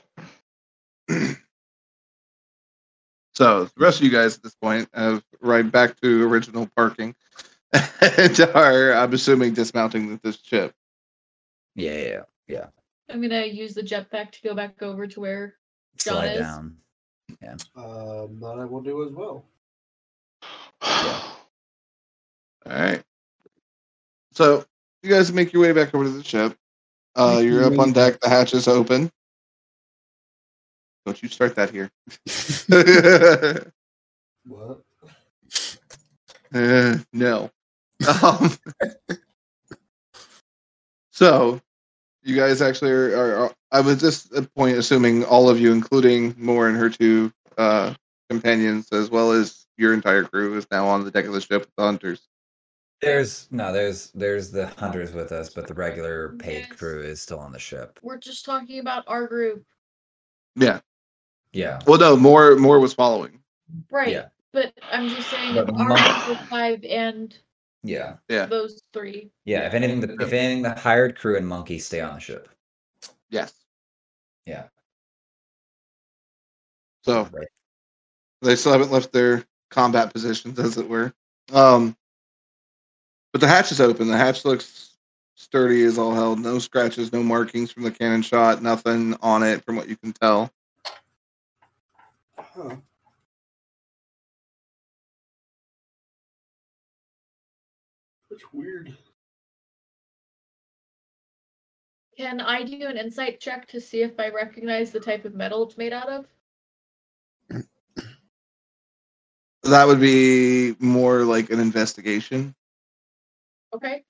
Speaker 5: So the rest of you guys at this point have right back to original parking, *laughs* and are I'm assuming dismounting with this ship.
Speaker 1: Yeah, yeah, yeah.
Speaker 6: I'm gonna use the jetpack to go back over to where John
Speaker 1: Slide
Speaker 6: is.
Speaker 1: down.
Speaker 3: Um, that I will do as well.
Speaker 5: All right. So you guys make your way back over to the ship. Uh,
Speaker 2: Make
Speaker 5: you're
Speaker 2: your
Speaker 5: up
Speaker 2: way
Speaker 5: on deck. The hatch is open. Don't you start
Speaker 2: *laughs*
Speaker 5: that here. *laughs*
Speaker 3: What?
Speaker 5: Uh, no. Um, *laughs* so you guys actually are, are, are. I was just at point assuming all of you, including Moore and her two uh, companions, as well as your entire crew, is now on the deck of the ship with the hunters.
Speaker 1: There's no, there's there's the hunters with us, but the regular paid
Speaker 6: Yes.
Speaker 1: crew is still on the ship.
Speaker 6: We're just talking about our group,
Speaker 5: Yeah.
Speaker 1: Yeah.
Speaker 5: Well, no. Moore. Moore was following.
Speaker 6: right?
Speaker 1: Yeah.
Speaker 6: But I'm just saying,
Speaker 1: But
Speaker 6: our
Speaker 1: my-
Speaker 6: group of five and
Speaker 1: Yeah.
Speaker 5: Yeah.
Speaker 6: those three.
Speaker 1: Yeah. If anything the if anything the hired crew and monkey stay on the ship.
Speaker 5: Yes.
Speaker 1: Yeah.
Speaker 5: So
Speaker 1: Right.
Speaker 5: they still haven't left their combat positions, as it were. Um, but the hatch is open. The hatch looks sturdy as all hell. No scratches, no markings from the cannon shot, nothing on it from what you can tell.
Speaker 3: Huh. That's weird.
Speaker 6: Can I do an insight check to see if I recognize the type of metal it's made out of?
Speaker 5: That would be more like an investigation.
Speaker 6: Okay.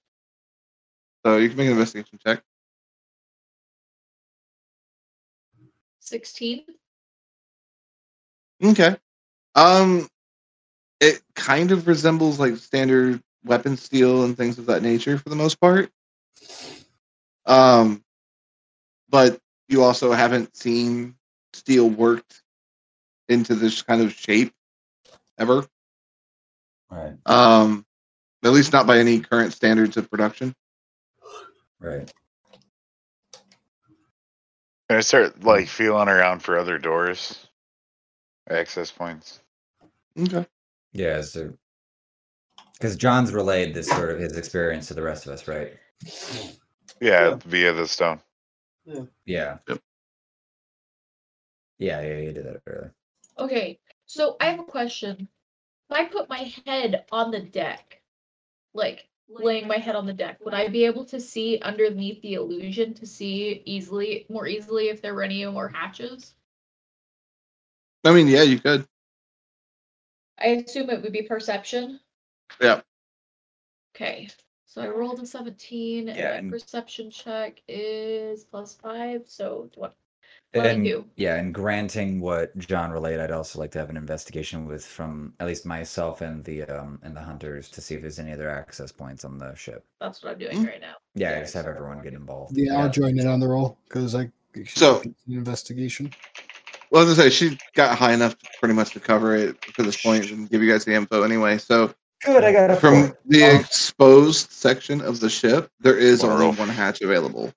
Speaker 5: So you can make an investigation check.
Speaker 6: 16.
Speaker 5: Okay. Um, it kind of resembles like standard weapon steel and things of that nature for the most part. Um, but you also haven't seen steel worked into this kind of shape ever.
Speaker 1: Right.
Speaker 5: Um, at least not by any current standards of production.
Speaker 1: Right.
Speaker 7: Can I start like feeling around for other doors, access points?
Speaker 5: Okay.
Speaker 1: Yeah. So, because John's relayed this sort of his experience to the rest of us, right?
Speaker 7: Yeah,
Speaker 3: Yeah.
Speaker 7: via the stone.
Speaker 1: Yeah.
Speaker 5: Yep.
Speaker 1: Yeah. Yeah. You did that earlier.
Speaker 6: Okay, so I have a question. If I put my head on the deck, like laying my head on the deck, would I be able to see underneath the illusion to see easily, more easily, if there were any more hatches?
Speaker 5: I mean, yeah, you could.
Speaker 6: I assume it would be perception.
Speaker 5: Yeah.
Speaker 6: Okay, so I rolled a 17, and
Speaker 1: Yeah,
Speaker 6: my
Speaker 1: and-
Speaker 6: perception check is plus five, so what? What do I
Speaker 1: and
Speaker 6: do?
Speaker 1: yeah, and granting what John relayed, I'd also like to have an investigation with from at least myself and the um and the hunters to see if there's any other access points on the ship.
Speaker 6: That's what I'm doing
Speaker 5: Mm.
Speaker 6: right now.
Speaker 1: Yeah, just have everyone get involved.
Speaker 2: Yeah, I'll join in on the roll because I
Speaker 5: So-
Speaker 2: an investigation.
Speaker 5: Well, as I say, she got high enough to pretty much to cover it to this point and give you guys the info anyway. So
Speaker 8: Good, I got a
Speaker 5: from
Speaker 8: four.
Speaker 5: the
Speaker 8: Oh.
Speaker 5: exposed section of the ship, there is
Speaker 7: Wow.
Speaker 5: only one hatch available.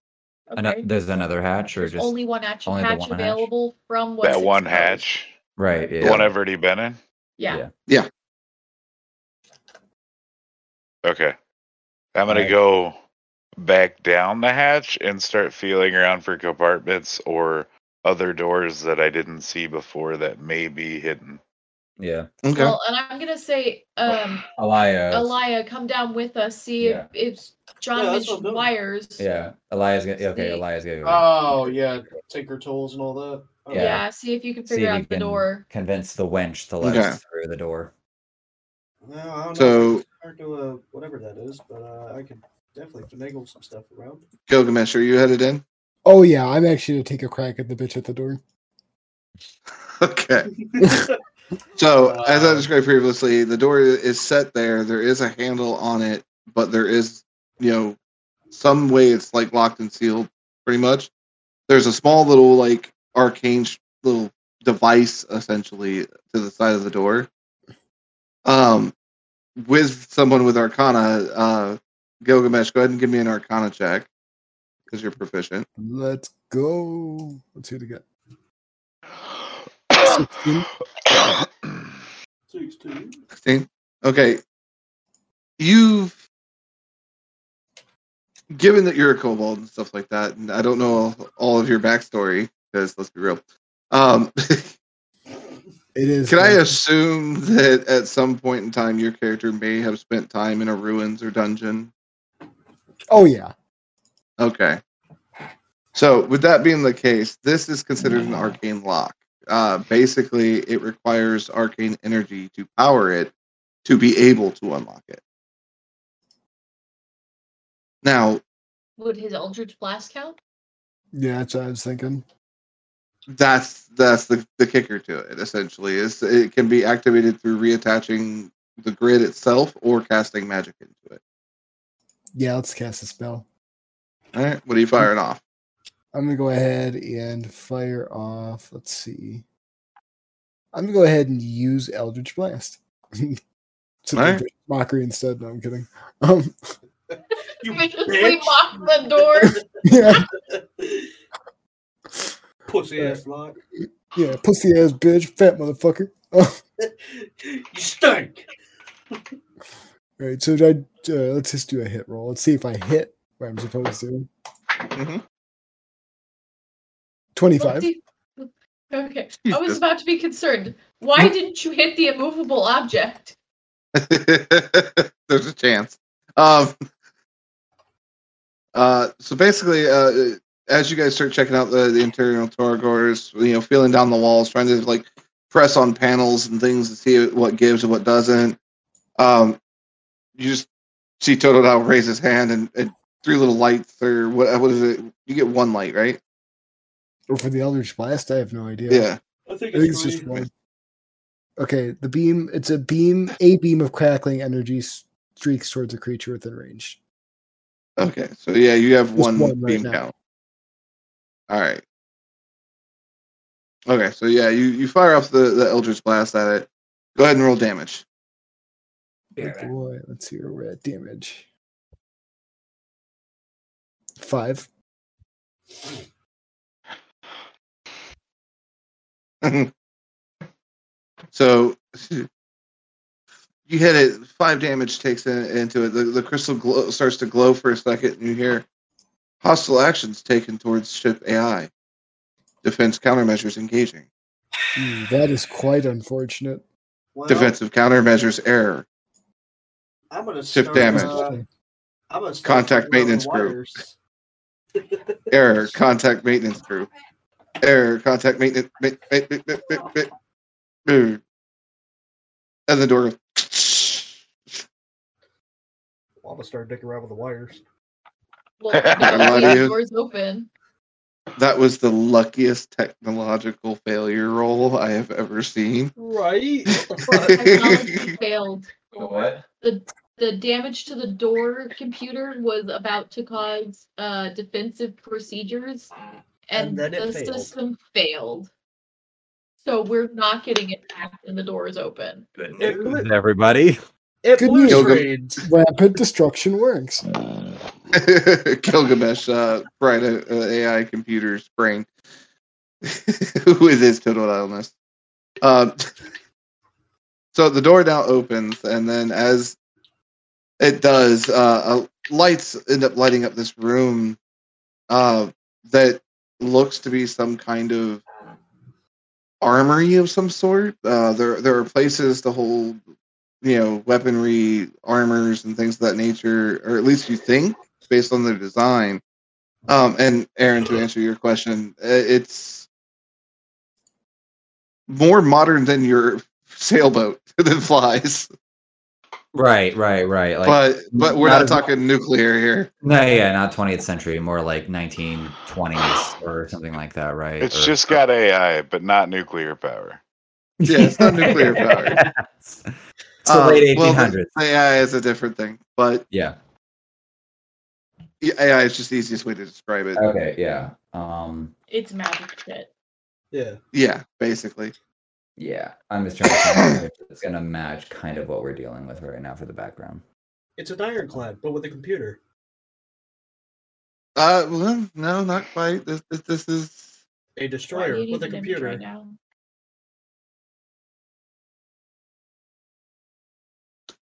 Speaker 1: Ano-
Speaker 6: Okay.
Speaker 1: there's another hatch, or
Speaker 6: There's
Speaker 1: just
Speaker 6: only one hatch,
Speaker 1: only the
Speaker 6: hatch
Speaker 1: one hatch?
Speaker 6: available from what's
Speaker 7: That one
Speaker 6: exposed.
Speaker 7: hatch,
Speaker 1: right? Yeah.
Speaker 7: the one I've already been in.
Speaker 6: Yeah.
Speaker 1: Yeah.
Speaker 7: Okay, I'm gonna
Speaker 1: Alright.
Speaker 7: go back down the hatch and start feeling around for compartments or other doors that I didn't see before that may
Speaker 1: *coughs*
Speaker 7: be hidden.
Speaker 1: Yeah.
Speaker 5: Okay.
Speaker 6: Well, and I'm gonna say, um,
Speaker 1: Elia.
Speaker 6: Elia, come down with us. See
Speaker 1: Yeah.
Speaker 6: if it's John
Speaker 4: Yeah, that's what
Speaker 6: mentioned
Speaker 4: I'm doing.
Speaker 6: wires.
Speaker 1: Yeah. Elia's gonna. Okay.
Speaker 6: See-
Speaker 1: Elia's gonna. go
Speaker 3: Oh yeah, take her tools and all that. Oh,
Speaker 1: Yeah.
Speaker 6: Yeah, See if you can
Speaker 1: see
Speaker 6: figure
Speaker 1: if you
Speaker 6: out the
Speaker 1: can
Speaker 6: door.
Speaker 1: Convince the wench to let
Speaker 5: Okay.
Speaker 1: us through the door.
Speaker 3: No, I don't know.
Speaker 5: So,
Speaker 3: if I can do, uh, whatever that is, but uh, I could definitely finagle some stuff around.
Speaker 5: Gilgamesh, are you headed in?
Speaker 2: Oh yeah, I'm actually gonna take a crack at the bitch at the door.
Speaker 5: Okay. So, as I
Speaker 3: Uh,
Speaker 5: described previously, the door is set there. There is a handle on it, but there is, you know, some way it's like locked and sealed, pretty much. There's a small little like arcane sh- little device essentially to the side of the door. Um, with someone with Arcana, uh, Gilgamesh, go ahead and give me an Arcana check because you're proficient.
Speaker 2: Let's go. Let's see what we got.
Speaker 5: *coughs*
Speaker 3: *laughs* six, two.
Speaker 5: 16. Okay. You've given that you're a kobold and stuff like that, and I don't know all of your backstory, because let's be real. Um,
Speaker 2: It is.
Speaker 5: can I
Speaker 2: like-
Speaker 5: assume that at some point in time your character may have spent time in a ruins or dungeon?
Speaker 2: Oh yeah.
Speaker 5: Okay. So, with that being the case, this is considered an arcane lock. Uh, basically, it requires arcane energy to power it to be able to unlock it. Now,
Speaker 6: Would his Eldritch Blast count?
Speaker 2: Yeah, that's what I was thinking.
Speaker 5: that's that's the, the kicker to it. Essentially, is it can be activated through reattaching the grid itself or casting magic into it.
Speaker 2: Yeah, let's cast a spell.
Speaker 5: All right, what are you firing off?
Speaker 2: I'm gonna go ahead and fire off. Let's see. I'm gonna go ahead and use Eldritch Blast. *laughs* Took
Speaker 5: Alright.
Speaker 2: the Mockery instead. No, I'm kidding. Um, *laughs*
Speaker 3: You
Speaker 6: Viciously
Speaker 3: bitch.
Speaker 6: mock the door.
Speaker 2: yeah,
Speaker 3: Pussy ass lock.
Speaker 2: yeah, pussy ass bitch, fat motherfucker.
Speaker 3: you stink.
Speaker 2: All right, so did I, uh, let's just do a hit roll. Let's see if I hit where I'm supposed to.
Speaker 5: Mhm.
Speaker 2: Twenty-five.
Speaker 6: Okay. I was
Speaker 5: Jesus.
Speaker 6: about to be concerned. Why didn't you hit the immovable object?
Speaker 5: *laughs* There's a chance. Um, uh, so basically, uh, as you guys start checking out the, the internal corridors, you know, feeling down the walls, trying to like press on panels and things to see what gives and what doesn't, um, you just see Toto now raise his hand and, and three little lights or what? What is it? You get one light, right?
Speaker 2: Or for the Eldritch Blast, I have no idea.
Speaker 5: Yeah.
Speaker 3: I think
Speaker 2: I think
Speaker 3: it's
Speaker 2: it's
Speaker 3: three.
Speaker 2: just one. Okay, the beam. It's a beam. A beam of crackling energy streaks towards a creature within range.
Speaker 5: Okay, so yeah, you have
Speaker 2: Just
Speaker 5: one,
Speaker 2: one right
Speaker 5: beam
Speaker 2: now.
Speaker 5: count. All right. Okay, so yeah, you, you fire up the, the Eldritch Blast at it. Go ahead and roll damage.
Speaker 2: Oh boy, let's see where we're at damage. Five.
Speaker 5: so you hit it. Five damage takes in, into it. The, the crystal glow, starts to glow for a second, and you hear hostile actions taken towards ship AI. Defense countermeasures engaging.
Speaker 2: Ooh, Hmm, that is quite unfortunate.
Speaker 3: Well,
Speaker 5: Defensive countermeasures error.
Speaker 3: I'm gonna
Speaker 5: Shift
Speaker 3: start,
Speaker 5: damage.
Speaker 3: uh, I'm gonna start
Speaker 5: Contact
Speaker 3: figuring out
Speaker 5: maintenance
Speaker 3: the
Speaker 5: crew.
Speaker 3: wires.
Speaker 5: Error. Contact maintenance crew. Error. Contact maintenance. Ma- ma- ma- ma- ma- ma- boo. And the door goes. *sniffs*
Speaker 3: Well, I'm gonna start dicking around with the wires.
Speaker 1: *laughs*
Speaker 6: Well,
Speaker 5: I'm
Speaker 6: now
Speaker 5: out
Speaker 6: the
Speaker 5: of you.
Speaker 6: door's open.
Speaker 5: That was the luckiest technological failure roll I have ever seen.
Speaker 3: Right? What the *laughs* fuck?
Speaker 6: Technology failed.
Speaker 8: What?
Speaker 6: The damage to the door computer was about to cause uh, defensive procedures,
Speaker 3: And
Speaker 6: and,
Speaker 3: then it
Speaker 6: the
Speaker 3: failed.
Speaker 6: system failed. So we're not getting it back, and the door is open.
Speaker 8: Good
Speaker 3: It
Speaker 8: news,
Speaker 3: blew-
Speaker 8: everybody.
Speaker 3: It
Speaker 2: Good
Speaker 3: blue
Speaker 2: news.
Speaker 3: screened.
Speaker 2: Rapid destruction works.
Speaker 5: *laughs* Gilgamesh uh, fried a, a AI computer's brain *laughs* with his total illness. Um, *laughs* so the door now opens, and then as it does, uh, uh, lights end up lighting up this room uh, that looks to be some kind of armory of some sort. Uh, there, there are places to hold, you know, weaponry, armors, and things of that nature, or at least you think based on their design. Um, and Aaron, to answer your question, uh, it's more modern than your sailboat *laughs* that flies,
Speaker 1: Right, right, right. Like
Speaker 5: but but we're
Speaker 1: not
Speaker 5: not,
Speaker 1: as-
Speaker 5: talking nuclear here.
Speaker 1: no, yeah, not 20th century, more like 1920s or something like that, right?
Speaker 7: It's
Speaker 1: Or- *laughs*
Speaker 7: just got AI, but not nuclear power.
Speaker 5: Yeah, it's not nuclear power.
Speaker 1: *laughs* It's the
Speaker 5: Um,
Speaker 1: late 1800s.
Speaker 5: well, the- AI is a different thing, but
Speaker 1: yeah.
Speaker 5: AI is just the easiest way to describe it.
Speaker 1: Okay. Yeah. Um.
Speaker 6: It's magic shit.
Speaker 3: Yeah.
Speaker 5: Yeah, basically.
Speaker 1: Yeah. I'm just trying to
Speaker 5: *coughs*
Speaker 1: think if it's gonna match kind of what we're dealing with right now for the background.
Speaker 3: It's an ironclad, but with a computer.
Speaker 5: Uh, well, no, not quite. This this, this is
Speaker 3: A
Speaker 6: Why do
Speaker 3: destroyer
Speaker 6: you need
Speaker 3: with a
Speaker 6: an image
Speaker 3: computer.
Speaker 6: right now.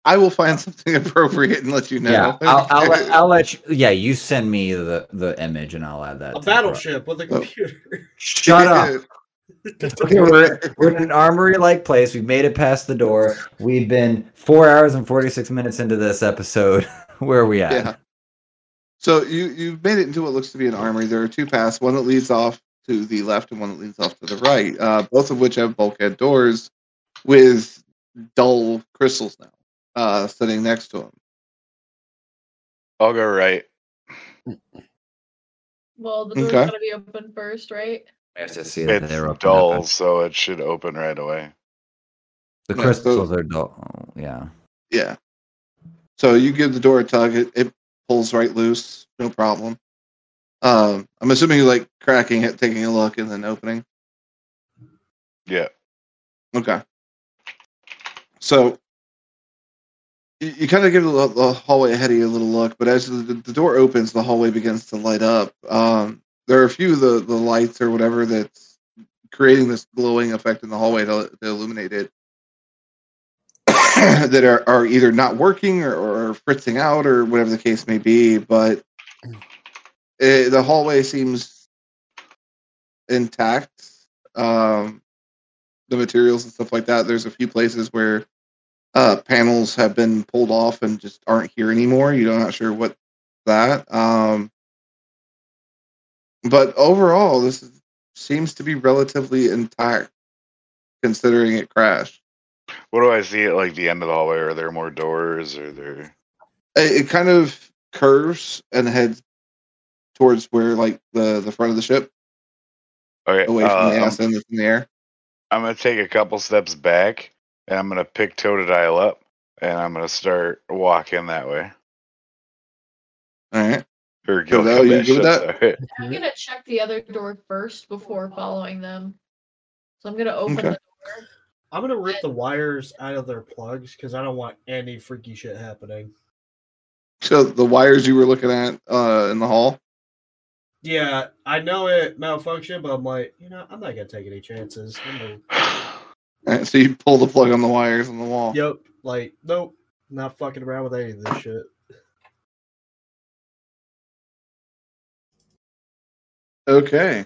Speaker 5: I will find *laughs* something appropriate and let you know.
Speaker 1: Yeah. I'll, I'll, let,
Speaker 5: *laughs*
Speaker 1: I'll let you. Yeah. You send me the the image and I'll add that. to
Speaker 3: a
Speaker 1: the pro-
Speaker 3: battleship with a
Speaker 5: Oh.
Speaker 3: computer. *laughs*
Speaker 1: Shut up. Okay, we're, we're in an armory like place. We've made it past the door. We've been four hours and 46 minutes into this episode. *laughs* Where are we at?
Speaker 5: Yeah. So you you've made it into what looks to be an armory. There are two paths, one that leads off to the left and one that leads off to the right. Uh, both of which have bulkhead doors with dull crystals now uh, sitting next to them.
Speaker 7: I'll go right.
Speaker 6: Well, the door's
Speaker 5: Okay.
Speaker 6: gotta be open first, right?
Speaker 1: I have to see that
Speaker 7: It's
Speaker 1: they're open up.
Speaker 7: dull, so it should open right away.
Speaker 1: The
Speaker 5: Yeah, so-
Speaker 1: crystals are dull. Oh, yeah.
Speaker 5: Yeah. So you give the door a tug, it, it pulls right loose, no problem. Um, I'm assuming you like cracking it, taking a look, and then opening.
Speaker 7: Yeah.
Speaker 5: Okay. So you, you kind of give the, the hallway ahead of you a little look, but as the, the door opens, the hallway begins to light up. Um, there are a few of the, the lights or whatever that's creating this glowing effect in the hallway to, to illuminate it *coughs* that are, are either not working or, or fritzing out or whatever the case may be. But eh, the hallway seems intact. Um, the materials and stuff like that. There's a few places where uh, panels have been pulled off and just aren't here anymore. You're not sure what that. Um, but overall, this is, seems to be relatively intact, considering it crashed.
Speaker 7: What do I see at like the end of the hallway? Are there more doors? Are there?
Speaker 5: It, it kind of curves and heads towards where like the the front of the ship,
Speaker 7: Okay,
Speaker 5: away from
Speaker 7: uh,
Speaker 5: the
Speaker 7: I'm-
Speaker 5: ass end that's in the air.
Speaker 7: I'm gonna take a couple steps back and I'm gonna pick Totodile up, and I'm gonna start walking that way.
Speaker 5: All right.
Speaker 7: Or
Speaker 5: Totodile, you good with
Speaker 7: shut up.
Speaker 6: I'm gonna check the other door first before following them. So I'm gonna open
Speaker 5: Okay.
Speaker 6: the
Speaker 3: I'm gonna rip the wires out of their plugs because I don't want any freaky shit happening.
Speaker 5: So the wires you were looking at uh, in the hall. *laughs*
Speaker 3: Yeah, I know it malfunctioned, but I'm like, you know, I'm not gonna take any chances. I'm gonna,
Speaker 5: All right, so you pull the plug on the wires on the wall.
Speaker 3: yep, like, nope, not fucking around with any of this shit.
Speaker 5: Okay.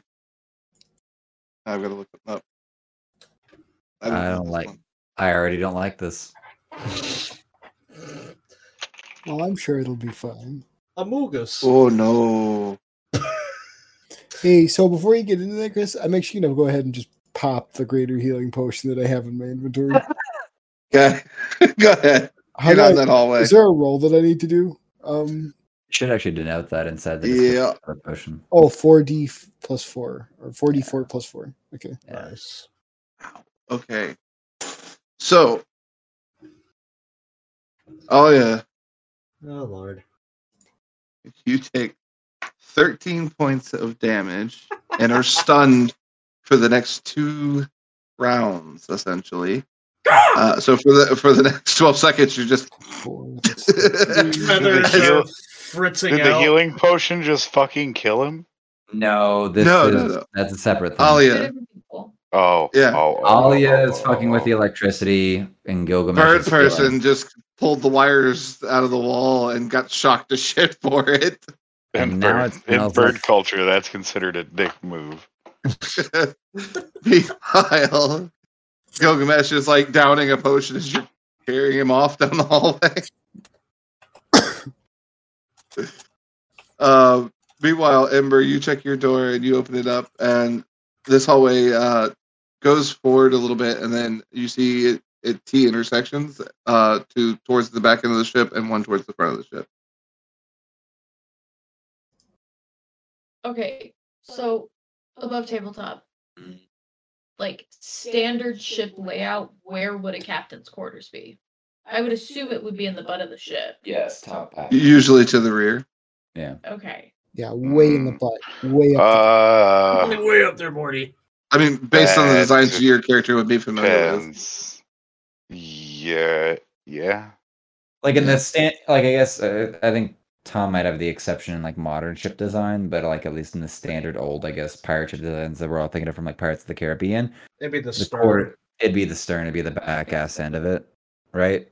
Speaker 5: I've got to look them up.
Speaker 1: I
Speaker 5: know
Speaker 1: don't
Speaker 5: this
Speaker 1: like-
Speaker 5: one.
Speaker 1: I already don't like this.
Speaker 2: Well, I'm sure it'll be fine.
Speaker 3: Amogus.
Speaker 5: Oh no! *laughs*
Speaker 2: Hey, so before you get into that, Chris, I make sure you know go ahead and just pop the greater healing potion that I have in my inventory.
Speaker 5: Yeah, *laughs* go ahead.
Speaker 2: How
Speaker 5: Get
Speaker 2: do
Speaker 5: out
Speaker 2: I-
Speaker 5: of that hallway.
Speaker 2: is there a roll that I need to do? Um,
Speaker 1: Should actually denote that inside the description
Speaker 5: Yeah.
Speaker 1: of the potion.
Speaker 2: oh, 4D f- plus four or 4D4 plus four. Okay.
Speaker 3: Nice.
Speaker 5: Okay. So. Oh yeah,
Speaker 3: Oh lord.
Speaker 5: you take thirteen points of damage and are stunned for the next two rounds, essentially. Uh, so for the for the *laughs* next twelve seconds, you're just
Speaker 2: Four.
Speaker 5: *laughs*
Speaker 3: Feathers
Speaker 7: Did the
Speaker 3: are
Speaker 7: heal-
Speaker 3: fritzing
Speaker 7: Did the
Speaker 3: out.
Speaker 7: healing potion just fucking kill him?
Speaker 1: No, this
Speaker 5: No,
Speaker 1: is
Speaker 5: no, no.
Speaker 1: that's a separate thing.
Speaker 5: Oh yeah.
Speaker 6: door. People.
Speaker 7: Oh,
Speaker 5: Yeah.
Speaker 7: Oh, oh,
Speaker 1: Alia
Speaker 7: oh,
Speaker 1: is
Speaker 7: oh,
Speaker 1: fucking
Speaker 7: oh,
Speaker 1: with the
Speaker 7: oh.
Speaker 1: electricity and Gilgamesh.
Speaker 5: Third
Speaker 1: is healing.
Speaker 5: person just pulled the wires out of the wall and got shocked to *laughs* shit for it. *laughs*
Speaker 1: And
Speaker 7: In
Speaker 1: now
Speaker 7: oh. bird,
Speaker 1: it
Speaker 7: in
Speaker 1: smells
Speaker 7: bird
Speaker 1: like-
Speaker 7: culture, that's considered a dick move.
Speaker 5: Meanwhile, Gilgamesh is like downing a potion as you're carrying him off down the hallway. *coughs* uh, meanwhile, Ember, you check your door and you open it up, and this hallway uh, goes forward a little bit, and then you see it at T intersections uh, to towards the back end of the ship and one towards the front of the ship.
Speaker 6: Okay, so above tabletop,
Speaker 1: Mhm.
Speaker 6: like standard ship layout, where would a captain's quarters be? I would assume it would be in the butt of the ship.
Speaker 1: Yes, top half.
Speaker 5: Usually to the rear.
Speaker 6: Okay.
Speaker 2: Yeah, way in the
Speaker 7: Mm.
Speaker 2: butt. Way up.
Speaker 7: Uh,
Speaker 3: way up there, Morty.
Speaker 5: I mean, based on the
Speaker 7: That
Speaker 5: designs of your character, would be familiar with.
Speaker 7: depends. Yeah, yeah.
Speaker 1: Like in the stand, like I guess uh, I think Tom might have the exception in like modern ship design, but like at least in the standard old, I guess pirate ship designs that we're all thinking of from like Pirates of the Caribbean,
Speaker 3: It'd be the,
Speaker 1: the
Speaker 3: stern.
Speaker 1: quarter, it'd be the stern, it'd be the back ass end of it, right?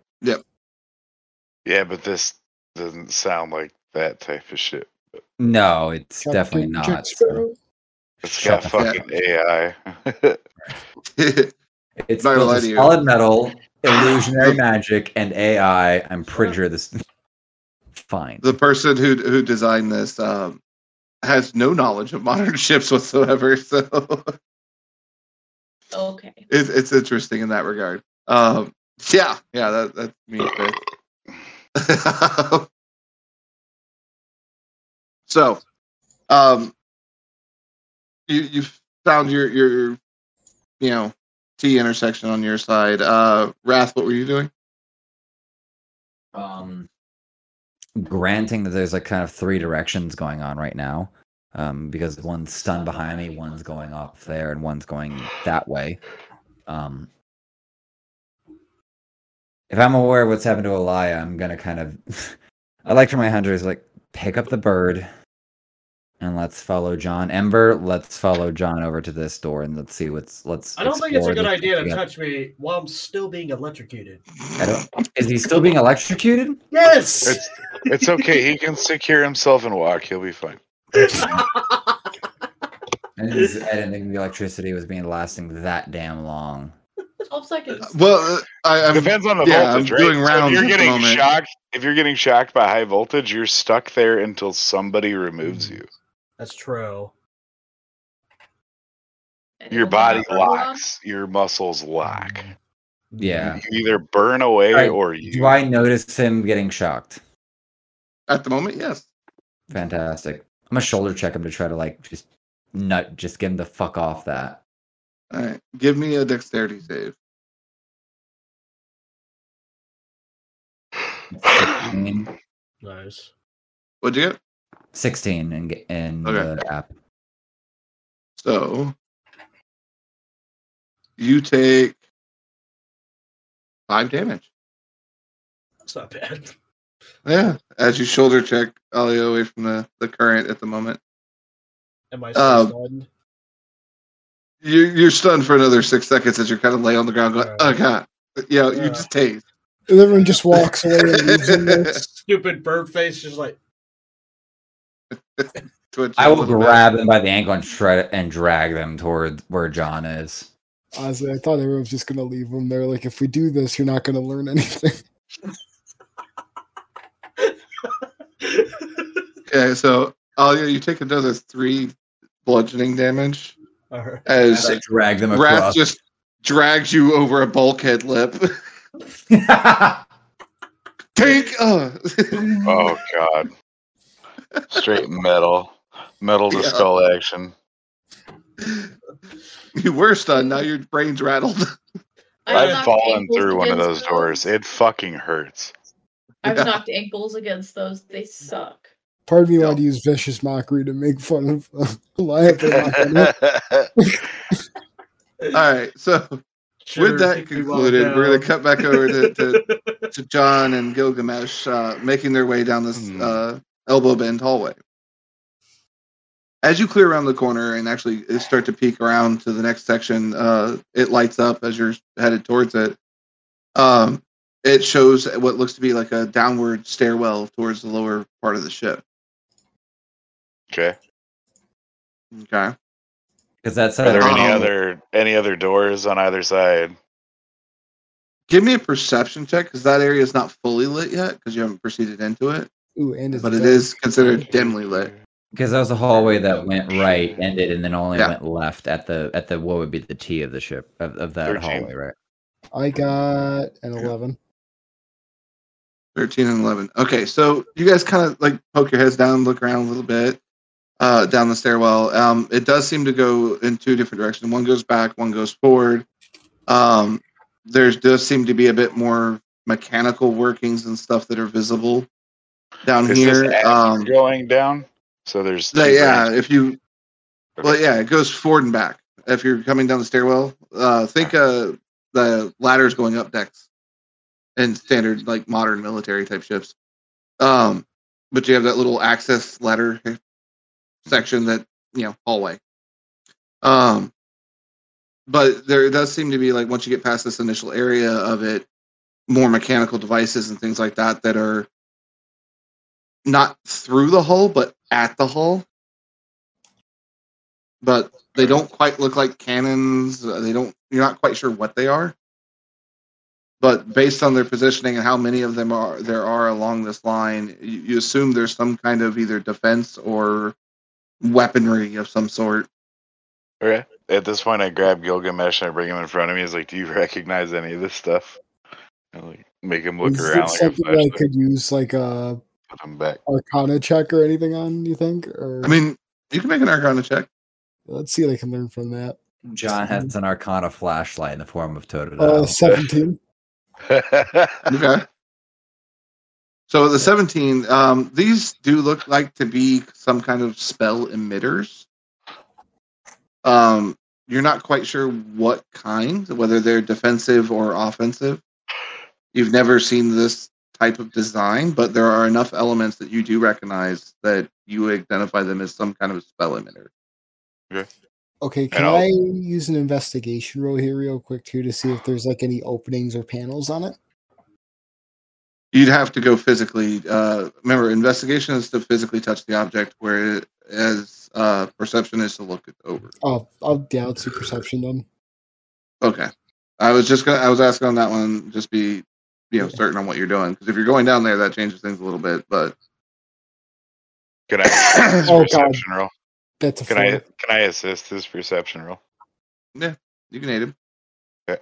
Speaker 7: Yeah, but this doesn't sound like that type of shit.
Speaker 1: No, it's
Speaker 2: Captain
Speaker 1: definitely
Speaker 2: Jack
Speaker 1: not.
Speaker 2: Sparrow.
Speaker 7: It's
Speaker 1: Shut
Speaker 7: got
Speaker 1: the
Speaker 5: fuck
Speaker 7: fucking *laughs* AI.
Speaker 5: it.
Speaker 1: It's
Speaker 5: Not gonna
Speaker 1: built
Speaker 5: lie
Speaker 1: of
Speaker 5: to you.
Speaker 1: solid
Speaker 3: *laughs*
Speaker 1: metal, illusionary magic, and AI. I'm pretty sure this. *laughs* Fine.
Speaker 5: *laughs* the person who who designed this um, has no knowledge of modern *laughs* ships whatsoever, so *laughs*
Speaker 6: Okay.
Speaker 5: it's it's interesting in that regard. Um, yeah, yeah, that that's me. Chris. *laughs* so, um, you you found your your you know T intersection on your side. Uh, Wrath, what were you doing?
Speaker 1: um, granting that there's like kind of three directions going on right now, um, because one's stunned behind me, one's going up there, and one's going that way. Um, if I'm aware of what's happened to Elia, I'm gonna kind of. *laughs* I like for my hunters like pick up the bird, and let's follow John Ember. Let's follow John over to this door and let's see what's. Let's.
Speaker 3: I don't think it's a
Speaker 1: explore
Speaker 3: good
Speaker 1: this
Speaker 3: idea to
Speaker 1: together.
Speaker 3: touch me while I'm still being electrocuted.
Speaker 1: I don't, is he still being electrocuted?
Speaker 3: Yes.
Speaker 7: it's it's okay. He can secure himself and walk. He'll be fine.
Speaker 3: *laughs*
Speaker 1: I didn't, I didn't think the electricity was being lasting that damn long.
Speaker 6: Twelve seconds.
Speaker 5: Well, uh, I, I'm
Speaker 7: Depends on the
Speaker 5: yeah,
Speaker 7: voltage,
Speaker 5: I'm
Speaker 7: right?
Speaker 5: doing
Speaker 7: So
Speaker 5: rounds
Speaker 7: if you're
Speaker 5: at the
Speaker 7: getting
Speaker 5: moment.
Speaker 7: shocked, if you're getting shocked by high voltage, you're stuck there until somebody removes you.
Speaker 3: That's true.
Speaker 6: And
Speaker 7: Your
Speaker 6: we'll have
Speaker 7: body
Speaker 6: another one.
Speaker 7: locks. Your muscles lock.
Speaker 1: Yeah.
Speaker 7: You either burn away
Speaker 1: Alright,
Speaker 7: or you.
Speaker 1: Do I notice him getting shocked?
Speaker 5: at the moment. Yes.
Speaker 1: Fantastic. I'm gonna shoulder check him to try to like just nut, just get him the fuck off that.
Speaker 5: All right, give me a dexterity save.
Speaker 1: 16,
Speaker 3: Mm, Nice.
Speaker 5: What'd you get?
Speaker 1: 16 in, ga- in
Speaker 5: Okay.
Speaker 1: the app.
Speaker 5: So you take five damage.
Speaker 3: It's not bad.
Speaker 5: Yeah, as you shoulder check Ollie away from the, the current at the moment.
Speaker 3: Am I still
Speaker 5: Um,
Speaker 3: stunned?
Speaker 5: You're, you're stunned for another six seconds as you're kind of lay on the ground going,
Speaker 3: Right.
Speaker 5: oh god. Yeah, you
Speaker 3: Yeah.
Speaker 5: just tased.
Speaker 2: *laughs* And everyone just walks away and leaves him there. *laughs*
Speaker 3: Stupid bird face, just like
Speaker 5: Twitch
Speaker 1: I will
Speaker 5: is back.
Speaker 1: grab them by the ankle and shred and drag them toward where John is.
Speaker 2: Honestly, I thought everyone was just gonna leave him there. Like, if we do this, you're not gonna learn *laughs* anything.
Speaker 5: Okay, so Ollie, you take another three bludgeoning damage
Speaker 3: Alright.
Speaker 1: As
Speaker 5: as
Speaker 1: I drag them
Speaker 5: Wrath
Speaker 1: across.
Speaker 5: just drags you over a bulkhead lip. *laughs*
Speaker 1: *laughs*
Speaker 5: take uh *laughs*
Speaker 7: Oh god. Straight metal. Metal to
Speaker 5: Yeah.
Speaker 7: skull action.
Speaker 5: You were stunned, now your brain's rattled. *laughs*
Speaker 6: I've
Speaker 7: I've
Speaker 6: knocked
Speaker 7: fallen
Speaker 6: ankles
Speaker 7: through one of
Speaker 6: against
Speaker 7: those doors. It fucking
Speaker 5: *laughs*
Speaker 7: hurts.
Speaker 6: I've
Speaker 5: Yeah.
Speaker 7: *laughs*
Speaker 6: knocked ankles against those. They suck.
Speaker 2: Pardon me, wanted to use vicious mockery to make fun of *laughs* uh, Eliab. for knocking
Speaker 5: *laughs*
Speaker 2: him.
Speaker 3: *laughs*
Speaker 5: All right, so Uh, with that concluded, we're going to cut back over
Speaker 3: *laughs*
Speaker 5: to, to, to John and Gilgamesh uh, making their way down this
Speaker 7: Hmm.
Speaker 5: uh, elbow bend hallway. As you clear around the corner and actually start to peek around to the next section, uh, it lights up as you're headed towards it. Um, it shows what looks to be like a downward stairwell towards the lower part of the ship.
Speaker 7: okay.
Speaker 5: Okay.
Speaker 1: Because that's
Speaker 7: Are there any
Speaker 5: Um,
Speaker 7: other any other doors on either side?
Speaker 5: Give me a perception check because that area is not fully lit yet because you haven't proceeded into it,
Speaker 2: Ooh, and it's
Speaker 5: but it
Speaker 2: dark.
Speaker 5: is *laughs* considered dimly lit.
Speaker 1: Because that was a hallway that went right, ended, and then only
Speaker 5: Yeah.
Speaker 1: went left at the at the what would be the T of the ship of, of that
Speaker 7: 13.
Speaker 1: hallway, right?
Speaker 2: I got an eleven.
Speaker 5: 13 and 11 okay so you guys kind of like poke your heads down look around a little bit uh, down the stairwell um, it does seem to go in two different directions one goes back one goes forward um, there does seem to be a bit more mechanical workings and stuff that are visible down
Speaker 7: Is
Speaker 5: here
Speaker 7: this after
Speaker 5: um,
Speaker 7: going down? So there's
Speaker 5: that-
Speaker 7: two
Speaker 5: yeah
Speaker 7: branches.
Speaker 5: if you
Speaker 7: Okay.
Speaker 5: well yeah it goes forward and back if you're coming down the stairwell uh, think uh, the ladders going up decks and standard like modern military type ships um, but you have that little access ladder section that you know hallway. Um, but there does seem to be like once you get past this initial area of it, more mechanical devices and things like that that are not through the hull but at the hull. But they don't quite look like cannons. uh, They don't. You're not quite sure what they are. But based on their positioning and how many of them are there are along this line, you, you assume there's some kind of either defense or weaponry of some sort.
Speaker 7: Okay. At this point, I grab Gilgamesh and I bring him in front of me. He's like, "Do you recognize any of this stuff?" I like make him look
Speaker 2: Is it
Speaker 7: around like a
Speaker 2: something that I
Speaker 7: flashlight.
Speaker 2: could use like a
Speaker 7: Put him back. *laughs*
Speaker 2: Arcana check or anything on? You think? Or
Speaker 5: I mean, you can make an Arcana check.
Speaker 2: let's see what I can learn from that.
Speaker 1: John has an Arcana flashlight in the form of Totodile.
Speaker 2: Uh,
Speaker 5: Oh,
Speaker 2: Seventeen.
Speaker 5: Okay. So the 17, um, these do look like to be some kind of spell emitters. Um, you're not quite sure what kind, whether they're defensive or offensive. You've never seen this type of design, but there are enough elements that you do recognize that you identify them as some kind of spell emitter.
Speaker 2: Okay, can
Speaker 7: I'll-
Speaker 2: I use an investigation roll here real quick too to see if there's like any openings or panels on it?
Speaker 5: You'd have to go physically. Uh, remember, investigation is to physically touch the object, whereas uh, perception is to look it over.
Speaker 2: Oh, I'll yeah, let's do perception then.
Speaker 5: Okay, I was just gonna. I was asking on that one. Just be, you know, certain on what you're doing because if you're going down there, that changes things a little bit. But *laughs*
Speaker 7: Can I assist his
Speaker 2: Oh, God.
Speaker 7: perception roll?
Speaker 2: That's a
Speaker 7: Can
Speaker 2: four.
Speaker 7: I can I assist his perception roll? *laughs*
Speaker 5: you can aid him.
Speaker 7: Okay.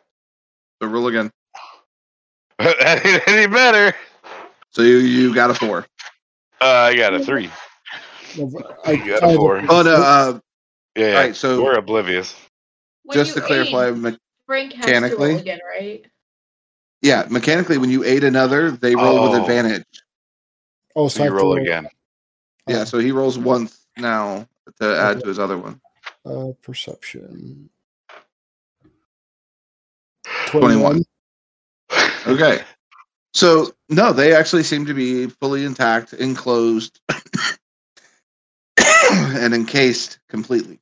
Speaker 5: So roll again.
Speaker 7: that ain't any better.
Speaker 5: So you you got a four.
Speaker 7: Uh, I got a three.
Speaker 2: No, but
Speaker 7: You
Speaker 2: I
Speaker 7: got
Speaker 2: tried
Speaker 7: a
Speaker 2: to-
Speaker 7: four. Yeah,
Speaker 5: Oh no. Uh,
Speaker 7: yeah.
Speaker 5: all right. So
Speaker 7: We're oblivious.
Speaker 6: When
Speaker 5: just
Speaker 6: you
Speaker 5: to clarify,
Speaker 6: aid,
Speaker 5: me-
Speaker 6: Frank has to roll
Speaker 5: mechanically-
Speaker 6: again, right?
Speaker 5: Yeah, mechanically, when you aid another, they roll with
Speaker 7: Oh.
Speaker 5: advantage.
Speaker 2: Oh, so
Speaker 7: So
Speaker 2: I
Speaker 7: you
Speaker 2: have to
Speaker 7: roll again. *laughs*
Speaker 5: Yeah, so he rolls once now to add to his other one.
Speaker 2: Uh, perception.
Speaker 5: 21. Okay. So no, they actually seem to be fully intact, enclosed, *coughs* and encased completely.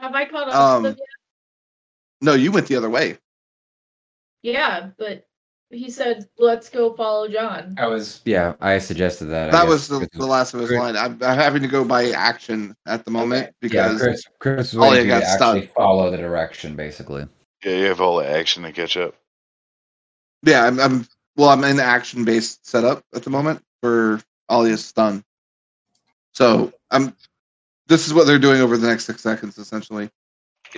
Speaker 6: Have I caught up
Speaker 5: Um,
Speaker 6: with them
Speaker 5: No, you went the other way.
Speaker 6: yet? Yeah, but he said, let's go follow John.
Speaker 1: I was yeah. I suggested that. I
Speaker 5: that
Speaker 1: guess,
Speaker 5: was the,
Speaker 1: because-
Speaker 5: the last of his
Speaker 1: Chris-
Speaker 5: line. I'm, I'm having to go by action at the moment
Speaker 1: yeah.
Speaker 5: because
Speaker 1: Chris, Chris was
Speaker 5: Ollie
Speaker 1: waiting for you
Speaker 5: got
Speaker 1: to actually follow the direction, basically.
Speaker 7: Yeah, you have all the action to catch up.
Speaker 5: yeah, I'm, I'm well, I'm in action based setup at the moment for Alia's stun. So I'm. This is what they're doing over the next six seconds, essentially.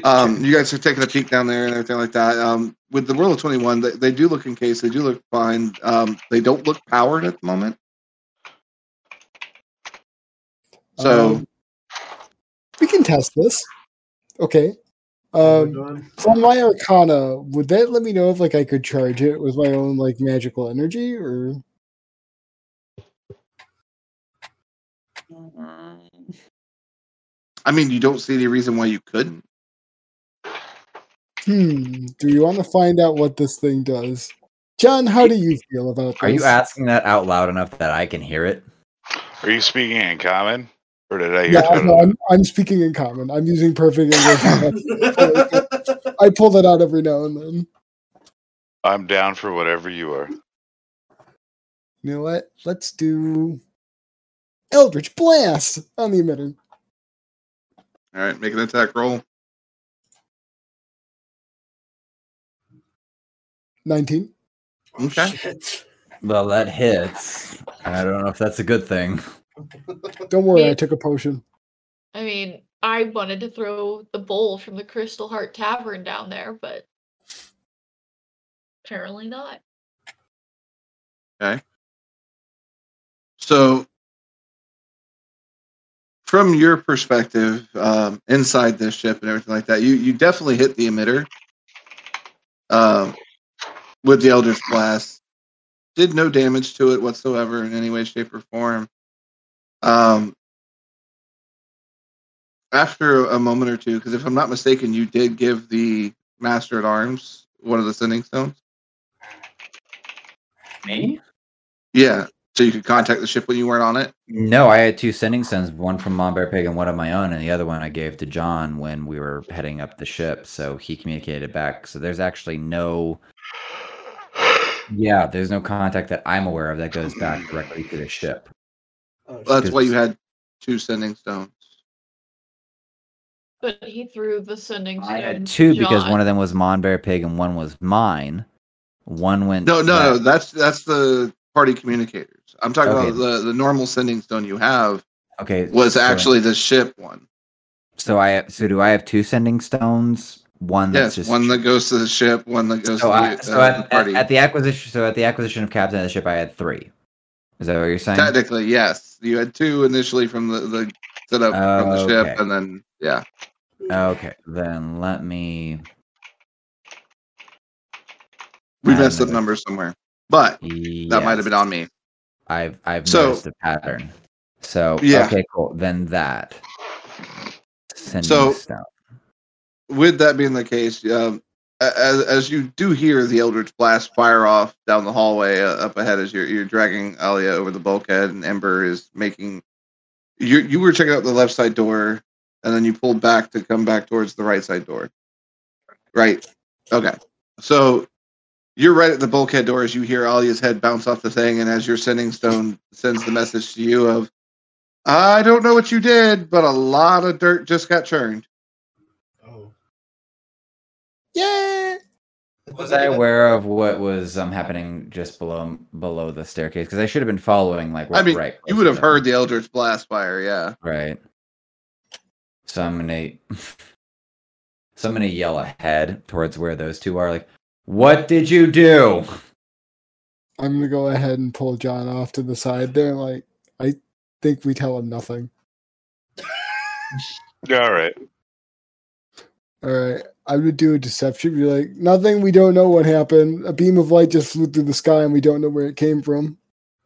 Speaker 5: Um, you guys are taking a peek down there and everything like that. Um, with the roll of 21, they, they do look encased. They do look fine. Um, they don't look powered at the moment. So,
Speaker 2: Um, we can test this. Okay. Um,
Speaker 3: Done.
Speaker 2: from my arcana, would that let me know if like I could charge it with my own like magical energy or
Speaker 5: I mean, you don't see any reason why you couldn't.
Speaker 2: hmm? Do you want to find out what this thing does? John, how do you feel about this?
Speaker 1: Are you asking that out loud enough that I can hear it?
Speaker 7: Are you speaking in common? Or did I hear
Speaker 2: Yeah,
Speaker 7: Toto?
Speaker 2: no, I'm, I'm speaking in common. I'm using perfect English. I pull that out every now and then.
Speaker 7: I'm down for whatever you are.
Speaker 2: You know what? Let's do Eldritch Blast on the emitter.
Speaker 5: All right, make an attack roll.
Speaker 2: 19.
Speaker 5: Okay.
Speaker 4: Shit.
Speaker 1: Well, that hits. I don't know if that's a good thing.
Speaker 2: Don't worry, I
Speaker 6: Yeah.
Speaker 2: took a potion.
Speaker 6: I mean, I wanted to throw the bowl from the Crystal Heart Tavern down there, but apparently not.
Speaker 5: So, from your perspective, um, inside this ship and everything like that, you, you definitely hit the emitter um, with the Eldritch Blast. Did no damage to it whatsoever in any way, shape, or form. Um, after a moment or two, because if I'm not mistaken, you did give the Master at Arms one of the sending stones.
Speaker 1: Me?
Speaker 5: Yeah, so you could contact the ship when you weren't on it.
Speaker 1: No, I had two sending sends, one from Mom Bear Pig and one of my own, and the other one I gave to John when we were heading up the ship. So he communicated back. So there's actually no, yeah, there's no contact that I'm aware of that goes back directly to the ship.
Speaker 3: Oh,
Speaker 5: Well, that's
Speaker 1: Good.
Speaker 5: why you had two sending stones.
Speaker 6: But he threw the sending
Speaker 1: I had
Speaker 6: stone to
Speaker 1: two because one
Speaker 6: John.
Speaker 1: of them was Mon Bear Pig and one was mine. One went.
Speaker 5: No, no,
Speaker 1: back-
Speaker 5: no. That's that's the party communicators. I'm talking
Speaker 1: Okay.
Speaker 5: about the the normal sending stone you have
Speaker 1: Okay,
Speaker 5: was
Speaker 1: so-
Speaker 5: actually the ship one.
Speaker 1: So I so do I have two sending stones? One
Speaker 5: Yes,
Speaker 1: that's just
Speaker 5: one that goes to the ship, one that goes
Speaker 1: so,
Speaker 5: to
Speaker 1: I,
Speaker 5: the,
Speaker 1: so
Speaker 5: uh,
Speaker 1: at, at,
Speaker 5: party.
Speaker 1: at the acquisition so at the acquisition of captain of the ship I had three. Is that what you're saying?
Speaker 5: Technically, yes. You had two initially from the the setup from the ship,
Speaker 1: Okay.
Speaker 5: and then yeah.
Speaker 1: Okay, then let me.
Speaker 5: We
Speaker 1: Add
Speaker 5: messed up
Speaker 1: another-
Speaker 5: numbers somewhere, but that might have been
Speaker 1: Yes,
Speaker 5: on me.
Speaker 1: I've I've
Speaker 5: So-
Speaker 1: noticed a pattern. So
Speaker 5: Yeah.
Speaker 1: okay, cool. Then that sending
Speaker 5: So-
Speaker 1: stone.
Speaker 5: with that being the case, um, a- as, as you do hear the Eldritch Blast fire off down the hallway uh, up ahead as you're, you're dragging Alia over the bulkhead, and Ember is making. You, you were checking out the left side door, and then you pulled back to come back towards the right side door. Right? Okay. So you're right at the bulkhead door as you hear Alia's head bounce off the thing, and as your sending stone sends the message to you of, I don't know what you did, but a lot of dirt just got churned.
Speaker 3: Oh.
Speaker 2: Yeah.
Speaker 1: Was I aware of what was um, happening just below below the staircase? Because I should have been following. Like
Speaker 5: I mean,
Speaker 1: right
Speaker 5: You
Speaker 1: close
Speaker 5: would
Speaker 1: to
Speaker 5: have
Speaker 1: them.
Speaker 5: heard the Eldritch Blast fire, yeah.
Speaker 1: *laughs* Right. So I'm gonna *laughs* So I'm gonna yell ahead towards where those two are, like, what did you do?
Speaker 2: I'm going to go ahead and pull John off to the side there. Like, I think
Speaker 7: *sighs*
Speaker 2: we tell him nothing.
Speaker 7: All right.
Speaker 2: All right. I would do a deception. Be like, nothing. We don't know what happened. A beam of light just flew through the sky, and we don't know where it came from.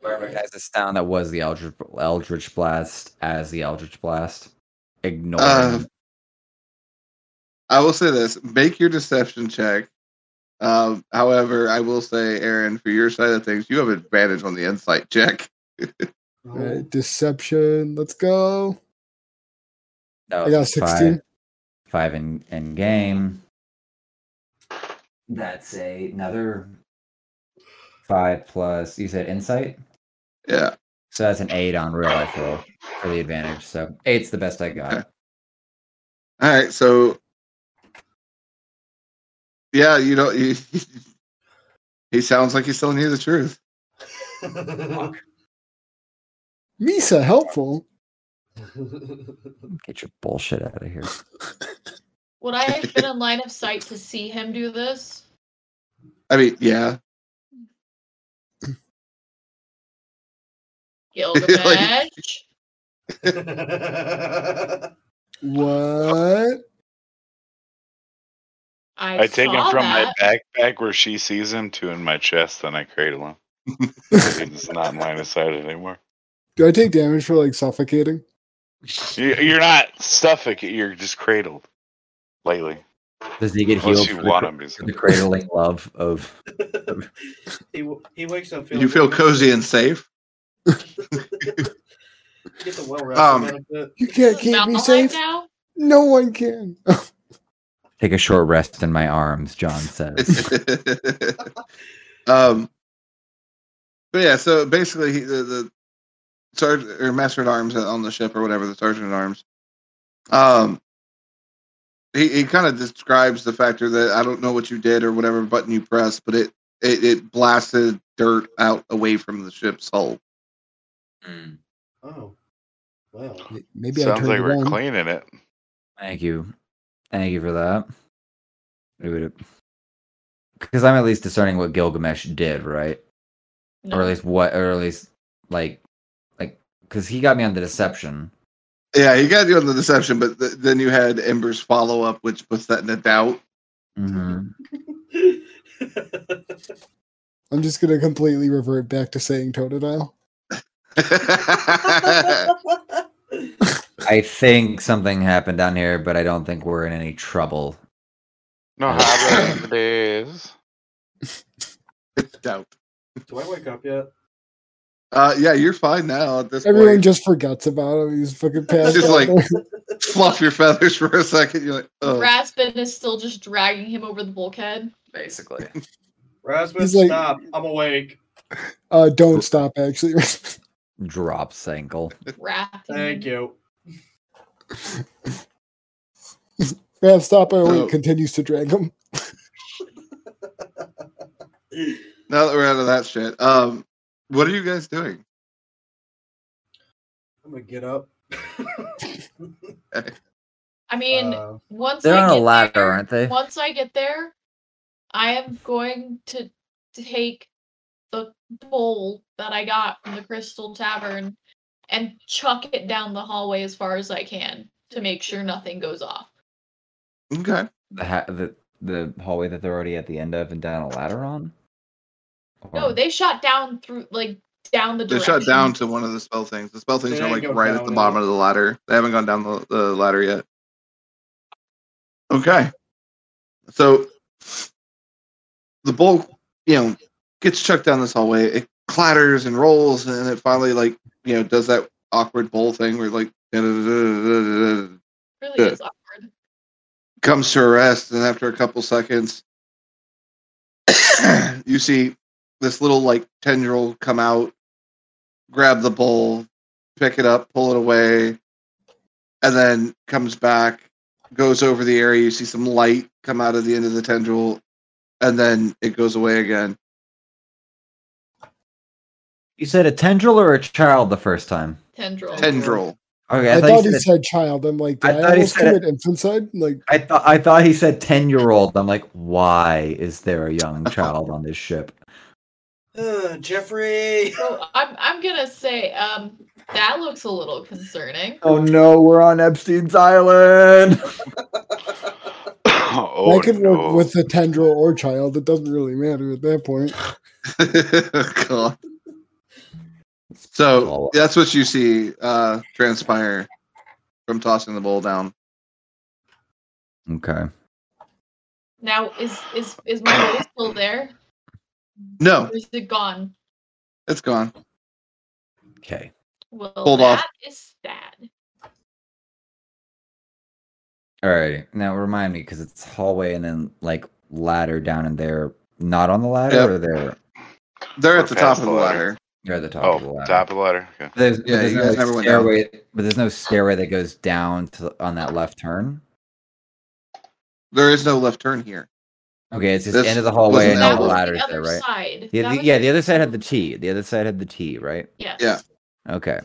Speaker 1: Recognize the sound that was the Eldritch, Eldritch Blast as the Eldritch Blast. Ignore
Speaker 5: Uh, I will say this: make your deception check. Um, however, I will say, Aaron, for your side of things, you have advantage on the insight check. *laughs*
Speaker 2: All
Speaker 7: Oh.
Speaker 2: right, deception. Let's go.
Speaker 1: no,
Speaker 2: I got a
Speaker 1: Five,
Speaker 2: 16.
Speaker 1: five in, in game. That's a, another five plus. You said insight?
Speaker 5: Yeah.
Speaker 1: So that's an eight on real life roll for the advantage. So eight's the best I got.
Speaker 5: Okay. All right. So, yeah, you don't. You, *laughs* he sounds like he's telling you the truth.
Speaker 2: Misa, helpful.
Speaker 1: *laughs* Get your bullshit out of here.
Speaker 6: Would I have
Speaker 1: *laughs*
Speaker 6: been in line of sight to see him do this?
Speaker 5: I mean, yeah.
Speaker 6: Gilgamesh.
Speaker 2: What? *laughs*
Speaker 6: I,
Speaker 7: I take him
Speaker 6: saw
Speaker 7: from
Speaker 6: that.
Speaker 7: my backpack where she sees him to in my chest, then I cradle him. He's not in line of sight anymore.
Speaker 2: Do I take damage for like suffocating?
Speaker 7: You- You're not suffocated. You're just cradled lately.
Speaker 1: Does he get
Speaker 7: Unless
Speaker 1: healed
Speaker 7: you
Speaker 1: for
Speaker 7: want
Speaker 1: the,
Speaker 7: him to.
Speaker 1: for the cradling love of
Speaker 3: *laughs*
Speaker 4: he, w- he wakes up feeling
Speaker 5: You feel
Speaker 4: good.
Speaker 5: cozy and safe.
Speaker 4: Get the well
Speaker 5: Um,
Speaker 4: benefit.
Speaker 2: You
Speaker 6: Is
Speaker 2: can't
Speaker 6: it
Speaker 2: keep me
Speaker 6: Valheim
Speaker 2: safe.
Speaker 6: now?
Speaker 2: No one can. *laughs*
Speaker 1: take a short rest in my arms, *laughs* John says.
Speaker 5: *laughs* um, but yeah, so basically, he, the, the sergeant or master at arms on the ship or whatever, the sergeant at arms, um, he, he kind of describes the factor that I don't know what you did or whatever button you pressed, but it, it, it blasted dirt out away from the ship's hull.
Speaker 1: Mm,
Speaker 3: Oh, well.
Speaker 2: Maybe I
Speaker 7: Sounds
Speaker 2: turned
Speaker 7: like
Speaker 2: it
Speaker 7: we're
Speaker 2: on.
Speaker 1: *laughs*
Speaker 7: cleaning it.
Speaker 1: Thank you. Thank you for that. Because I'm at least discerning what Gilgamesh did, right?
Speaker 6: No.
Speaker 1: Or at least what, or at least like, like, because he got me on the deception.
Speaker 5: Yeah, he got you on the deception, but th- then you had Ember's follow up, which puts that in a doubt. *laughs*
Speaker 1: Mhm.
Speaker 2: I'm just gonna completely revert back to saying Totodile.
Speaker 1: I think something happened down here, but I don't think we're in any trouble.
Speaker 7: No, how about this?
Speaker 5: doubt.
Speaker 4: *laughs* Do I wake up yet?
Speaker 5: Uh, yeah, you're fine now at this
Speaker 2: Everyone
Speaker 5: point.
Speaker 2: just forgets about him. He's fucking passed
Speaker 5: Just
Speaker 2: out
Speaker 5: like-
Speaker 2: there.
Speaker 5: Fluff your feathers for a second. You're like, oh,
Speaker 6: Raspin is still just dragging him over the
Speaker 1: *laughs*
Speaker 6: bulkhead.
Speaker 1: Basically.
Speaker 4: Rasmus,
Speaker 2: He's like-
Speaker 4: stop. I'm awake.
Speaker 2: Uh, don't stop. Actually, *laughs*
Speaker 1: Drops ankle.
Speaker 6: Wrapped.
Speaker 4: Thank you.
Speaker 2: man, stop. Oh, wait,
Speaker 5: Oh.
Speaker 2: continues to drag him.
Speaker 5: now that we're out of that shit. Um, what are you guys doing?
Speaker 4: I'm gonna get up.
Speaker 6: I mean,
Speaker 4: Uh,
Speaker 6: once
Speaker 1: They're
Speaker 6: I
Speaker 1: on a
Speaker 6: get
Speaker 1: ladder,
Speaker 6: there-
Speaker 1: aren't they?
Speaker 6: Once I get there, I am going to take the bowl that I got from the Crystal Tavern and chuck it down the hallway as far as I can to make sure nothing goes off.
Speaker 5: Okay.
Speaker 1: The ha- the the hallway that they're already at the end of and down a ladder on.
Speaker 6: No,
Speaker 1: Or-
Speaker 6: they shot down through like down the
Speaker 5: They
Speaker 6: direction.
Speaker 5: shut down to one of the spell things. The spell things
Speaker 4: They
Speaker 5: are
Speaker 4: didn't
Speaker 5: like
Speaker 4: go
Speaker 5: right
Speaker 4: down
Speaker 5: at the
Speaker 4: at
Speaker 5: bottom
Speaker 4: all.
Speaker 5: of the ladder. They haven't gone down the, the ladder yet. Okay. So the bowl, you know, gets chucked down this hallway. It clatters and rolls, and then it finally, like, you know, does that awkward bowl thing where, like,
Speaker 6: Really
Speaker 5: Yeah.
Speaker 6: is awkward.
Speaker 5: comes to a rest, and after a couple seconds, *coughs* you see this little like tendril come out, grab the bowl, pick it up, pull it away, and then comes back, goes over the area. You see some light come out of the end of the tendril, and then it goes away again.
Speaker 1: you said a tendril or a child the first time.
Speaker 6: Tendril.
Speaker 5: Tendril. *laughs*
Speaker 1: Okay,
Speaker 2: I,
Speaker 1: I, thought,
Speaker 2: thought
Speaker 1: you
Speaker 2: he
Speaker 1: said,
Speaker 2: said child. I'm like,
Speaker 1: I
Speaker 2: did I,
Speaker 1: thought he
Speaker 2: almost
Speaker 1: said
Speaker 2: commit
Speaker 1: it-
Speaker 2: infanticide? Like,
Speaker 1: I thought I thought he said ten year old. I'm like, why is there a young child on this *laughs* ship?
Speaker 4: uh, Jeffrey.
Speaker 6: So I'm I'm gonna say um that looks a little concerning.
Speaker 1: Oh no, we're on Epstein's island.
Speaker 7: *coughs* Oh,
Speaker 2: I can
Speaker 7: no.
Speaker 2: work with the tendril or child. It doesn't really matter at that point.
Speaker 5: God. So that's what you see uh, transpire from tossing the bowl down.
Speaker 1: Okay.
Speaker 6: Now is is is my bowl still there?
Speaker 5: No,
Speaker 6: Or is it gone?
Speaker 5: it's gone.
Speaker 1: Okay.
Speaker 6: Well,
Speaker 5: Hold off.
Speaker 6: that is sad.
Speaker 1: All right. Now remind me because it's hallway and then like ladder down in there. Not on the ladder
Speaker 5: Yep.
Speaker 1: or they're
Speaker 5: They're at
Speaker 7: Or
Speaker 5: the
Speaker 7: past
Speaker 5: top of
Speaker 7: the
Speaker 5: the
Speaker 7: ladder.
Speaker 5: ladder.
Speaker 1: they're at the top
Speaker 7: Oh,
Speaker 1: of the ladder.
Speaker 7: top of the ladder. Okay.
Speaker 1: There's, but
Speaker 5: Yeah,
Speaker 1: there's
Speaker 5: you
Speaker 1: no
Speaker 5: guys
Speaker 1: like,
Speaker 5: never went down.
Speaker 1: stairway, but there's no stairway that goes down to on that left turn.
Speaker 5: There is no left turn here.
Speaker 1: Okay, it's just
Speaker 5: This
Speaker 1: end of the
Speaker 5: wasn't
Speaker 1: hallway and
Speaker 5: that
Speaker 1: all the
Speaker 5: one.
Speaker 1: ladders
Speaker 6: the other
Speaker 1: there, right?
Speaker 6: side.
Speaker 1: Yeah,
Speaker 6: That
Speaker 1: the,
Speaker 6: was-
Speaker 1: yeah. The other side had the T. The other side had the T, right?
Speaker 6: yes.
Speaker 5: Yeah.
Speaker 1: Okay.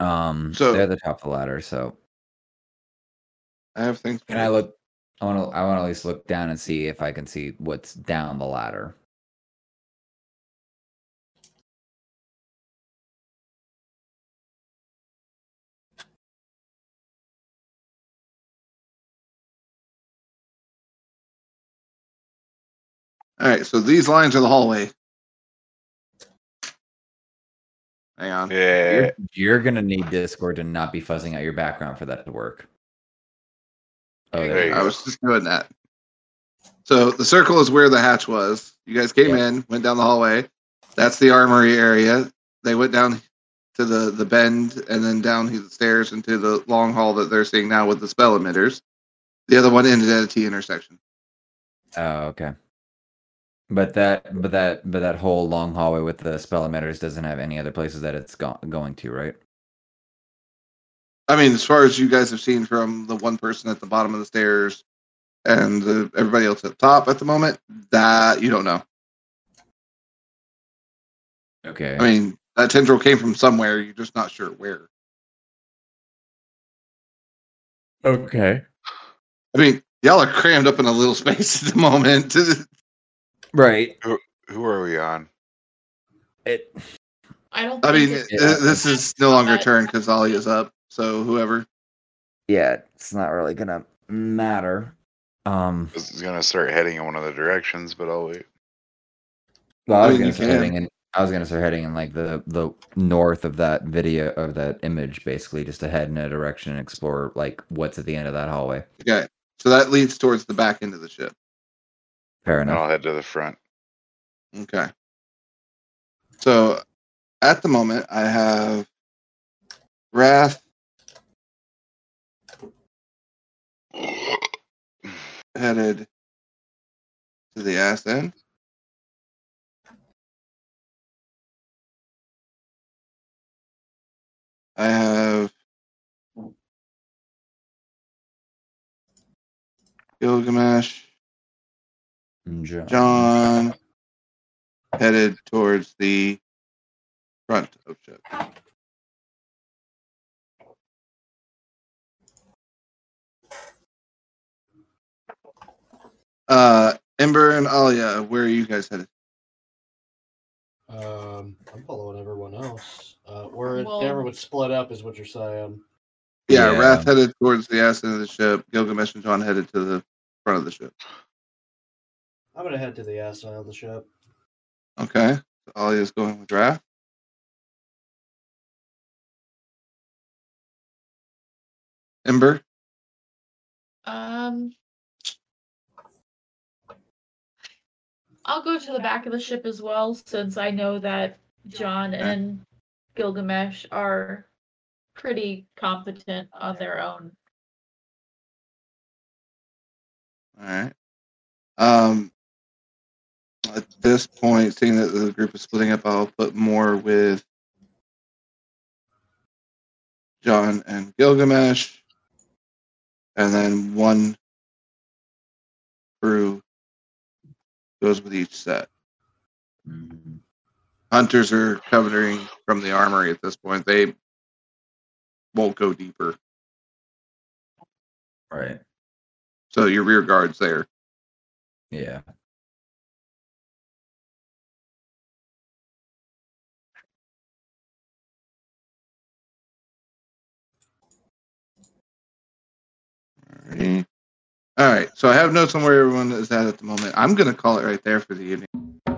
Speaker 1: Um,
Speaker 5: So-
Speaker 1: they're at the top of the ladder. So
Speaker 5: I have things.
Speaker 1: can I look? I want to. I want to at least look down and see if I can see what's down the ladder.
Speaker 5: All right, so these lines are the hallway. Hang on. Eh.
Speaker 7: Yeah.
Speaker 1: You're, you're gonna need Discord to not be fuzzing out your background for that to work. Oh,
Speaker 6: There
Speaker 1: there
Speaker 7: you
Speaker 1: you
Speaker 7: go.
Speaker 5: I was just doing that. So the circle is where the hatch was. You guys came in, went down the hallway. That's the armory area. They went down to the the bend and then down the stairs into the long hall that they're seeing now with the spell emitters. The other one ended at a T intersection.
Speaker 1: Oh, okay. But that, but that, but that whole long hallway with the spell emitters doesn't have any other places that it's go- going to, right?
Speaker 5: I mean, as far as you guys have seen from the one person at the bottom of the stairs and the, everybody else at the top at the moment, that you don't know.
Speaker 1: Okay.
Speaker 5: I mean, that tendril came from somewhere. You're just not sure where.
Speaker 1: okay.
Speaker 5: I mean, y'all are crammed up in a little *laughs* space at the moment. *laughs*
Speaker 1: Right.
Speaker 7: Who are we on?
Speaker 1: It.
Speaker 6: I don't.
Speaker 5: I
Speaker 6: think
Speaker 5: mean,
Speaker 6: it's-
Speaker 1: Yeah.
Speaker 5: this is no longer a turn because Ollie is up. So whoever.
Speaker 1: Yeah, it's not really gonna matter. Um.
Speaker 7: I was gonna start heading in one of the directions, but I'll wait.
Speaker 1: Well, I
Speaker 5: I
Speaker 1: was
Speaker 5: mean,
Speaker 1: gonna
Speaker 5: you
Speaker 1: start
Speaker 5: can.
Speaker 1: heading in. I was gonna start heading in like the the north of that video of that image, basically, just to head in a direction and explore like what's at the end of that hallway.
Speaker 5: Okay. So that leads towards the back end of the ship.
Speaker 1: Fair
Speaker 7: And
Speaker 1: enough.
Speaker 7: I'll head to the front.
Speaker 5: Okay. So at the moment, I have Wrath headed to the ass end. I have Gilgamesh,
Speaker 1: John.
Speaker 5: John headed towards the front of ship. Uh, Ember and Alia, where are you guys headed?
Speaker 3: Um, I'm following everyone else. Uh, where
Speaker 6: Well-
Speaker 3: everyone would split up is what you're saying.
Speaker 5: Yeah,
Speaker 1: Yeah.
Speaker 5: Wrath headed towards the ass end of the ship. Gilgamesh and John headed to the front of the ship.
Speaker 3: I'm gonna head to the ass side of the ship.
Speaker 5: Okay. So Alia's going with Wrath. Ember?
Speaker 6: Um, I'll go to the back of the ship as well, since I know that John and Gilgamesh are pretty competent on their own.
Speaker 5: All right. Um, at this point, seeing that the group is splitting up, I'll put more with John and Gilgamesh, and then one crew goes with each set.
Speaker 1: Mhm.
Speaker 5: Hunters are covering from the armory at this point. They won't go deeper,
Speaker 1: Right.
Speaker 5: so your rear guard's there.
Speaker 1: Yeah.
Speaker 5: Alrighty. All right, so I have notes on where everyone is at at the moment. I'm gonna call it right there for the evening.